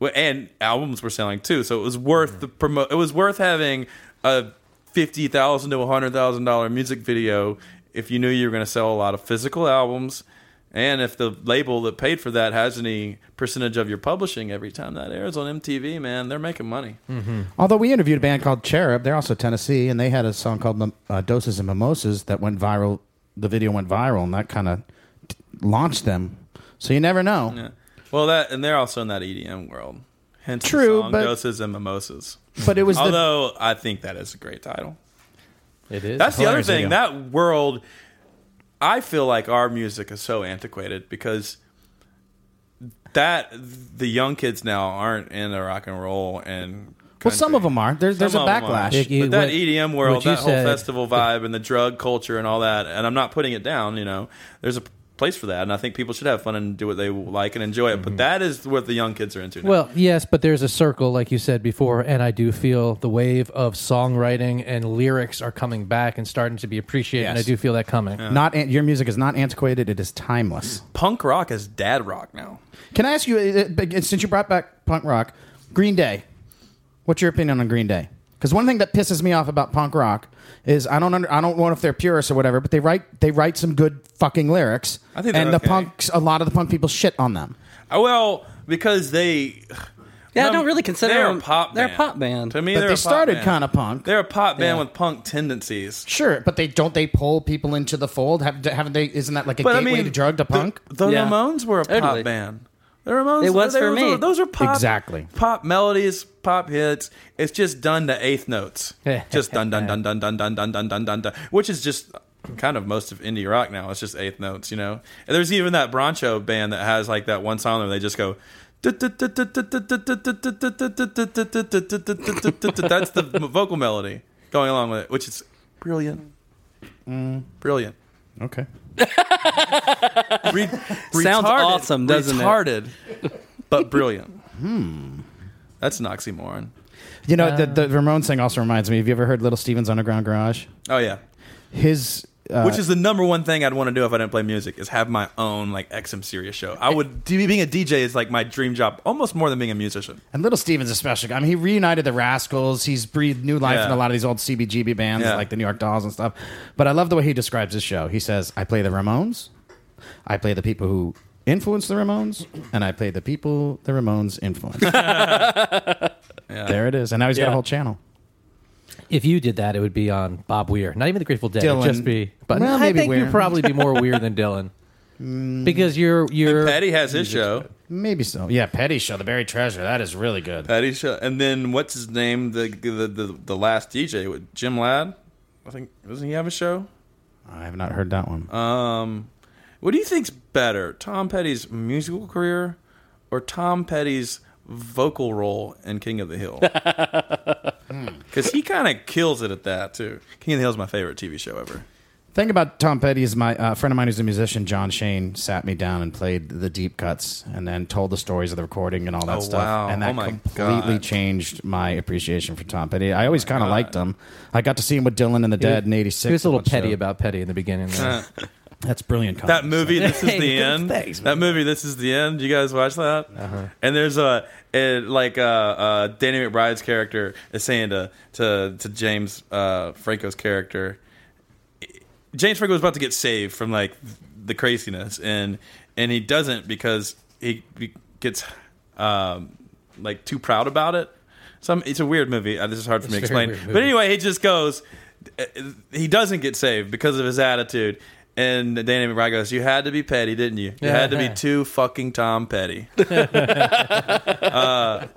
S6: well, and albums were selling too, so it was worth the promo. It was worth having a fifty thousand to hundred thousand dollar music video if you knew you were going to sell a lot of physical albums, and if the label that paid for that has any percentage of your publishing every time that airs on MTV, man, they're making money. Uh,
S8: Although we interviewed a band called Cherub, they're also Tennessee, and they had a song called Mim- uh, "Doses and Mimosas" that went viral. The video went viral, and that kind of t- launched them. So you never know.
S6: Yeah. Well, that and they're also in that EDM world. Hence
S8: True,
S6: the song,
S8: but-
S6: doses and mimosas.
S8: But it was the
S6: Although I think that is a great title.
S2: It is.
S6: That's the other
S8: Hilarious
S6: thing.
S8: video.
S6: That world, I feel like our music is so antiquated because that the young kids now aren't into rock and roll and.
S8: well, some
S6: country.
S8: of them are. There's there's
S6: Some
S8: a
S6: of 'em are.
S8: backlash.
S2: It-
S6: but that
S2: what-
S6: EDM
S2: what
S6: world,
S2: you
S6: that whole
S2: said-
S6: festival vibe, and the drug culture and all that, and I'm not putting it down. You know, there's a place for that, and I think people should have fun and do what they like and enjoy it.
S7: Mm-hmm.
S6: But that is what the young kids are into. Now.
S2: Well, yes, but there's a circle, like you said before, and I do feel the wave of songwriting and lyrics are coming back and starting to be appreciated, and I
S8: Yes.
S2: do feel that coming.
S8: Not an- your music is not antiquated. It is timeless.
S6: punk rock is dad rock now.
S8: Can I ask you, uh, uh, since you brought back punk rock, Green Day, what's your opinion on Green Day? Because one thing that pisses me off about punk rock is I don't under, I don't know if they're purists or whatever, but they write they write some good fucking lyrics,
S6: I think they're
S8: and the
S6: okay.
S8: punks a lot of the punk people shit on them.
S6: Well, because Uh, they
S7: Yeah, I
S6: No,
S7: don't really consider
S6: they're
S7: them-
S6: a pop.
S7: they're a
S6: band.
S7: pop band.
S6: To me,
S3: But
S6: they're
S3: they
S6: a pop
S3: started
S6: band.
S3: kinda punk.
S6: They're a pop band
S7: Yeah.
S6: with punk tendencies.
S3: Sure, but they don't they pull people into the fold? Have, haven't they? Isn't that like a
S6: But
S3: gateway
S6: I mean,
S3: to drug to
S6: the-
S3: punk?
S6: The,
S7: Yeah.
S6: Ramones were a
S7: Totally.
S6: pop band. The Ramones.
S7: It was
S6: they
S7: for
S6: were-
S7: me.
S6: Those are pop
S3: Exactly.
S6: pop melodies, pop hits. It's just done to eighth notes. just dun dun dun dun dun dun dun dun dun dun dun, which is just kind of most of indie rock now. It's just eighth notes, you know. And there's even that Broncho band that has like that one song where they just go. That's the vocal melody going along with it, which is brilliant. Mm, Brilliant.
S3: okay.
S6: Re-
S7: Sounds
S6: retarded,
S7: awesome, doesn't it?
S6: retarded, but brilliant. hmm. That's an oxymoron.
S3: You know, the, the Ramones thing also reminds me. Have you ever heard Little Steven's Underground Garage?
S6: Oh yeah.
S3: His uh,
S6: Which is the number one thing I'd want to do if I didn't play music is have my own like XM serious show. I would being a DJ is like my dream job, almost more than being a musician.
S3: and Little Steven's a special guy. I mean, he reunited the Rascals. He's breathed new life
S6: Yeah.
S3: in a lot of these old CBGB bands
S6: Yeah.
S3: like the New York Dolls and stuff. But I love the way he describes his show. He says, "I play the Ramones, I play the people who influenced the Ramones, and I play the people the Ramones influenced." There it is, and now he's got a
S7: Yeah.
S3: whole channel.
S11: If you did that, it would be on Bob Weir, not even the Grateful Dead. It'd
S3: Dylan.
S11: just be, but
S3: Well,
S11: I
S3: maybe
S11: think
S3: Weir. Mm.
S11: you'd probably be more Weir than Dylan, because you're you're
S6: Patty has his show.
S3: Maybe so. Yeah, Petty Show, The Buried Treasure. That is really good.
S6: Patty's show, and then what's his name? The the the, the last DJ with Jim Ladd. I think doesn't he have a show?
S3: I have not heard that one.
S6: Um, what do you think's better, Tom Petty's musical career or Tom Petty's vocal role in King of the Hill? Because he kind of kills it at that too. King of the Hill is my favorite TV show ever.
S3: thing about Tom Petty is my uh, friend of mine who's a musician, John Shane, sat me down and played the deep cuts and then told the stories of the recording and all that
S6: Oh,
S3: stuff.
S6: wow.
S3: And that
S6: Oh, my
S3: completely
S6: God. Oh,
S3: changed my appreciation for Tom Petty. I always kind of liked him. I got to see him with Dylan and the Dead in '86.
S11: He was a little
S3: bunch
S11: petty
S3: of-
S11: about petty in the beginning.
S3: Uh,
S11: There.
S3: That's brilliant. Comedy.
S6: That movie, this is the
S7: Hey,
S6: end.
S7: thanks,
S6: that movie, this is the end. You guys watch that? And there's a it, like uh, uh, Danny McBride's character is saying to to, to James uh, Franco's character. James Franco was about to get saved from like the craziness, and and he doesn't because he, he gets um, like too proud about it. Some it's a weird movie. Uh, this is hard for me to
S11: a very
S6: explain.
S11: weird
S6: But anyway, he just goes. uh, He doesn't get saved because of his attitude. And Danny McBride goes, "You had to be petty, didn't you? You had to be too fucking Tom Petty. uh,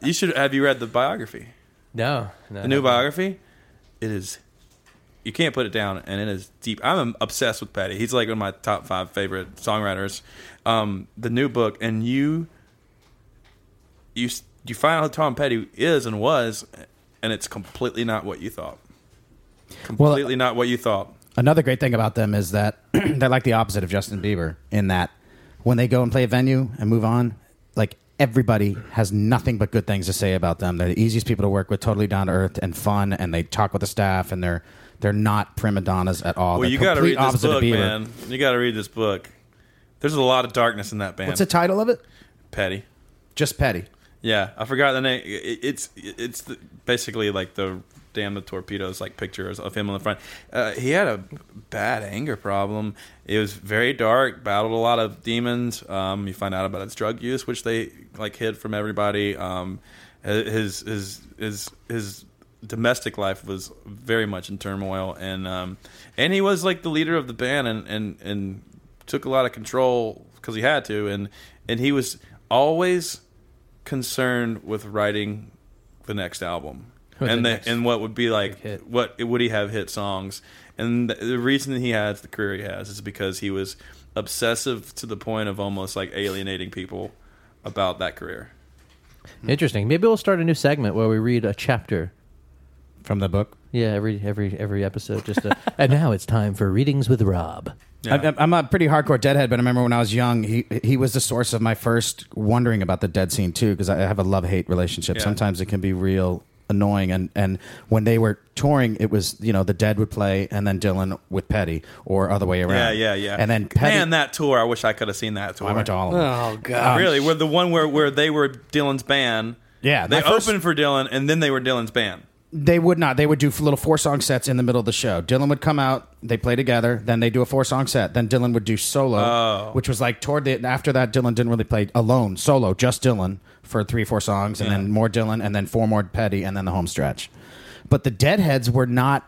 S6: you should have you read the biography,
S11: no, no,
S6: the new biography. It is, you can't put it down, and it is deep. I'm obsessed with Petty. He's like one of my top five favorite songwriters. Um, the new book, and you, you, you find out who Tom Petty is and was, and it's completely not what you thought. Completely not what you thought.
S3: Another great thing about them is that they're like the opposite of Justin Bieber in that when they go and play a venue and move on, like everybody has nothing but good things to say about them. They're the easiest people to work with, totally down to earth and fun, and they talk with the staff and they're they're not prima donnas at all.
S6: Well,
S3: They're
S6: you got to
S3: complete
S6: read this
S3: opposite of
S6: book,
S3: Bieber.
S6: man. You got to read this book. There's a lot of darkness in that band.
S3: What's the title of it?
S6: Petty.
S3: Just Petty.
S6: Yeah, I forgot the name. It- It's it's the, basically like the damn the torpedoes like pictures of him on the front. Uh, he had a bad anger problem. It was very dark. Battled a lot of demons. Um, you find out about his drug use, which they like hid from everybody. Um, his his his his domestic life was very much in turmoil, and um, and he was like the leader of the band, and and and took a lot of control because he had to, and and he was always concerned with writing the next album and the, and what would be like what would he have hit songs and the, the reason that he has the career he has is because he was obsessive to the point of almost like alienating people about that career
S11: interesting. Maybe we'll start a new segment where we read a chapter.
S3: From the book.
S11: Yeah, every every every episode. Just a, and now it's time for readings with Rob.
S3: I'm, I'm a pretty hardcore Deadhead, but I remember when I was young, he he was the source of my first wondering about the Dead scene too, because I have a love hate relationship.
S6: Yeah.
S3: Sometimes it can be real annoying, and and when they were touring, it was you know the Dead would play, and then Dylan with Petty, or other way around.
S6: yeah yeah yeah
S3: And then Petty,
S6: man that tour i wish i could have seen that tour
S3: I went to all of them.
S7: Oh god.
S6: really where the one where, where they were dylan's band
S3: Yeah,
S6: they
S3: my first-
S6: opened for dylan and then they were dylan's band
S8: They would not. They would do little four song sets in the middle of the show. Dylan would come out, they play together, then they do a four song set. Then Dylan would do solo,
S6: Oh.
S8: which was like toward the after that, Dylan didn't really play alone, solo, just Dylan for three, four songs, and then more Dylan, and then four more Petty, and then the home stretch. But the Deadheads were not.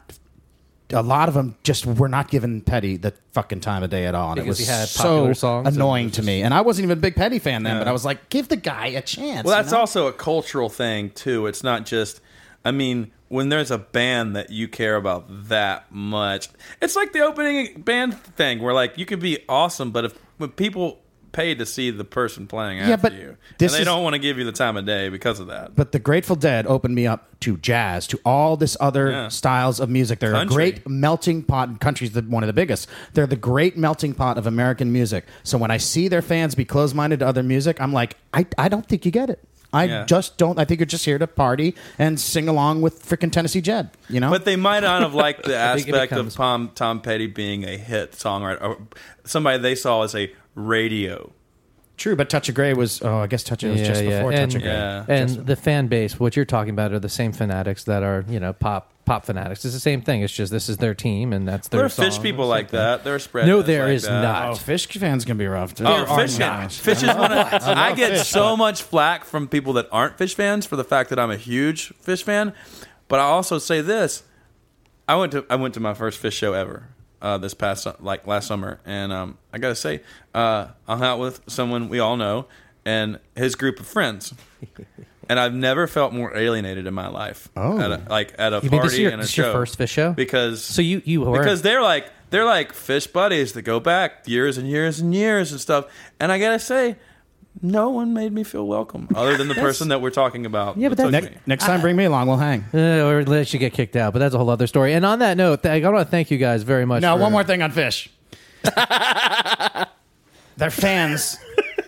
S8: A lot of them just were not giving Petty the fucking time of day at all, and
S2: Because
S8: it was
S2: he had
S8: so
S2: popular songs and
S8: annoying to me. And I wasn't even a big Petty fan then, but I was like, give the guy a chance.
S6: Well,
S8: you
S6: that's
S8: know?
S6: also a cultural thing too. It's not just. I mean, when there's a band that you care about that much, it's like the opening band thing where like you could be awesome, but if when people pay to see the person playing after
S8: but
S6: you,
S8: this
S6: and they
S8: is-
S6: don't want to give you the time of day because of that.
S8: but the Grateful Dead opened me up to jazz, to all this other
S6: Yeah.
S8: styles of music. They're
S6: Country.
S8: a great melting pot, and country's the, one of the biggest. They're the great melting pot of American music. So when I see their fans be closed minded to other music, I'm like, I, I don't think you get it. I
S6: Yeah.
S8: just don't. I think you're just here to party and sing along with freaking Tennessee Jed. You know,
S6: But they might not have liked the
S2: think it
S6: aspect of
S2: becomes-
S6: Tom, Tom Petty being a hit songwriter, or somebody they saw as a radio.
S8: true. But Touch of Grey was. Oh, I guess Touch of Grey was just before
S2: and,
S8: Touch of Grey.
S6: Yeah.
S2: and the fan base, what you're talking about, are the same fanatics that are you know pop pop fanatics. It's the same thing. It's just this is their team and that's their.
S6: There are fish
S2: song.
S6: people
S2: It's
S6: like that. There are spread.
S2: No,
S6: there
S2: there
S6: is
S2: is not.
S8: Oh, Fish fans can be rough. There
S6: uh, Oh,
S8: are
S6: fish
S8: not.
S6: fans. Fish is one of, I get so much flack from people that aren't fish fans for the fact that I'm a huge fish fan. But I also say this: I went to I went to my first fish show ever uh, this past su- like last summer, and um, I gotta say uh, I hung out with someone we all know and his group of friends, and I've never felt more alienated in my life.
S8: Oh.
S6: at a, like at a
S2: You mean
S6: party
S2: this is your-
S6: and a
S2: this is
S6: show.
S2: your first fish show?
S6: because
S2: So you you were
S6: because they're like they're like fish buddies that go back years and years and years and stuff. And I gotta say, no one made me feel welcome other than the person that we're talking about. Yeah,
S2: but
S6: that
S2: that's-
S6: took me.
S8: Next, next time, bring me along. We'll hang.
S2: Uh, or let you get kicked out, but that's a whole other story. And on that note, th- I want to thank you guys very much.
S8: Now,
S2: for-
S8: one more thing on fish. Their fans,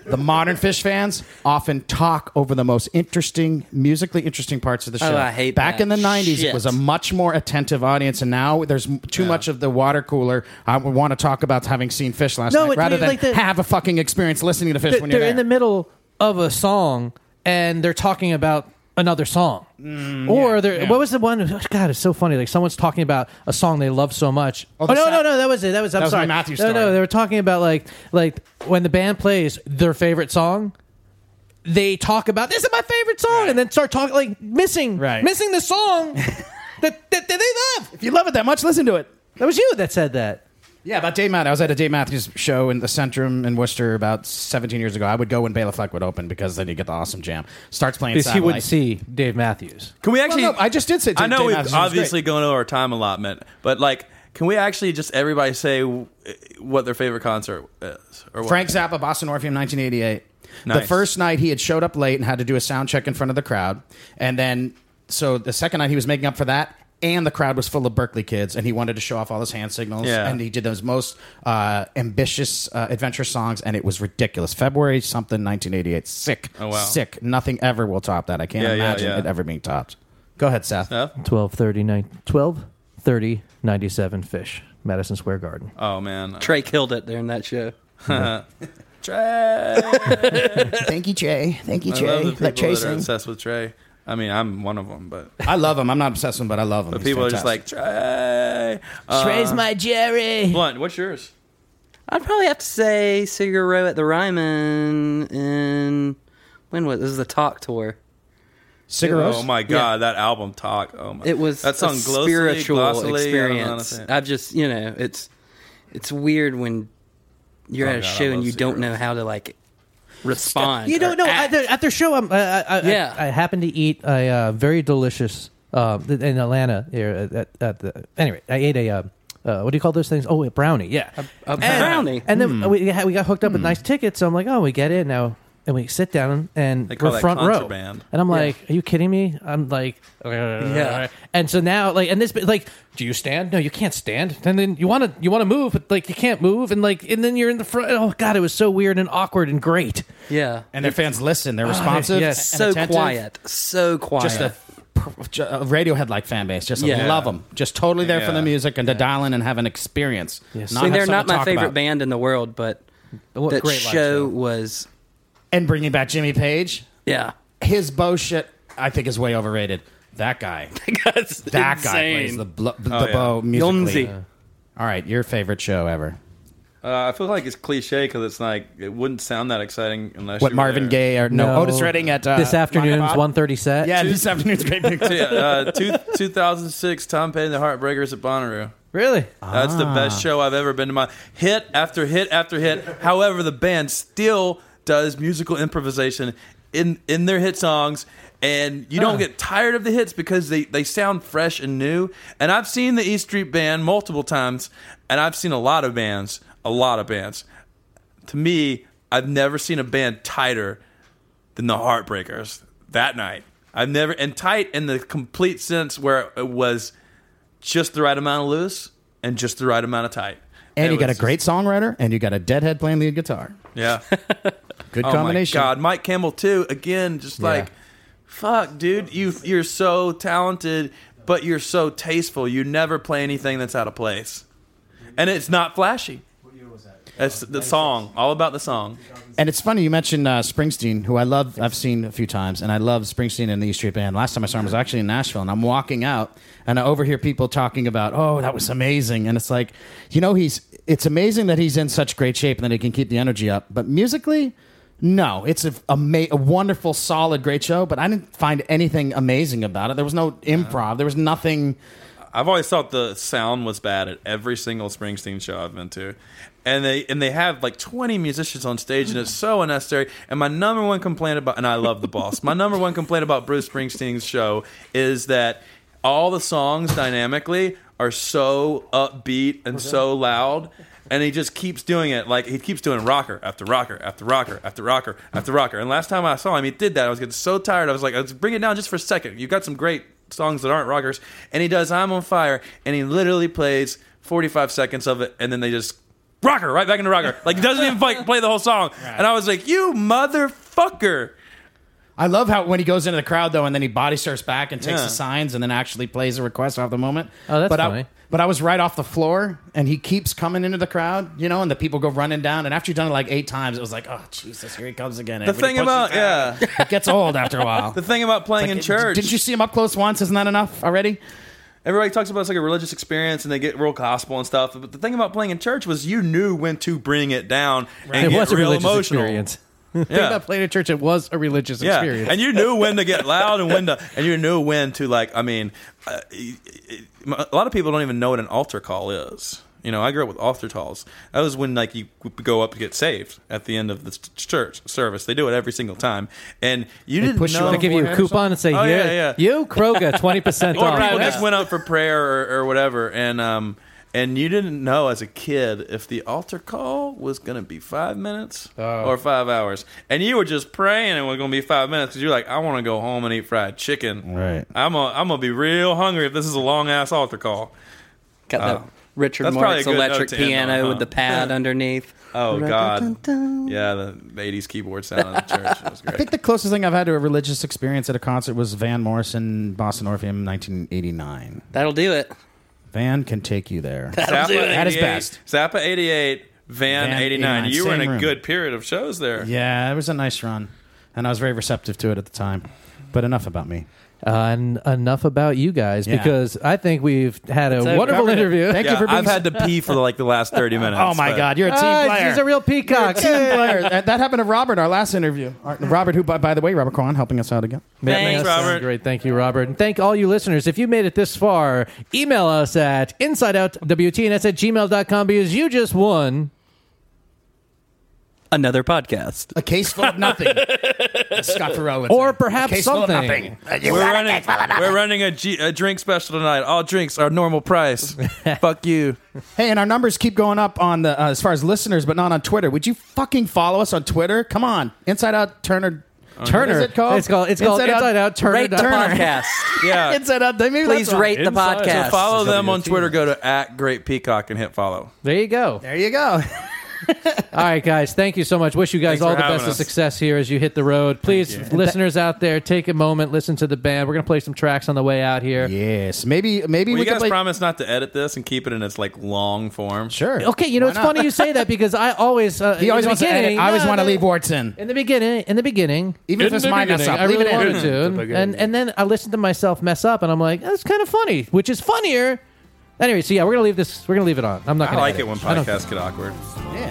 S8: the modern fish fans, often talk over the most interesting, musically interesting parts of the show.
S7: Oh, I hate
S8: Back
S7: that
S8: in the '90s, it
S7: shit.
S8: was a much more attentive audience, and now there's m- too much of the water cooler. I want to talk about having seen fish last
S2: No,
S8: night,
S2: it-
S8: rather than
S2: like the-
S8: have a fucking experience listening to fish
S2: They're,
S8: when you're
S2: they're
S8: there.
S2: in the middle of a song and they're talking about another song.
S8: Mm,
S2: or they're what was the one? God, it's so funny. Like someone's talking about a song they love so much. Oh,
S8: the
S2: no,
S8: Sa-
S2: no, no, that was it. That was I'm
S8: That was my
S2: sorry,
S8: Matthew
S2: No,
S8: story.
S2: no, they were talking about like like when the band plays their favorite song. They talk about this is my favorite song, and then start talking like missing,
S8: Right.
S2: missing the song that, that that they love.
S8: if you love it that much, listen to it.
S2: That was you that said that.
S8: Yeah, about Dave Matthews. I was at a Dave Matthews show in the Centrum in Worcester about 17 years ago. I would go when Bela Fleck would open because then you get the awesome jam. Starts playing.
S2: Because he
S8: Satellite.
S2: wouldn't see Dave Matthews.
S6: Can we actually?
S8: no, I just did say
S6: I
S8: Dave-
S6: know
S8: Dave
S6: we've
S8: Matthews was
S6: obviously going over our time allotment, but like, can we actually just everybody say w- eh, what their favorite concert is? Or what?
S8: Frank Zappa, Boston Orpheum, 1988. The
S6: Nice.
S8: first night he had showed up late and had to do a sound check in front of the crowd, and then so the second night he was making up for that, and the crowd was full of Berkeley kids, and he wanted to show off all his hand signals,
S6: Yeah.
S8: and he did those most uh, ambitious uh, adventure songs, and it was ridiculous. February something, 1988. Sick.
S6: Oh, wow.
S8: Sick. Nothing ever will top that. I can't
S6: Yeah, yeah,
S8: imagine
S6: yeah.
S8: it ever being topped. Go ahead, Seth.
S2: 12 30, 12 30 97 fish madison square garden
S6: Oh man,
S7: Trey killed it during that show.
S6: Trey.
S8: Thank you, Jay. Thank you,
S6: I love the people that are obsessed with Trey. I mean, I'm one of them, but
S8: I love him. I'm not obsessed with him, but I love him.
S6: but people are just like Trey. Uh,
S14: Trey's my Jerry.
S6: Blunt, what's yours?
S7: I'd probably have to say Sigur Row at the Ryman in when was this is the talk tour.
S8: cigarettes.
S6: Oh my god, that album talk. Oh my,
S7: It was
S6: that song
S7: a
S6: Glossily,
S7: spiritual
S6: Glossily, I don't know how to
S7: experience.
S6: say it.
S7: I've just you know it's it's weird when you're
S6: Oh,
S7: at a
S6: God, I
S7: show and
S6: love
S7: you don't
S6: Sigur Rós.
S7: know how to like respond.
S2: you
S7: or
S2: don't know
S7: act.
S2: at their, at their show um, I'm, I, I, I-
S7: Yeah.
S2: uh, I, happened to eat a uh, very delicious uh, in atlanta here at, at the anyway i ate a uh, uh, what do you call those things? Oh, a brownie. Yeah,
S7: a brownie.
S2: And,
S6: Hmm.
S2: then we had, we got hooked up with nice tickets. So I'm like, oh, we get in now, and we sit down and
S6: They call
S2: we're
S6: that
S2: front
S6: contraband.
S2: row. And I'm like, are you kidding me? I'm like, yeah. And so now, like, and this, like, do you stand? No, you can't stand. And then you want to, you want to move, but like, you can't move. And like, and then you're in the front. Oh God, it was so weird and awkward and great.
S7: yeah,
S8: and their fans listen. They're responsive.
S2: yes.
S8: and
S7: Oh, so
S8: attentive.
S7: quiet, so quiet.
S8: Just a, ju- a Radiohead like fan base. Just
S7: Yeah.
S8: love them. Just totally there for
S6: Yeah.
S8: the music and to dial in and have an experience. Yes.
S7: I mean, they're not my favorite band in the world, but
S2: What
S7: that
S2: great live
S7: show was
S8: And bringing back Jimmy Page,
S7: yeah.
S8: his bullshit, I think, is way overrated. That guy.
S15: That's
S8: That guy
S15: insane.
S8: plays the, blo- the
S15: Oh, yeah.
S8: bow musically.
S15: Yomzi. Yeah.
S8: All right, your favorite show ever.
S6: Uh, I feel like it's cliche because it's like it wouldn't sound that exciting unless
S8: What
S6: you were
S8: Marvin Gaye
S6: there.
S8: or no, Otis Redding at uh,
S2: this afternoon's
S8: Montauk?
S2: one thirty set.
S8: Yeah, this afternoon's great big
S6: yeah, uh, two, 2006 Tom Petty and the Heartbreakers at Bonnaroo.
S2: Really?
S6: That's the best show I've ever been to. My hit after hit after hit. However, the band still does musical improvisation in in their hit songs, and you don't get tired of the hits because they they sound fresh and new. And I've seen the E Street Band multiple times, and I've seen a lot of bands, a lot of bands. To me, I've never seen a band tighter than the Heartbreakers that night. I've never and tight in the complete sense where it was just the right amount of loose and just the right amount of tight.
S8: And
S6: It
S8: you got a
S6: was-
S8: great songwriter, and you got a deadhead playing lead guitar.
S6: yeah,
S8: Good
S6: Oh
S8: combination.
S6: My God, Mike Campbell too. Again, just
S8: Yeah.
S6: like fuck, dude, you you're so talented, but you're so tasteful. You never play anything that's out of place, and it's not flashy. That's the song, all about the song.
S8: And it's funny you mentioned uh, Springsteen, who I love. I've seen a few times, and I love Springsteen and the E Street Band. Last time I saw him was actually in Nashville, and I'm walking out, and I overhear people talking about, "Oh, that was amazing," and it's like, you know, he's. It's amazing that he's in such great shape and that he can keep the energy up. But musically, no, it's a, a, ma- a wonderful, solid, great show. But I didn't find anything amazing about it. There was no improv. There was nothing.
S6: I've always thought the sound was bad at every single Springsteen show I've been to, and they and they have like twenty musicians on stage, and it's so unnecessary. And my number one complaint about and I love the boss. My number one complaint about Bruce Springsteen's show is that all the songs dynamically are so upbeat and so loud. And he just keeps doing it. Like, he keeps doing rocker after rocker after rocker after rocker after rocker. And last time I saw him, he did that. I was getting so tired. I was like, let's bring it down just for a second. You've got some great songs that aren't rockers, and he does "I'm on Fire," and he literally plays 45 seconds of it, and then they just rocker right back into rocker. Like he doesn't even like play the whole song. And I was like, "You motherfucker!"
S8: I love how when he goes into the crowd though, and then he body surfs back and takes
S6: Yeah.
S8: the signs, and then actually plays a request off the moment.
S2: Oh, that's
S8: but
S2: funny.
S8: I, but I was right off the floor, and he keeps coming into the crowd, you know, and the people go running down. And after you've done it like eight times, it was like, oh Jesus, here he comes again.
S6: The
S8: Everybody
S6: thing
S8: pushes
S6: about
S8: down.
S6: yeah,
S8: it gets old after a while.
S6: the thing about playing in church.
S8: Didn't you see him up close once? Isn't that enough already?
S6: Everybody talks about it's like a religious experience, and they get real gospel and stuff. But the thing about playing in church was you knew when to bring it down and
S2: it
S6: get
S2: was a
S6: real
S2: religious
S6: emotional.
S2: experience.
S6: Yeah.
S8: I played at church. It was a religious experience.
S6: And you knew when to get loud and when to, and you knew when to like. I mean, uh, y- y- a lot of people don't even know what an altar call is. You know, I grew up with altar calls. That was when like you would go up to get saved at the end of the s- church service. They do it every single time, and you didn't
S2: push you
S6: know.
S2: on They give you a coupon and say,
S6: oh,
S2: "Here,
S6: yeah, yeah.
S2: you Kroger twenty percent
S6: Or
S2: off."
S6: people Oh, just went up for prayer or, or whatever, and um, and you didn't know as a kid if the altar call was going to be five minutes
S8: Oh.
S6: or five hours, and you were just praying it was going to be five minutes because you're like, I want to go home and eat fried chicken.
S8: Right.
S6: I'm a, I'm gonna be real hungry if this is a long ass altar call.
S7: Got the
S6: Oh.
S7: Richard
S6: That's probably
S7: Marx
S6: a good note
S7: electric
S6: to end on,
S7: piano
S6: huh?
S7: with the pad underneath.
S6: Oh God! Yeah, the '80s keyboard sound of the church It was
S8: I
S6: great.
S8: think the closest thing I've had to a religious experience at a concert was Van Morrison, Boston Orpheum, 1989.
S7: That'll do it.
S8: Van can take you there.
S7: That'll do it.
S8: At his
S6: 88,
S8: best.
S6: Zappa '88, Van,
S8: Van
S6: '89.
S8: 89,
S6: You were in
S8: same
S6: a
S8: room.
S6: good period of shows there.
S8: Yeah, it was a nice run, and I was very receptive to it at the time. But enough about me.
S2: Uh, and enough about you guys
S8: Yeah.
S2: because I think we've had a
S8: That's it.
S2: wonderful
S8: Covered it.
S2: interview.
S8: Thank you for being
S6: I've had to pee for like the last 30 minutes.
S8: Oh my
S6: but-
S8: God, you're a team
S2: Ah,
S8: player.
S2: He's a real peacock.
S8: You're a team player. That, that happened to Robert our last interview. Our- Robert, who by, by the way, Robert Kwan helping us out again.
S2: Yeah,
S6: Thanks,
S2: that sounds
S6: Robert.
S2: Great. Thank you, Robert. And thank all you listeners. If you made it this far, email us at insideoutwtns at gmail.com because you just won.
S7: Another podcast.
S8: A case full of nothing. Scott Farrell. would
S2: Or
S8: say.
S2: perhaps
S8: a case Full of
S2: something.
S8: nothing.
S6: We're running, we're running a, G, a drink special tonight. All drinks are normal price. Fuck you.
S8: Hey, and our numbers keep going up on the uh, as far as listeners, but not on Twitter. Would you fucking follow us on Twitter? Come on, Inside Out Turner.
S2: Uh, Turner.
S8: What is it called?
S2: It's called- it's called Inside Out Turner
S7: Rate the
S2: Turner.
S7: podcast.
S6: Yeah.
S8: Inside Out. Maybe
S7: Please
S8: that's why.
S7: rate the
S6: Inside.
S7: podcast.
S6: So follow them on Twitter. Go to at Great Peacock and hit follow.
S2: There you go.
S8: There you go.
S2: all right, guys. Thank you so much. Wish you guys
S6: Thanks
S2: all
S6: for
S2: the best
S6: having
S2: of
S6: us.
S2: success here as you hit the road. Please,
S6: you.
S2: listeners out there, take a moment, listen to the band. We're gonna play some tracks on the way out here.
S8: Yes, maybe maybe
S6: Will you
S8: we can
S6: guys
S8: play.
S6: promise not to edit this and keep it in its like long form?
S8: sure.
S2: Okay, you know it's funny you say that because I always uh,
S8: He always
S2: in the
S8: wants to edit.
S2: beginning-
S8: I always
S2: no,
S8: want to
S2: no,
S8: leave warts in,
S2: in the beginning. In the beginning,
S8: even if it's mine that's up.
S2: I
S8: leave
S2: really
S8: it
S2: wanted
S8: in.
S2: to, and, and and then I listened to myself mess up, and I'm like, that's kind of funny, which is funnier. Anyway, so yeah, we're gonna leave this. We're gonna leave it on. I'm not
S6: I
S2: gonna
S6: like
S2: edit.
S6: it when
S2: I don't-
S6: podcasts get awkward.
S8: Yeah.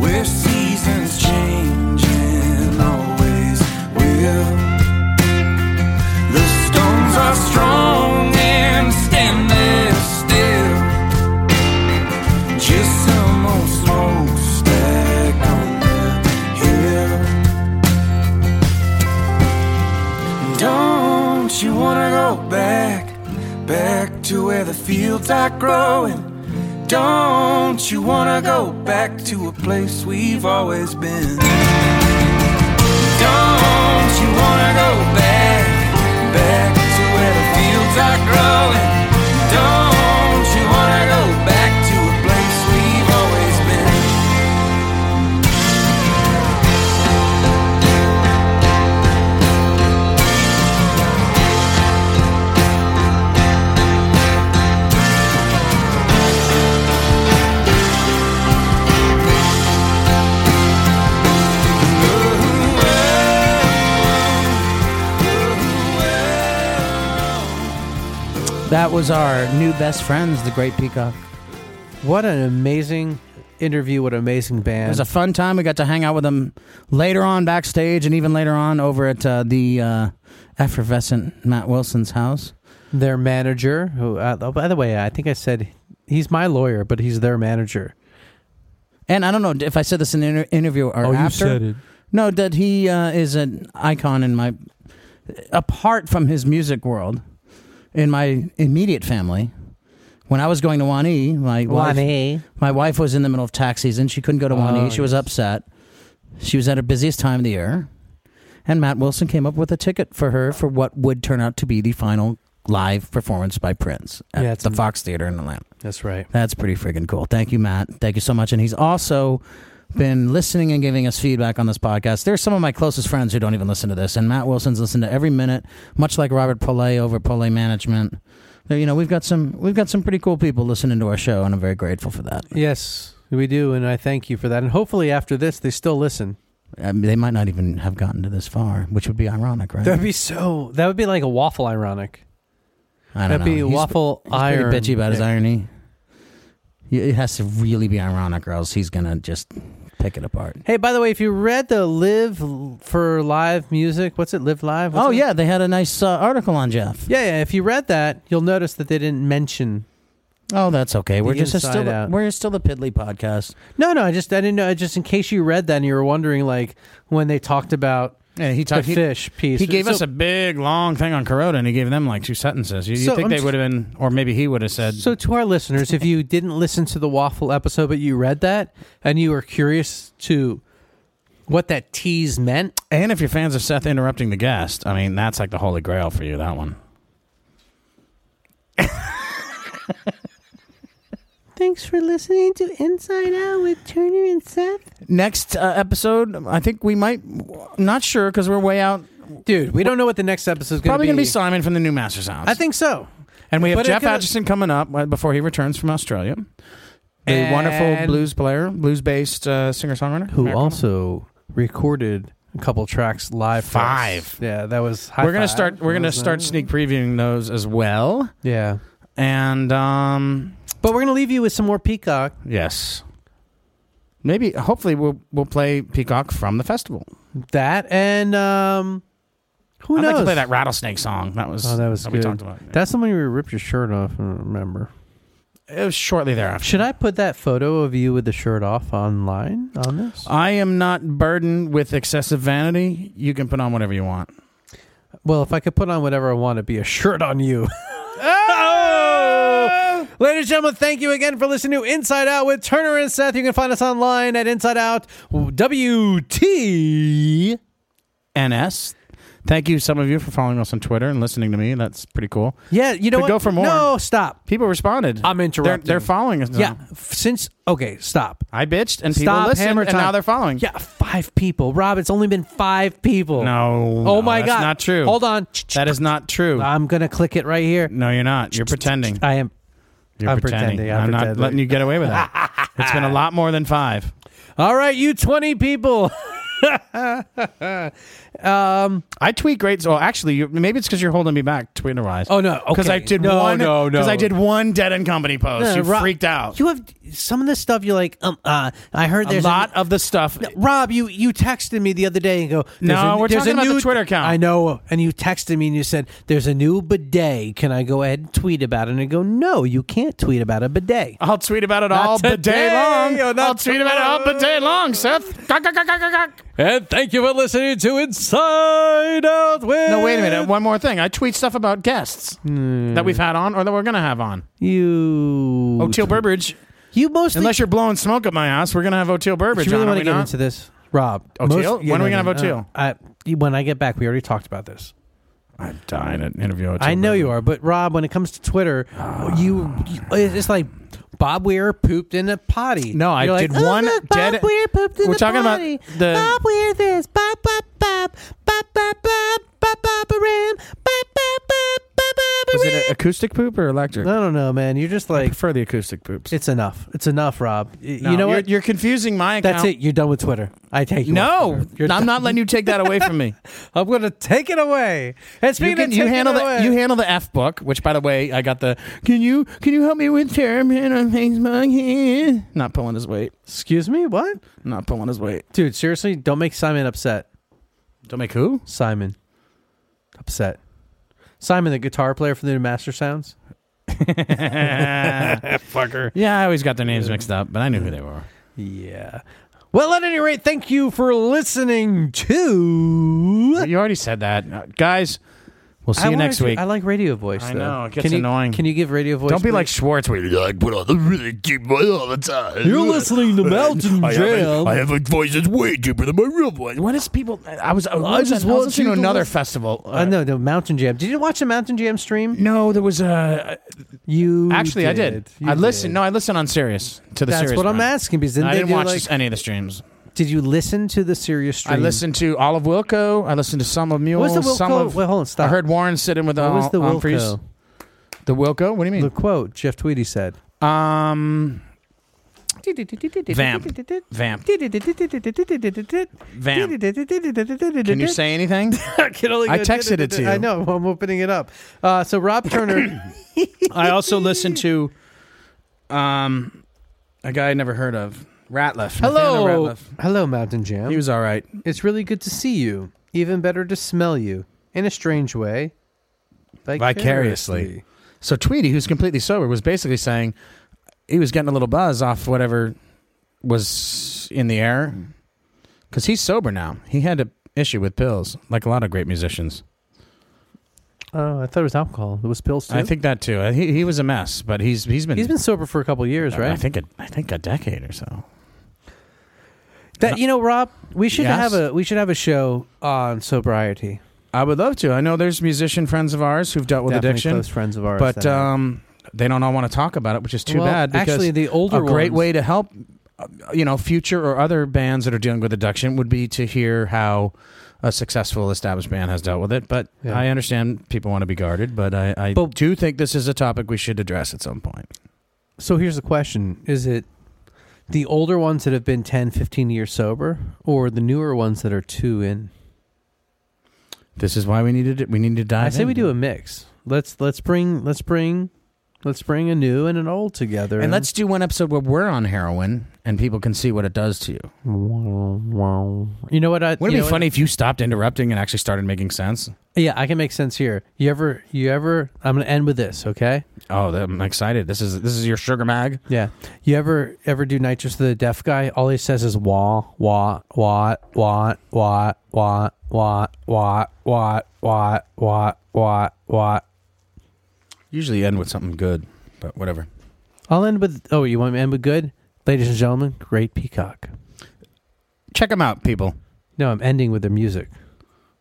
S1: We're seasons changing, always will. The stones are strong and stainless still. Just some old smokestack on the hill. Don't you wanna go back, back to where the fields are growing? Don't you wanna go back to a place we've always been? Don't you wanna go back, back to where the fields are growing? Don't you wanna go back to a place we've always been?
S3: That was our new best friends, the Great Peacock.
S2: What an amazing interview! What an amazing band!
S3: It was a fun time. We got to hang out with them later on backstage, and even later on over at uh, the uh, effervescent Matt Wilson's house.
S2: their manager, who uh, oh, by the way, I think I said he's my lawyer, but he's their manager.
S3: And I don't know if I said this in the inter- interview or after.
S2: it.
S3: No, that he uh, is an icon in my, apart from his music world, in my immediate family. When I was going to Wani, my wife, my wife was in the middle of tax season. She couldn't go to Wani.
S2: Oh,
S3: she was upset. She was at her busiest time of the year, and Matt Wilson came up with a ticket for her for what would turn out to be the final live performance by Prince at
S2: Yeah, it's
S3: the
S2: am-
S3: Fox Theater in Atlanta.
S2: That's right.
S3: That's pretty friggin' cool. Thank you, Matt. Thank you so much. And he's also been listening and giving us feedback on this podcast. There's some of my closest friends who don't even listen to this, and Matt Wilson's listened to every minute, much like Robert Polay over at Polay Management. There, you know, we've got some we've got some pretty cool people listening to our show, and I'm very grateful for that.
S2: Yes, we do, and I thank you for that. And hopefully, after this, they still listen.
S3: I mean, they might not even have gotten to this far, which would be ironic, right?
S2: That'd be so. That would be like a waffle, ironic.
S3: I don't
S2: That'd
S3: know.
S2: be
S3: He's-
S2: waffle
S3: he's pretty
S2: iron.
S3: bitchy about his irony. Yeah, It has to really be ironic, or else he's gonna just pick it apart.
S2: Hey, by the way, if you read the Live for Live Music, what's it? Live Live? What's
S3: oh
S2: it?
S3: yeah, they had a nice uh, article on Jeff.
S2: yeah, yeah. If you read that, you'll notice that they didn't mention.
S3: Oh, that's okay. We're just a
S2: Inside
S3: still the,
S2: Out.
S3: we're still the Piddly podcast.
S2: No, no. I just I didn't know. Just in case you read that and you were wondering, like when they talked about
S8: And he
S2: the
S8: talked. He,
S2: fish piece,
S8: he gave
S2: So-
S8: us a big long thing on Corona, and he gave them like two sentences. You, you
S2: So,
S8: think
S2: I'm
S8: they
S2: just-
S8: would have been, or maybe he would have said.
S2: So, to our listeners, if you didn't listen to the waffle episode, but you read that and you were curious to what that tease meant,
S8: and if you're fans of Seth interrupting the guest, I mean, that's like the holy grail for you. That one.
S2: thanks for listening to Inside Out with Turner and Seth.
S3: Next uh, episode, I think we might. Not sure because we're way out.
S2: Dude, we don't know what the next episode is going to
S8: Probably
S2: be.
S8: going to be Simon from the New Master Sounds.
S2: I think so.
S8: and we have
S2: but it
S8: Jeff
S2: could-
S8: Atchison coming up uh, before he returns from Australia. The
S2: And-
S8: wonderful blues player, blues-based uh, singer-songwriter.
S2: Who
S8: American.
S2: also recorded a couple tracks live. for us.
S8: Five.
S2: Yeah, that was. High
S8: We're gonna
S2: five.
S8: start. We're gonna
S2: Wasn't
S8: start
S2: it?
S8: sneak previewing those as well.
S2: Yeah,
S8: And um,
S2: but we're gonna leave you with some more Peacock.
S8: Yes. Maybe hopefully we'll we'll play Peacock from the festival.
S2: That and um, who
S8: I'd
S2: knows?
S8: like to play that rattlesnake song. That was
S2: Oh, that was
S8: we
S2: good.
S8: talked about.
S2: That's the one where you ripped your shirt off. I don't remember.
S8: it was shortly thereafter.
S2: Should I put that photo of you with the shirt off online on
S3: Uh,
S2: this?
S8: I am not burdened with excessive vanity. You can put on whatever you want.
S2: Well, if I could put on whatever I want, it'd be a shirt on you.
S3: Ah!
S2: Oh! Ladies and gentlemen, thank you again for listening to Inside Out with Turner and Seth. You can find us online at Inside Out WT.
S8: NS.
S3: Thank you, some of you, for following us on Twitter and listening to me. That's pretty cool.
S2: Yeah, you know
S3: Could
S2: what?
S3: go for more.
S2: No, stop.
S3: People responded.
S2: I'm interrupting.
S3: They're, they're following us. now.
S2: Yeah, f- since okay, stop.
S3: I bitched and people
S2: Stop
S3: listened,
S2: hammer
S3: and
S2: time.
S3: now they're following.
S2: Yeah, five people. Rob, it's only been five people.
S3: No.
S2: Oh
S3: no,
S2: my
S3: that's
S2: god.
S3: Not true.
S2: Hold on.
S3: That is not true.
S2: I'm gonna click it right here.
S3: No, you're not. You're pretending.
S2: I am.
S3: You're
S2: I'm
S3: pretending.
S2: pretending,
S3: I'm,
S2: I'm
S3: not
S2: pretending.
S3: letting you get away with that. it's been a lot more than five.
S2: All right, you twenty people.
S3: I tweet great. So actually, you, maybe it's because you're holding me back Twitter wise.
S2: Oh, no,
S3: because
S2: okay.
S3: I did
S2: No,
S3: one.
S2: no, no.
S3: Because I did one Dead and Company post. you
S2: Rob,
S3: freaked out.
S2: You have some of this stuff. You're like, um, uh, I heard
S3: a
S2: there's
S3: lot of the stuff.
S2: Rob, you you texted me the other day and go, there's
S3: No,
S2: a,
S3: we're
S2: there's
S3: talking
S2: a
S3: about the
S2: new,
S3: Twitter account.
S2: I know, and you texted me and you said, "There's a new bidet. Can I go ahead and tweet about it?" And I go, "No, you can't tweet about a bidet."
S3: I'll tweet about it all but day
S2: today,
S3: long.
S2: or not
S3: I'll tweet about it all but day long, Seth. Gawk, gawk, gawk, gawk, gawk.
S2: And thank you for listening to Inside Out with.
S3: No, wait a minute. One more thing. I tweet stuff about guests
S2: Hmm.
S3: that we've had on or that we're going to have on.
S2: You,
S3: O'Teal Burbridge.
S2: you mostly.
S3: Oh, Unless you're blowing smoke at my house, we're going to have O'Teal
S2: Do
S3: Burbridge
S2: you really
S3: on, are
S2: want
S3: we
S2: to get
S3: not?
S2: into this, Rob?
S3: O'Teal? When are we gonna have
S2: no, no,
S3: O'Teal?
S2: no. I- when I get back, we already talked about this.
S3: I'm dying at interview O'Teal
S2: I know
S3: Burbridge.
S2: you are, but Rob, when it comes to Twitter, you, you it's like Bob Weir pooped in a potty.
S3: No, I
S2: You're like, "Oh,
S3: did one
S2: look, Bob
S3: dead-
S2: Weir pooped in
S3: We're
S2: a
S3: talking about
S2: potty.
S3: the-
S2: Bob Weir this. Bob Bob Bob Bob Bob Bob Bob Bob Ram. Bob Bob Bob Bob Bob
S3: Is it
S2: Ram.
S3: a- acoustic poop or electric?
S2: I don't know, man. You're just like
S3: prefer the acoustic poops.
S2: it's enough. It's enough, Rob. Y-
S3: No,
S2: you know
S3: you're,
S2: what?
S3: You're confusing my account.
S2: That's it. You're done with Twitter. I take you. off
S3: No,
S2: Twitter. You're
S3: I'm
S2: done.
S3: not letting you take that away from me.
S2: I'm gonna take it away. And
S3: you,
S2: speaking
S3: can,
S2: of
S3: you
S2: taking
S3: handle
S2: it
S3: the
S2: away,
S3: you handle the F book, which by the way, I got the. Can you can you help me with Terrapin on Facebook? Not pulling his weight.
S2: Excuse me, what?
S3: Not pulling his weight.
S2: Dude, seriously, don't make Simon upset.
S3: Don't make who?
S2: Simon. Upset. Simon, the guitar player from the new Master Sounds.
S3: Fucker. Yeah, I always got their names mixed up, but I knew who they were.
S2: Yeah. Well, at any rate, thank you for listening to.
S3: You already said that, Uh, guys. We'll see
S2: I
S3: you
S2: wanna
S3: next
S2: do-
S3: week.
S2: I like radio voice.
S3: I
S2: though.
S3: know, it gets
S2: can you,
S3: annoying.
S2: Can you give radio voice?
S3: Don't be
S2: please?
S3: like Schwartz, where you're like,
S4: put on the really deep voice all the time.
S2: You're listening to Mountain
S4: Oh, I have, a,
S2: Jam.
S4: I have a voice that's way deeper than my real voice.
S3: "What is people?" I was. I,
S2: I
S3: was
S2: just
S3: I was
S2: want
S3: listening
S2: you
S3: to
S2: to
S3: another
S2: listen-
S3: festival.
S2: Uh, no, the Mountain Jam. Did you watch the Mountain Jam stream?
S3: no, there was a.
S2: You
S3: Actually, I did.
S2: You
S3: I listened. No, I listened on Sirius to the.
S2: That's
S3: Sirius
S2: what I'm
S3: brand.
S2: asking. Because didn't
S3: I
S2: they
S3: didn't
S2: do,
S3: watch
S2: like-
S3: this- any of the streams.
S2: Did you listen to the serious stream?
S3: I listened to Olive Wilco. I listened to some of Mule.
S2: What's the
S3: Some
S2: Wilco-
S3: of,
S2: Wait, hold on, stop.
S3: I heard Warren sitting with
S2: What
S3: uh,
S2: was the
S3: Humphreys.
S2: Wilco?
S3: The Wilco. What do you
S2: The
S3: mean?
S2: quote Jeff Tweedy said.
S3: um, Vamp. Vamp. Vamp. Can
S2: Can
S3: you say anything?
S2: I can only
S3: I
S2: go
S3: texted it to you.
S2: I know. I'm opening it up. Uh, so Rob Turner.
S3: I also listened to, um, a guy I never heard of, Ratliff. Nathaniel
S2: hello,
S3: Ratliff.
S2: hello, Mountain Jam.
S3: He was all right.
S2: it's really good to see you. Even better to smell you in a strange way.
S3: Vicariously. So Tweety, who's completely sober, was basically saying he was getting a little buzz off whatever was in the air because he's sober now. He had an issue with pills, like a lot of great musicians.
S2: Oh, I thought it was alcohol. It was pills too.
S3: I think that too. Uh, He, he was a mess, but he's he's been
S2: he's been sober for a couple years, right?
S3: I think a, I think a decade or so.
S2: that you know, Rob, we should have
S3: Yes?
S2: a we should have a show on sobriety.
S3: I would love to. I know there's musician friends of ours who've dealt with
S2: Definitely
S3: addiction,
S2: close friends of ours.
S3: but
S2: that have.
S3: um, they don't all want to talk about it, which is too
S2: Well,
S3: bad. because
S2: actually, the older
S3: a great
S2: ones-
S3: way to help uh, you know future or other bands that are dealing with addiction would be to hear how a successful established band has dealt with it but
S2: Yeah.
S3: i understand people want to be guarded but i, I
S2: But-
S3: do think this is a topic we should address at some point
S2: So here's the question Is it the older ones that have been 10, 15 years sober or the newer ones that are two in?
S3: this is why we needed it we need to dive
S2: I say we
S3: into
S2: do
S3: it.
S2: a mix. Let's let's bring let's bring let's bring a new and an old together.
S3: and let's do one episode where we're on heroin and people can see what it does to you
S2: You know what I
S3: wouldn't
S2: you know
S3: it be
S2: what-
S3: funny if you stopped interrupting and actually started making sense
S2: Yeah, I can make sense here. You ever you ever I'm going to end with this, okay?
S3: oh i'm excited this is this is your sugar mag
S2: Yeah. You ever ever do nitrous to the deaf guy? All he says is wah wah wah wah wah wah wah wah wah wah wah wah wah
S3: usually end with something good but whatever
S2: I'll end with oh, you want me to end with good, ladies and gentlemen. Great Peacock.
S3: check them out people
S2: No, I'm ending with the music.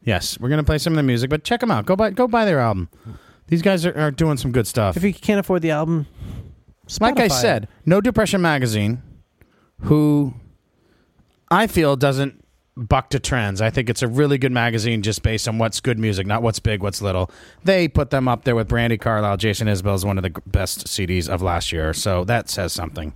S3: Yes, we're gonna play some of their music, but check them out. Go buy go buy their album. These guys are, are doing some good stuff.
S2: If you can't afford the album,
S3: like I
S2: Spotify.
S3: said, No Depression Magazine, who I feel doesn't buck to trends. I think it's a really good magazine just based on what's good music, not what's big, what's little. They put them up there with Brandy Carlisle. Jason Isbell is one of the g- best CDs of last year, so that says something.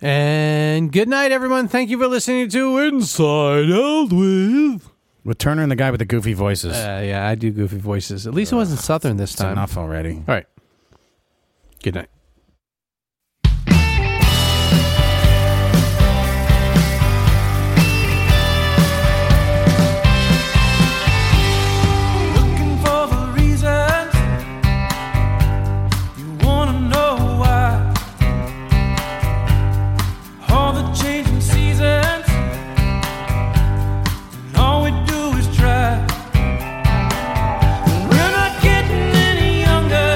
S2: And good night, everyone. Thank you for listening to Inside Out with.
S3: With Turner and the guy with the goofy voices,
S2: Uh, yeah, I do goofy voices. At least it wasn't Southern this
S3: it's
S2: time.
S3: enough already.
S2: All right. Good night.
S1: Looking for the reasons you wanna know why. All the changing seasons, and all we do is try. We're not getting any younger.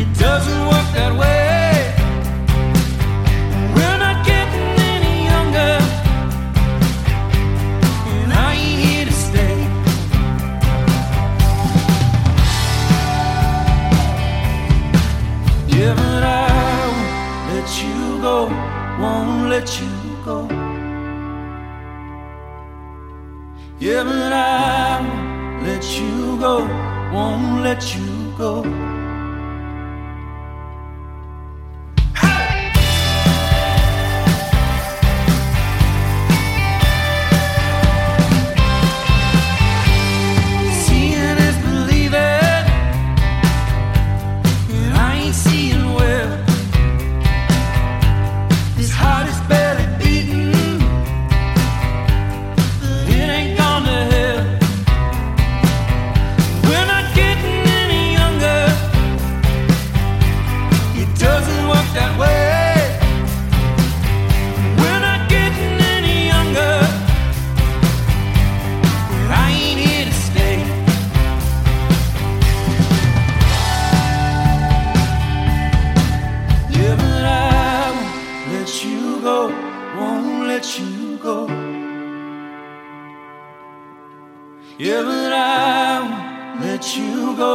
S1: It doesn't work that way. We're not getting any younger. And are you here to stay? Yeah, but I won't let you go, won't let you go. Yeah, but I won't let you go, won't let you go. Seeing is believing, and I ain't seeing well. This heart is barely beating, but it ain't gone to hell. We're not getting any younger. It doesn't work that way. We're not getting any younger. I ain't here to stay. Yeah, but I won't let you go. Won't let you go. Yeah, but I won't let you go.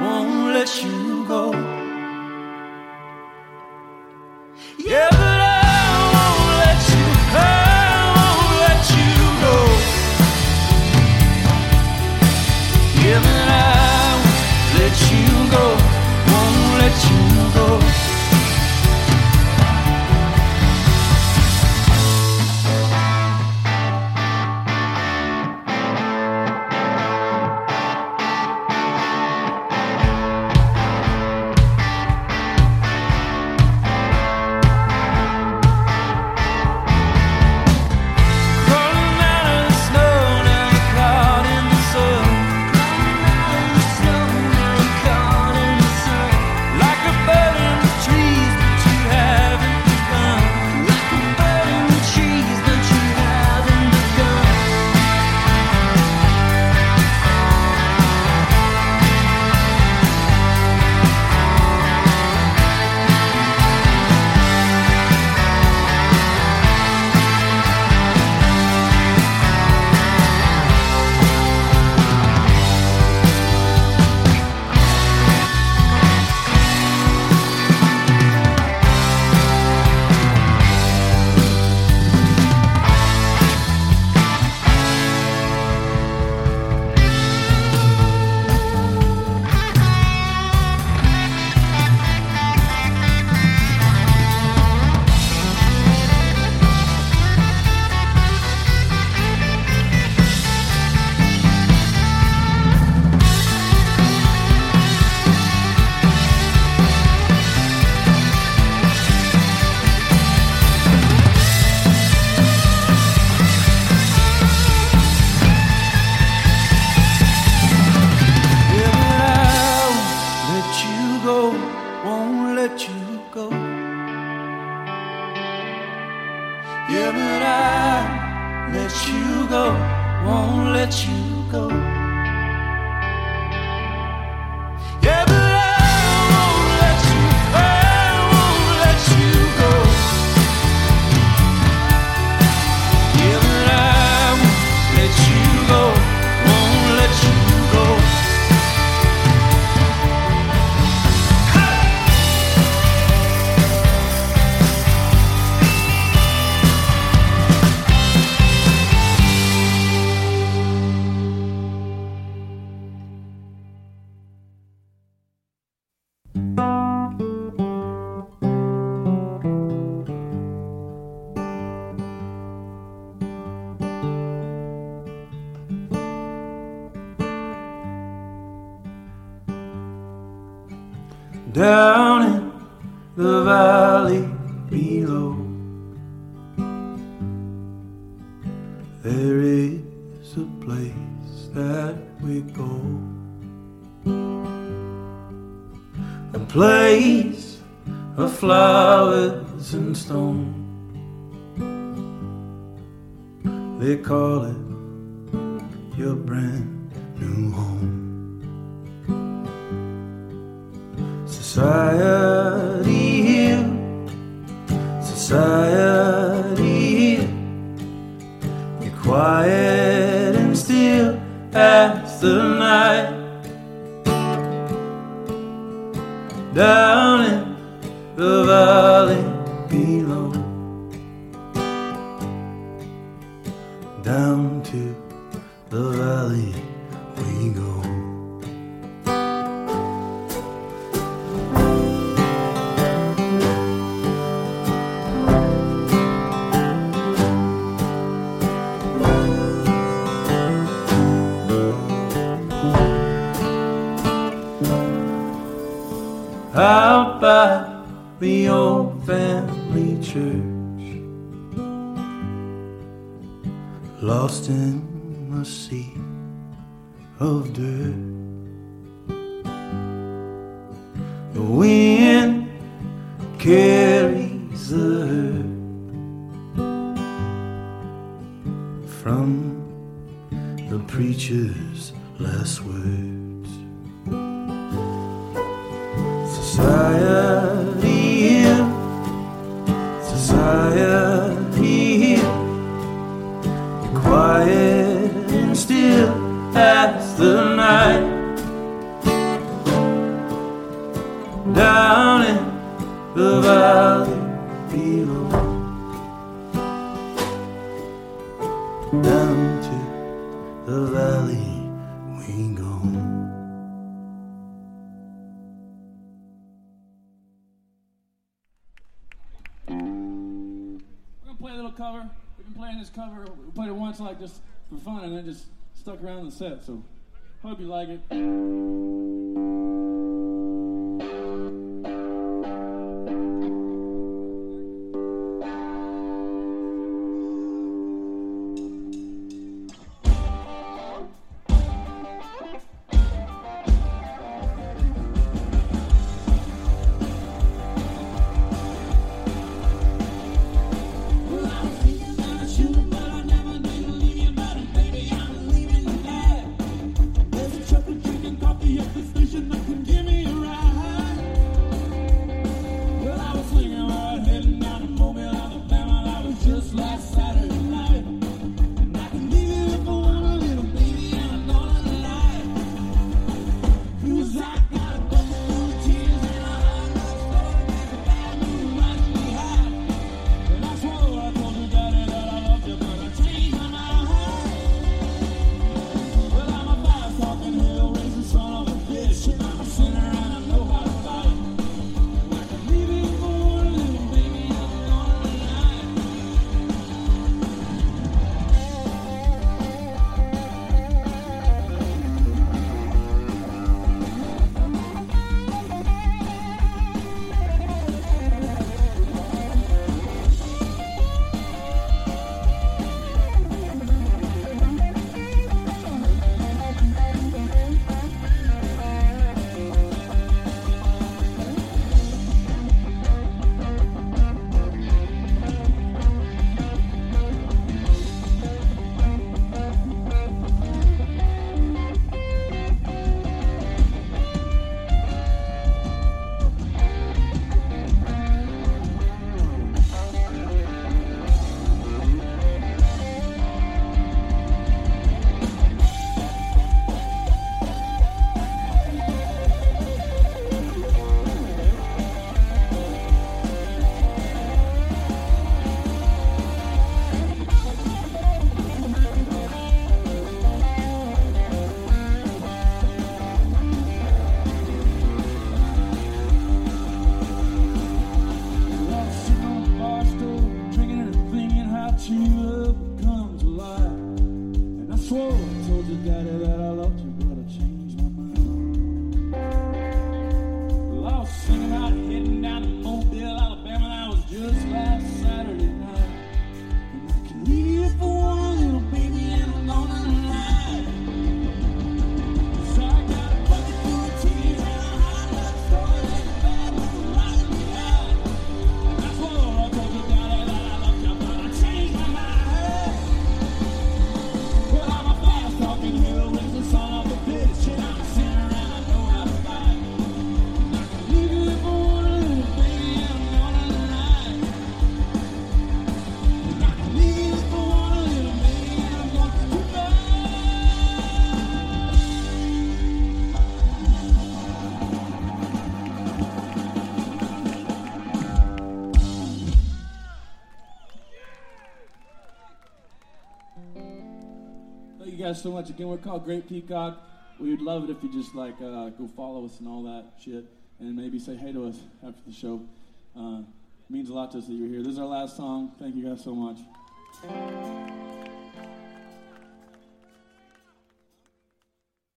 S1: Won't let you go. Yeah, but I won't let you. I won't let you go. Yeah, but I won't let you go, won't let you go. Crawling out of the snow, now you're caught in the sun. Like a bird in the trees, but you haven't begun. Like a bird in the trees, but you haven't begun. Yeah, but I won't let you go, won't let you go. Yeah, but I won't let you go, won't let you go. Yeah, but I won't let you, I won't let you go. Yeah, but I won't let down in the valley below. There is a place that we go. A place of flowers and stone. They call it your brand new home. Society here, society here. You're quiet and still as the night. Down in the valley below, down to the valley we go. out by the old family church, lost in a sea of dirt. The wind carries the hurt from the preacher's last words. Society here, society here. You're quiet and still as the night. Down in the valley below. Down to the valley we go.
S15: We're gonna play a little cover. We've been playing this cover. We played it once, like just for fun, and then just stuck around the set. So hope you like it.
S16: There's a chocolate drink and coffee at the
S15: you guys so much. Again, we're called Great Peacock. We'd love it if you just like uh, go follow us and all that shit, and maybe say hey to us after the show. Uh, it means a lot to us that you're here. This is our last song. Thank you guys so much.